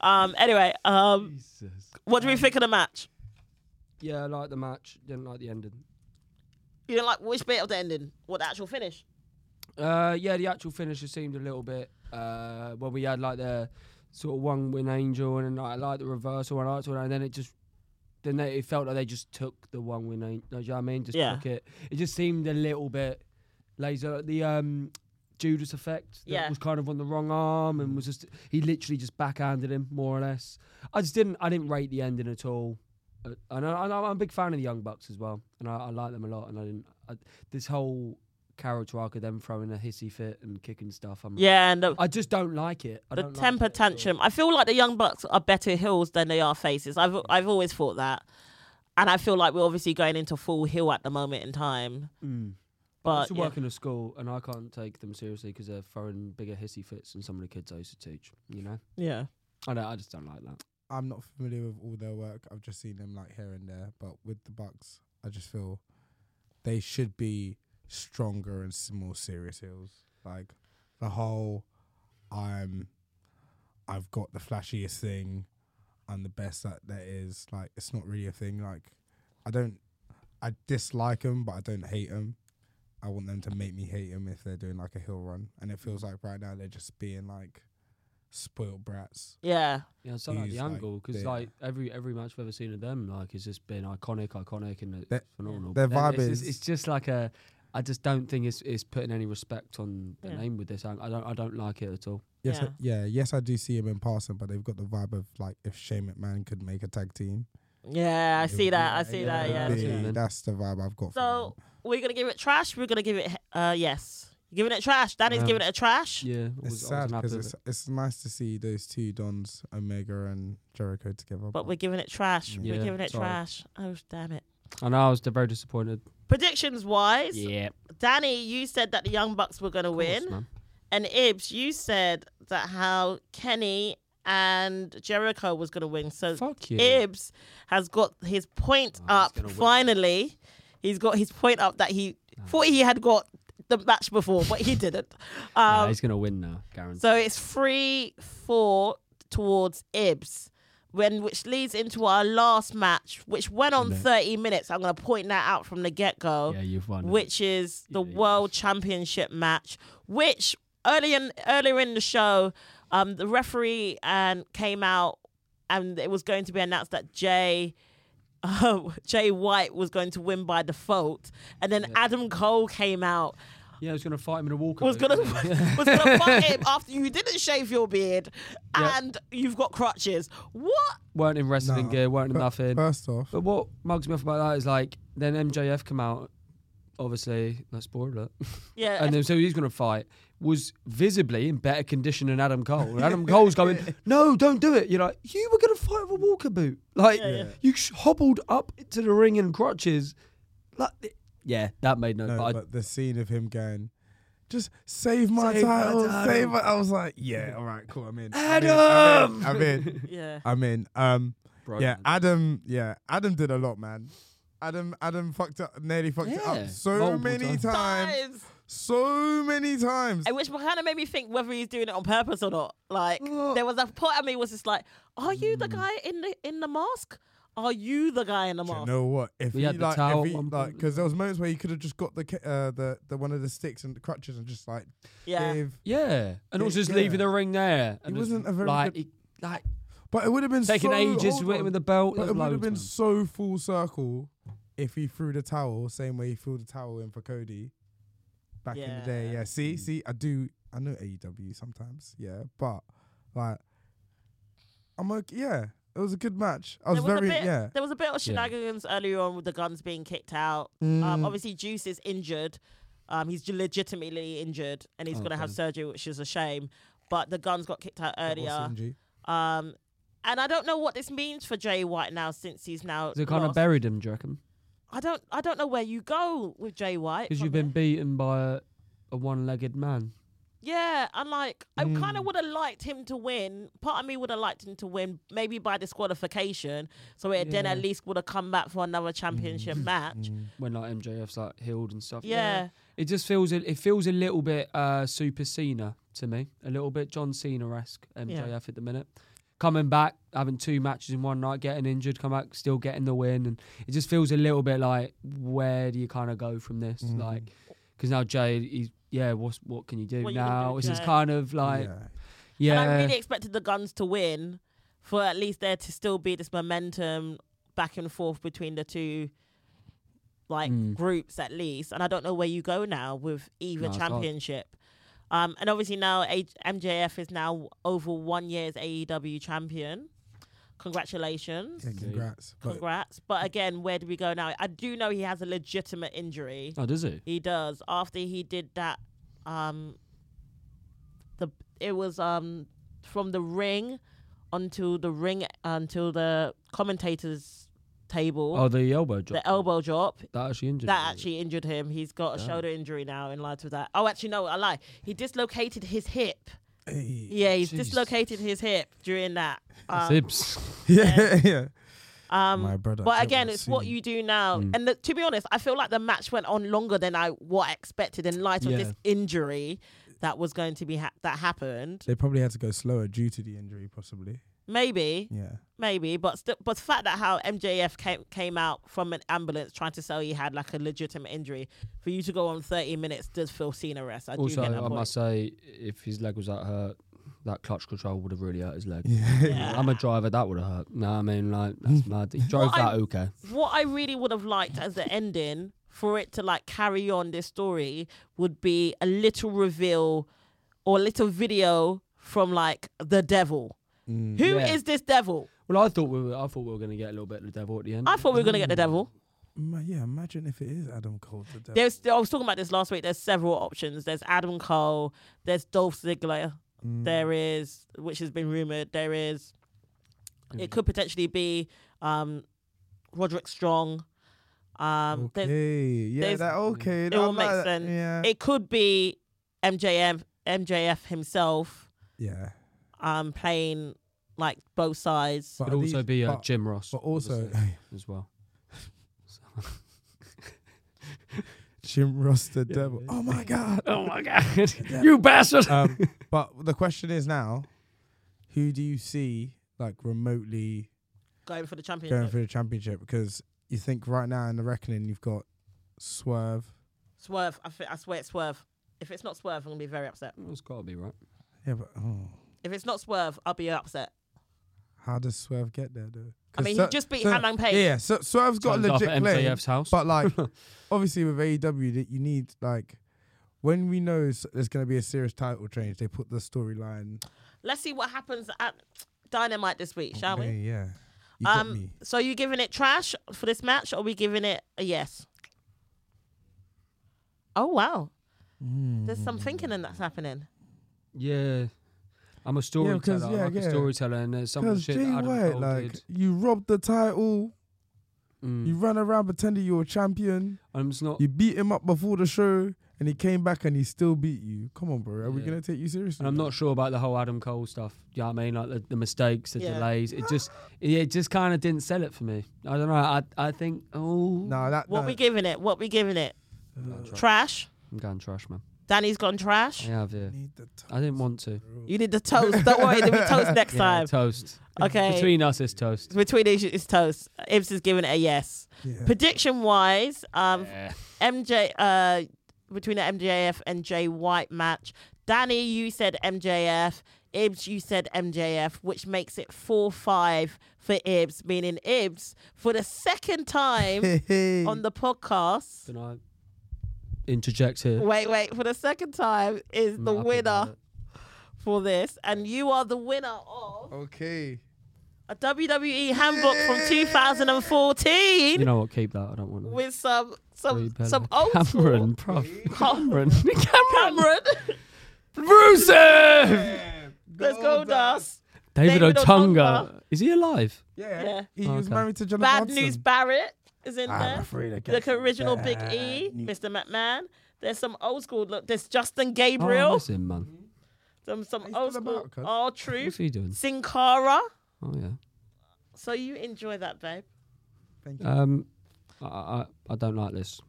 Speaker 2: Um. Anyway. Um.
Speaker 4: Jesus.
Speaker 2: What do we think of the match?
Speaker 4: Yeah, I like the match. Didn't like the ending.
Speaker 2: You didn't like which bit of the ending? What the actual finish?
Speaker 4: Uh, yeah, the actual finisher seemed a little bit. Uh, when we had like the sort of one win angel, and then I like the reversal, and I liked it, and then it just. Then they, it felt like they just took the one win. Angel, you know what I mean? Just
Speaker 2: Yeah.
Speaker 4: took it. It just seemed a little bit laser. The um, Judas effect that
Speaker 2: Yeah. Mm.
Speaker 4: was kind of on the wrong arm and was just he literally just backhanded him more or less. I just didn't I didn't rate the ending at all. Uh, And I, and I'm a big fan of the Young Bucks as well, and I, I like them a lot. And I didn't I, this whole character arc of them throwing a hissy fit and kicking stuff. I'm,
Speaker 2: Yeah, and the,
Speaker 4: I just don't like it. I
Speaker 2: the
Speaker 4: don't like
Speaker 2: temper
Speaker 4: it at all.
Speaker 2: tantrum. I feel like the Young Bucks are better heels than they are faces. I've I've always thought that, and I feel like we're obviously going into full heel at the moment in time.
Speaker 4: Mm. I
Speaker 2: But
Speaker 4: used to
Speaker 2: yeah.
Speaker 4: work in a school, and I can't take them seriously because they're throwing bigger hissy fits than some of the kids I used to teach. You know,
Speaker 2: yeah,
Speaker 4: I don't, I just don't like that.
Speaker 3: I'm not familiar with all their work. I've just seen them like here and there. But with the Bucks, I just feel they should be stronger and s- more serious heels. Like the whole, I'm, I've got the flashiest thing, I'm the best that there is. Like it's not really a thing. Like I don't, I dislike them, but I don't hate them. I want them to make me hate them if they're doing like a hill run. And it feels like right now they're just being like spoiled brats.
Speaker 2: yeah,
Speaker 4: Yeah, I don't like the
Speaker 3: He's, like,
Speaker 4: angle because
Speaker 3: there.
Speaker 4: like every every match I've ever seen of them, like it's just been iconic, iconic, and it's
Speaker 3: Their-
Speaker 4: phenomenal.
Speaker 3: their
Speaker 4: But then
Speaker 3: vibe
Speaker 4: it's,
Speaker 3: is-
Speaker 4: just, it's just like a. I just don't think it's it's putting any respect on the
Speaker 2: Yeah.
Speaker 4: name with this. ang- I don't I don't like it at all.
Speaker 3: Yes, I, yeah, yes, I do see him in person, but they've got the vibe of like if Shane McMahon could make a tag team.
Speaker 2: yeah. I
Speaker 3: it
Speaker 2: see
Speaker 3: would
Speaker 2: that. I
Speaker 3: be-
Speaker 2: see
Speaker 3: it
Speaker 2: that.
Speaker 3: would
Speaker 2: Yeah. I
Speaker 3: be-
Speaker 2: see that.
Speaker 4: man.
Speaker 3: that's the vibe I've got.
Speaker 2: So we're gonna give it trash. We're gonna give it uh yes. You're giving it trash. Danny's
Speaker 4: Um,
Speaker 2: giving it a trash.
Speaker 4: Yeah, I
Speaker 3: from them. it's
Speaker 4: was- I
Speaker 3: sad
Speaker 4: wasn't happy
Speaker 3: because
Speaker 4: with
Speaker 3: it's, it's nice to see those two dons, Omega and Jericho, together.
Speaker 2: But we're giving it trash. we're
Speaker 4: Yeah,
Speaker 2: giving it
Speaker 4: sorry.
Speaker 2: trash. Oh damn it!
Speaker 4: it. I know I was d- very disappointed.
Speaker 2: Predictions wise,
Speaker 4: Yeah,
Speaker 2: Danny, you said that the Young Bucks were gonna win. And Ibs, you said that how Kenny and Jericho was going to win. So
Speaker 4: Fuck you.
Speaker 2: Ibs has got his point
Speaker 4: Oh, he's
Speaker 2: up
Speaker 4: gonna win.
Speaker 2: finally. He's got his point up that he thought he had got the match before, but he didn't.
Speaker 4: Nah,
Speaker 2: Um,
Speaker 4: he's gonna win now, guaranteed.
Speaker 2: so it's three, four towards Ibs. When, which leads into our last match, which went on 30 minutes. I'm going to point that out from the get go
Speaker 4: yeah, you've won.
Speaker 2: which is the
Speaker 4: Yeah, yeah.
Speaker 2: World Championship match, which early in, earlier in the show, um, the referee and came out and it was going to be announced that Jay. Uh, Jay White was going to win by default, and then Adam Cole came out.
Speaker 4: yeah, I was gonna fight him in a walkout.
Speaker 2: was gonna was gonna fight him after you didn't shave your beard,
Speaker 4: Yeah.
Speaker 2: and you've got crutches. What?
Speaker 4: weren't in wrestling
Speaker 3: Nah.
Speaker 4: gear, weren't in
Speaker 3: Fir-
Speaker 4: nothing.
Speaker 3: First off,
Speaker 4: But what mugs me off about that is like then MJF come out, obviously that's spoiler, alert.
Speaker 2: Yeah,
Speaker 4: and then so he's gonna fight was visibly in better condition than Adam Cole. And Adam Cole's going, no, don't do it. You're like, you were gonna fight with a walker boot, like
Speaker 2: Yeah, yeah.
Speaker 4: you sh- hobbled up to the ring in crutches, like th- yeah, that made no.
Speaker 3: no,
Speaker 4: but I-
Speaker 3: but the scene of him going, just save my
Speaker 4: Save my
Speaker 3: title,
Speaker 4: title."
Speaker 3: save my. I was like, yeah, all right, cool, I'm in. I'm in.
Speaker 4: Adam!
Speaker 3: I'm in.
Speaker 2: yeah.
Speaker 3: I'm in. Um,
Speaker 4: Bro,
Speaker 3: yeah,
Speaker 4: man.
Speaker 3: Adam. Yeah, Adam did a lot, man. Adam, Adam fucked up, nearly fucked it
Speaker 4: Yeah,
Speaker 3: up so
Speaker 4: multiple
Speaker 3: many
Speaker 4: times.
Speaker 3: times.
Speaker 2: Guys,
Speaker 3: so many times.
Speaker 2: And which kind of made me think whether he's doing it on purpose or not. Like there was a part of me was just like, are you
Speaker 3: Hmm.
Speaker 2: the guy in the in the mask? Are you the guy in the
Speaker 3: Do you
Speaker 2: mask?
Speaker 3: know what? If
Speaker 4: We
Speaker 3: he
Speaker 4: had the
Speaker 3: like,
Speaker 4: towel
Speaker 3: if he,
Speaker 4: on-
Speaker 3: like, because there was moments where he could have just got the ca- uh, the the one of the sticks and the crutches and just like
Speaker 2: yeah.
Speaker 3: gave-
Speaker 4: Yeah, and
Speaker 3: Yeah,
Speaker 4: also just
Speaker 3: yeah.
Speaker 4: leaving the ring there.
Speaker 3: He
Speaker 4: and just,
Speaker 3: wasn't a very
Speaker 4: like,
Speaker 3: good-
Speaker 4: he- like
Speaker 3: But it would have been
Speaker 4: taking
Speaker 3: so,
Speaker 4: ages
Speaker 3: hold
Speaker 4: with,
Speaker 3: on.
Speaker 4: with the belt.
Speaker 3: But
Speaker 4: There's
Speaker 3: it would have
Speaker 4: loads,
Speaker 3: been
Speaker 4: man.
Speaker 3: so full circle if he threw the towel same way he threw the towel in for Cody back in the day.
Speaker 2: Yeah.
Speaker 3: Yeah. See, see, I do. I know AEW sometimes. Yeah, but like, I'm okay. Yeah, it was a good match. I was,
Speaker 2: there was
Speaker 3: very
Speaker 2: a bit,
Speaker 3: yeah.
Speaker 2: There was a bit of
Speaker 4: Yeah.
Speaker 2: shenanigans earlier on with the guns being kicked out.
Speaker 3: Mm.
Speaker 2: Um, obviously, Juice is injured. Um, he's legitimately injured, and he's
Speaker 4: Oh,
Speaker 2: going to have
Speaker 4: God.
Speaker 2: surgery, which is a shame. But the guns got kicked out
Speaker 3: That was
Speaker 2: earlier.
Speaker 3: Sinji.
Speaker 2: Um, and I don't know what this means for Jay White now, since he's now.
Speaker 4: They kind
Speaker 2: lost.
Speaker 4: of buried him, do you reckon?
Speaker 2: I don't. I don't know where you go with Jay White.
Speaker 4: Because
Speaker 2: from
Speaker 4: you've been
Speaker 2: here.
Speaker 4: beaten by a, a one-legged man.
Speaker 2: Yeah, and like I kind
Speaker 3: Mm.
Speaker 2: of would have liked him to win. Part of me would have liked him to win, maybe by disqualification, so it then
Speaker 4: Yeah.
Speaker 2: at least would have come back for another championship match.
Speaker 3: Mm.
Speaker 4: when like MJF's like healed and stuff.
Speaker 2: Yeah.
Speaker 4: it just feels a- it feels a little bit uh, Super Cena to me, a little bit John Cena esque MJF at the minute. Coming back, having two matches in one night, getting injured, come back, still getting the win, and it just feels a little bit like where do you kind of go from this?
Speaker 3: Mhm.
Speaker 4: Like, because now Jay, he's yeah, what's what can you do
Speaker 2: What you gonna do
Speaker 4: now?
Speaker 2: with
Speaker 4: it's just
Speaker 2: Jay?
Speaker 4: kind of like
Speaker 3: Yeah.
Speaker 4: yeah,
Speaker 2: And I really expected the guns to win for at least there to still be this momentum back and forth between the two like
Speaker 4: Mm.
Speaker 2: groups at least. And I don't know where you go now with either
Speaker 4: No, it's hard.
Speaker 2: championship. Um, and obviously now A- MJF is now over one year's AEW champion. Congratulations.
Speaker 3: Yeah, congrats. But
Speaker 2: Congrats. But again, where do we go now? I do know he has a legitimate injury.
Speaker 4: oh, does it?
Speaker 2: He does. After he did that, um, the it was um from the ring until the ring until the commentators table,
Speaker 4: Oh, the elbow drop.
Speaker 2: the elbow drop.
Speaker 4: that actually injured.
Speaker 2: That
Speaker 4: him.
Speaker 2: actually injured him. He's got a
Speaker 4: Damn.
Speaker 2: shoulder injury now in light of that. Oh, actually, no, I lie. He dislocated his hip.
Speaker 3: Hey.
Speaker 2: Yeah, he's
Speaker 4: Jesus.
Speaker 2: dislocated his hip during that. Um,
Speaker 4: Zips.
Speaker 3: yeah, yeah.
Speaker 2: um,
Speaker 3: My brother.
Speaker 2: But
Speaker 3: Jay
Speaker 2: again,
Speaker 3: was
Speaker 2: it's what
Speaker 3: soon.
Speaker 2: you do now.
Speaker 4: Mm.
Speaker 2: And the, to be honest, I feel like the match went on longer than I what I expected in light of
Speaker 4: Yeah.
Speaker 2: this injury that was going to be ha- that happened.
Speaker 3: They probably had to go slower due to the injury, possibly.
Speaker 2: Maybe,
Speaker 3: Yeah.
Speaker 2: maybe, but st- but the fact that how MJF came came out from an ambulance trying to sell he had like a legitimate injury for you to go on thirty minutes does feel Cena rest. I
Speaker 4: Also,
Speaker 2: do
Speaker 4: I
Speaker 2: get that point.
Speaker 4: must say, if his leg was that hurt, that clutch control would have really hurt his leg.
Speaker 3: Yeah.
Speaker 4: I'm a driver, that would have hurt. No, I mean, like, that's mad. He drove
Speaker 2: Well,
Speaker 4: that
Speaker 2: I-
Speaker 4: okay.
Speaker 2: what I really would have liked as the ending for it to like carry on this story would be a little reveal or a little video from like the devil. Who
Speaker 3: Mm.
Speaker 2: is
Speaker 4: Yeah.
Speaker 2: this devil?
Speaker 4: Well, I thought we were, I thought we were going to get a little bit of the devil at the end.
Speaker 2: I thought we were gonna get the devil.
Speaker 3: Ma- yeah, imagine if it is Adam Cole to death.
Speaker 2: There's I was talking about this last week. There's several options. There's Adam Cole. There's Dolph Ziggler.
Speaker 3: Mm,
Speaker 2: There is, which has been rumored. There is.
Speaker 4: Mm.
Speaker 2: It could potentially be um, Roderick Strong. Um, there's-
Speaker 3: okay. Yeah,
Speaker 2: there's-
Speaker 3: that okay.
Speaker 2: It
Speaker 3: that-
Speaker 2: will make
Speaker 3: that-
Speaker 2: sense.
Speaker 3: Yeah.
Speaker 2: It could be MJF, MJF himself
Speaker 3: yeah.
Speaker 2: um, playing like both sides.
Speaker 3: But
Speaker 4: Could
Speaker 3: are
Speaker 4: also
Speaker 3: these-
Speaker 4: be uh,
Speaker 3: but,
Speaker 4: Jim Ross.
Speaker 3: but also
Speaker 4: obviously, as well.
Speaker 3: Jim Ross the devil. Oh my god.
Speaker 4: oh my god, you bastard!
Speaker 3: um, but the question is now, who do you see like remotely
Speaker 2: Going for the championship.
Speaker 3: going for the championship? Because you think right now in the reckoning you've got Swerve.
Speaker 2: Swerve. I, thi- I swear it's Swerve. If it's not Swerve, I'm gonna be very upset.
Speaker 4: it's got to be right.
Speaker 3: Yeah, but oh,
Speaker 2: If it's not Swerve, I'll be upset.
Speaker 3: how does Swerve get there though?
Speaker 2: I
Speaker 3: 'Cause
Speaker 2: mean,
Speaker 3: Swer-
Speaker 2: he just beat
Speaker 3: Swer-
Speaker 2: Hangman Page.
Speaker 3: Yeah, yeah, so Swerve's got
Speaker 4: Turns
Speaker 3: a
Speaker 4: up
Speaker 3: legit
Speaker 4: at
Speaker 3: claim.
Speaker 4: MJF's house.
Speaker 3: But like, obviously with AEW, that you need like when we know s- there's going to be a serious title change, they put the storyline.
Speaker 2: Let's see what happens at Dynamite this week, shall
Speaker 3: Hey,
Speaker 2: we?
Speaker 3: yeah, you got
Speaker 2: Um,
Speaker 3: me.
Speaker 2: so you giving it trash for this match, or are we giving it a yes? Oh wow,
Speaker 4: Mm.
Speaker 2: there's some thinking and that's happening.
Speaker 4: yeah, I'm a storyteller.
Speaker 3: yeah,
Speaker 4: I'm like
Speaker 3: yeah.
Speaker 4: a storyteller, and there's some of the
Speaker 3: Because
Speaker 4: shit
Speaker 3: Jay
Speaker 4: that Adam
Speaker 3: White,
Speaker 4: Cole
Speaker 3: like
Speaker 4: did.
Speaker 3: you robbed the title,
Speaker 4: Mm. Oh.
Speaker 3: you ran around pretending you were champion,
Speaker 4: I'm just not.
Speaker 3: you beat him up before the show, and he came back and he still beat you. Come on, bro, are we
Speaker 4: Yeah.
Speaker 3: going to take you seriously?
Speaker 4: And I'm not sure about the whole Adam Cole stuff. You know what I mean? Like the, the mistakes, the
Speaker 2: Yeah.
Speaker 4: delays. It just it just kind of didn't sell it for me. I don't know. I I think oh
Speaker 3: No, that
Speaker 2: What
Speaker 3: that,
Speaker 2: we giving it? What we giving it? Trash.
Speaker 4: I'm going trash, man.
Speaker 2: Danny's gone
Speaker 4: I
Speaker 2: trash.
Speaker 4: have, yeah.
Speaker 3: Need the
Speaker 4: I didn't want to.
Speaker 2: You need the toast. Don't worry, there'll be toast next
Speaker 4: Yeah,
Speaker 2: time.
Speaker 4: toast.
Speaker 2: Okay.
Speaker 4: Between us, it's toast.
Speaker 2: Between these, it's toast. Ibs is giving it a yes.
Speaker 3: Yeah.
Speaker 2: Prediction wise, um,
Speaker 4: Yeah.
Speaker 2: MJ uh between the MJF and Jay White match. Danny, you said MJF. Ibs, you said MJF, which makes it 4 5 for Ibs, meaning Ibs, for the second time on the podcast.
Speaker 4: Can I interject here?
Speaker 2: Wait, wait, for the second time is
Speaker 4: I'm
Speaker 2: the
Speaker 4: not happy about
Speaker 2: winner
Speaker 4: it.
Speaker 2: for this. And you are the winner of
Speaker 3: okay.
Speaker 2: a WWE handbook from 2014
Speaker 4: You know what? Keep that. I don't want it.
Speaker 2: with some some
Speaker 4: Really bad.
Speaker 2: some old school-
Speaker 4: Cameron, bruv. Cameron. Cameron.
Speaker 2: Cameron.
Speaker 4: Rusev.
Speaker 2: Let's go, Dust.
Speaker 4: David,
Speaker 2: David
Speaker 4: Otunga.
Speaker 2: Otunga.
Speaker 4: Is he alive?
Speaker 3: Yeah.
Speaker 2: Yeah.
Speaker 3: He was
Speaker 4: Okay.
Speaker 3: married to Jonathan
Speaker 2: Bad
Speaker 3: Hudson.
Speaker 2: News Barrett is
Speaker 4: Ah,
Speaker 2: in
Speaker 3: I'm
Speaker 2: there.
Speaker 3: afraid I
Speaker 2: The Uh-huh. original Big
Speaker 3: bad
Speaker 2: E,
Speaker 3: news.
Speaker 2: Mr. McMahon. There's some old school. Look, there's Justin
Speaker 4: Oh,
Speaker 2: Gabriel.
Speaker 4: I miss him, man.
Speaker 2: some some
Speaker 3: He's
Speaker 2: old
Speaker 3: still
Speaker 2: school.
Speaker 3: about, cuz.
Speaker 2: R
Speaker 4: What's
Speaker 2: Truth.
Speaker 4: he doing?
Speaker 2: Sin Cara.
Speaker 4: Oh yeah.
Speaker 2: So you enjoy that, babe.
Speaker 3: Thank you.
Speaker 4: Um, I, I I don't like this.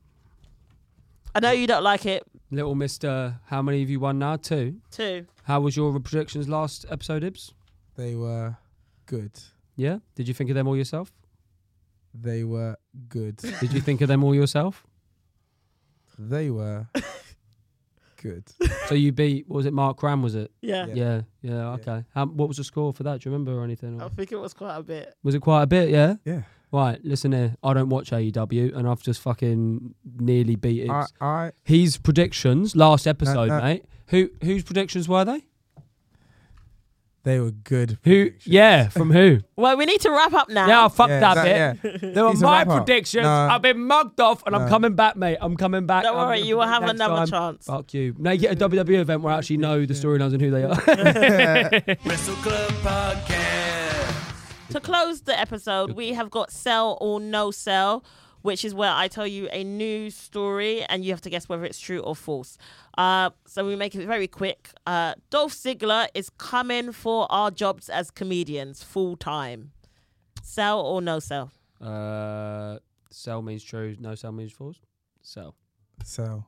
Speaker 2: I know you don't like it
Speaker 4: Little Mister, how many of you won now? Two.
Speaker 2: too.
Speaker 4: How was your projections last episode, Ibs?
Speaker 3: They were good.
Speaker 4: Yeah. Did you think of them all yourself?
Speaker 3: They were good.
Speaker 4: Did you think of them all yourself?
Speaker 3: they were good.
Speaker 4: So you beat. What was it? Mark Ram was it?
Speaker 2: Yeah.
Speaker 3: Yeah. Oh.
Speaker 4: Yeah. Yeah. okay. How, what was the score for that? Do you remember or anything?
Speaker 2: I
Speaker 4: Or
Speaker 2: think it was quite a bit.
Speaker 4: was it quite a bit? Yeah.
Speaker 3: Yeah.
Speaker 4: Right. Listen here. I don't watch AEW, and I've just fucking nearly beat Ibs.
Speaker 3: I, I
Speaker 4: His predictions last episode,
Speaker 3: no.
Speaker 4: mate. Who whose predictions were they?
Speaker 3: they were good.
Speaker 4: Who?
Speaker 3: predictions.
Speaker 4: Yeah. From who?
Speaker 2: Well, we need to wrap up now.
Speaker 4: Yeah, fuck
Speaker 3: Yeah,
Speaker 4: that,
Speaker 3: that-
Speaker 4: bit.
Speaker 3: yeah.
Speaker 4: They were
Speaker 3: He's a
Speaker 4: my
Speaker 3: rapper.
Speaker 4: predictions.
Speaker 3: No.
Speaker 4: I've been mugged off, and I'm
Speaker 3: No.
Speaker 4: coming back, mate. I'm coming back.
Speaker 2: Don't
Speaker 4: I'm
Speaker 2: worry,
Speaker 4: gonna
Speaker 2: you will
Speaker 4: predict
Speaker 2: have
Speaker 4: next
Speaker 2: another
Speaker 4: time.
Speaker 2: chance.
Speaker 4: Fuck you. Make it a WWE event where I actually know the storylines and who they are.
Speaker 1: Wrestle Club Podcast.
Speaker 2: to close the episode, we have got sell or no sell, which is where I tell you a news story and you have to guess whether it's true or false. Uh, so we make it very quick. Uh, Dolph Ziggler is coming for our jobs as comedians full time. Sell or no sell?
Speaker 4: uh, sell means true. No sell means false. Sell.
Speaker 3: So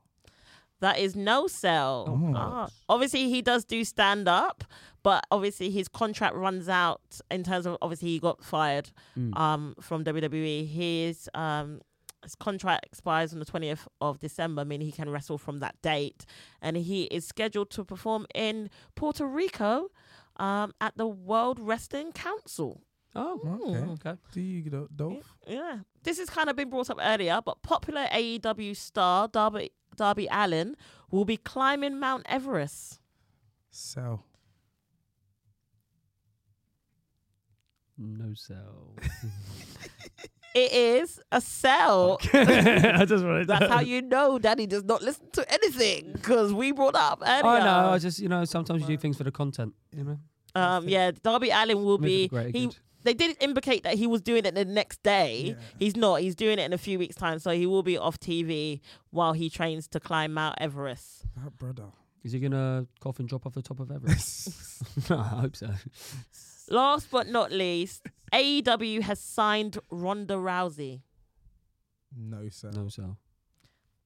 Speaker 2: That is no sell.
Speaker 4: Oh.
Speaker 2: Ah. Obviously, he does do stand up, but obviously his contract runs out in terms of obviously he got fired
Speaker 4: Mm.
Speaker 2: um, from WWE. His um, his contract expires on the twentieth of December, meaning he can wrestle from that date, and he is scheduled to perform in Puerto Rico um, at the World Wrestling Council. Hmm,
Speaker 4: Oh.
Speaker 3: okay.
Speaker 4: Okay.
Speaker 3: Do you do- Dolph?
Speaker 2: Yeah. This has kind of been brought up earlier, but popular AEW star Darby Darby Allen will be climbing Mount Everest.
Speaker 3: So
Speaker 4: No sell.
Speaker 2: It is a sell.
Speaker 4: I just wanted.
Speaker 2: That's how you know Daddy does not listen to anything because we brought up earlier.
Speaker 4: I know. I just you know sometimes you do things for the content. You know.
Speaker 2: Um, yeah, Darby Allen will
Speaker 4: Maybe
Speaker 2: be.
Speaker 4: the greater
Speaker 2: He
Speaker 4: good.
Speaker 2: they did indicate that he was doing it the next day. He's not. He's doing it in a few weeks' time, so he will be off TV while he trains to climb Mount Everest.
Speaker 3: that brother.
Speaker 4: Is he gonna cough and drop off the top of Everest? I hope so.
Speaker 2: Last but not least, AEW has signed Ronda Rousey.
Speaker 3: No, sir.
Speaker 4: No sell.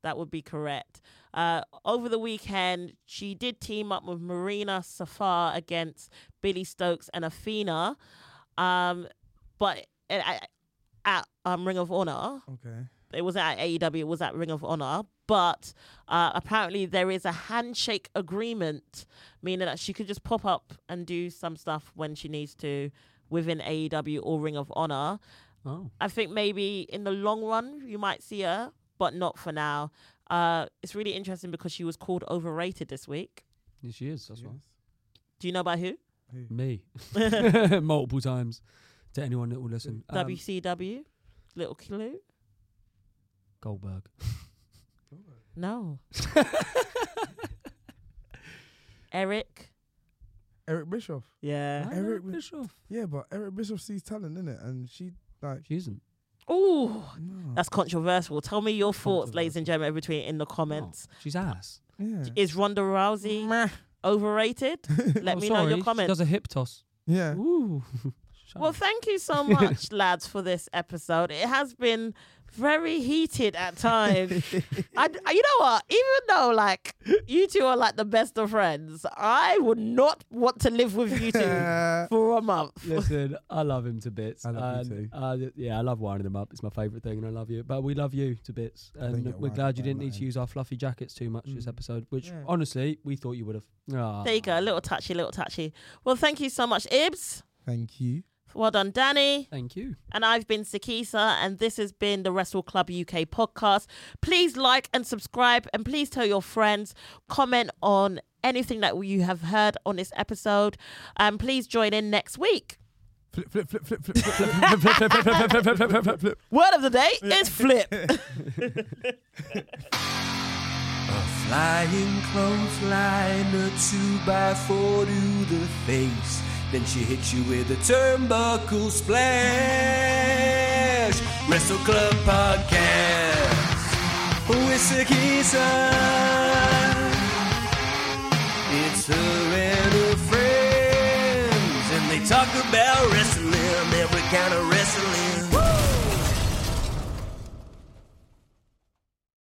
Speaker 2: That would be correct. Uh, over the weekend, she did team up with Marina Safar against Billy Stokes and Athena, um, but at, at- at um, Ring of Honor,
Speaker 3: Okay.
Speaker 2: it wasn't at AEW, it was at Ring of Honor. But uh, apparently, there is a handshake agreement, meaning that she could just pop up and do some stuff when she needs to within AEW or Ring of Honor.
Speaker 4: Oh.
Speaker 2: I think maybe in the long run you might see her, but not for now. Uh, it's really interesting because she was called overrated this week.
Speaker 4: Yeah, she is. That's
Speaker 3: Yes.
Speaker 4: why.
Speaker 2: Do you know by who?
Speaker 4: Me. Multiple times to anyone that will listen. Um,
Speaker 2: WCW. Little clue.
Speaker 4: Goldberg.
Speaker 3: Mm.
Speaker 2: No. Eric.
Speaker 3: Eric Bischoff.
Speaker 2: Yeah.
Speaker 4: I know
Speaker 3: Eric-
Speaker 4: Bischoff.
Speaker 3: Yeah, but Eric Bischoff sees talent in it, and she like
Speaker 4: She isn't.
Speaker 2: Ooh,
Speaker 3: no.
Speaker 2: that's controversial. Tell me your thoughts, ladies and gentlemen, between in the comments.
Speaker 4: Oh, she's ass.
Speaker 3: Yeah.
Speaker 2: Is Ronda Rousey overrated? Let
Speaker 4: Oh,
Speaker 2: me
Speaker 4: sorry,
Speaker 2: know your
Speaker 4: She
Speaker 2: comments.
Speaker 4: does a hip toss.
Speaker 3: Yeah.
Speaker 4: Ooh.
Speaker 2: Well, thank you so much, lads, for this episode. It has been very heated at times. I, I- you know what? Even though like you two are like the best of friends, I would not want to live with you two
Speaker 3: Uh,
Speaker 2: for a month.
Speaker 4: Listen, I love him to bits.
Speaker 3: I love you
Speaker 4: and,
Speaker 3: too.
Speaker 4: Uh, th- yeah, I love winding him up. It's my favourite thing, and I love you. But we love you to bits,
Speaker 3: think
Speaker 4: and
Speaker 3: I
Speaker 4: we're
Speaker 3: wound
Speaker 4: glad you
Speaker 3: up by
Speaker 4: didn't need to
Speaker 3: mine.
Speaker 4: use our fluffy jackets too much
Speaker 3: eh?
Speaker 4: this
Speaker 3: Mm.
Speaker 4: episode. Which
Speaker 3: Yeah.
Speaker 4: honestly, we thought you would have. Ah.
Speaker 2: There you go, a little touchy, little touchy. Well, thank you so much, Ibs.
Speaker 3: Thank you.
Speaker 2: Well done, Danny.
Speaker 4: Thank you.
Speaker 2: And I've been Sakisa, and this has been the Wrestle Club UK podcast. Please like and subscribe, and please tell your friends, comment on anything that you have heard on this episode, and please join in next week.
Speaker 3: Flip, flip, flip, flip, flip, flip, flip, flip, flip, flip, flip, flip, flip, flip, flip, flip, flip.
Speaker 2: Word of the day is flip.
Speaker 1: A flying clothesline, a two by four to the face. Then she hits you with a turnbuckle splash. Wrestle Club Podcast with Sakisa. It's her and her friends, and they talk about wrestling, every kind of wrestling.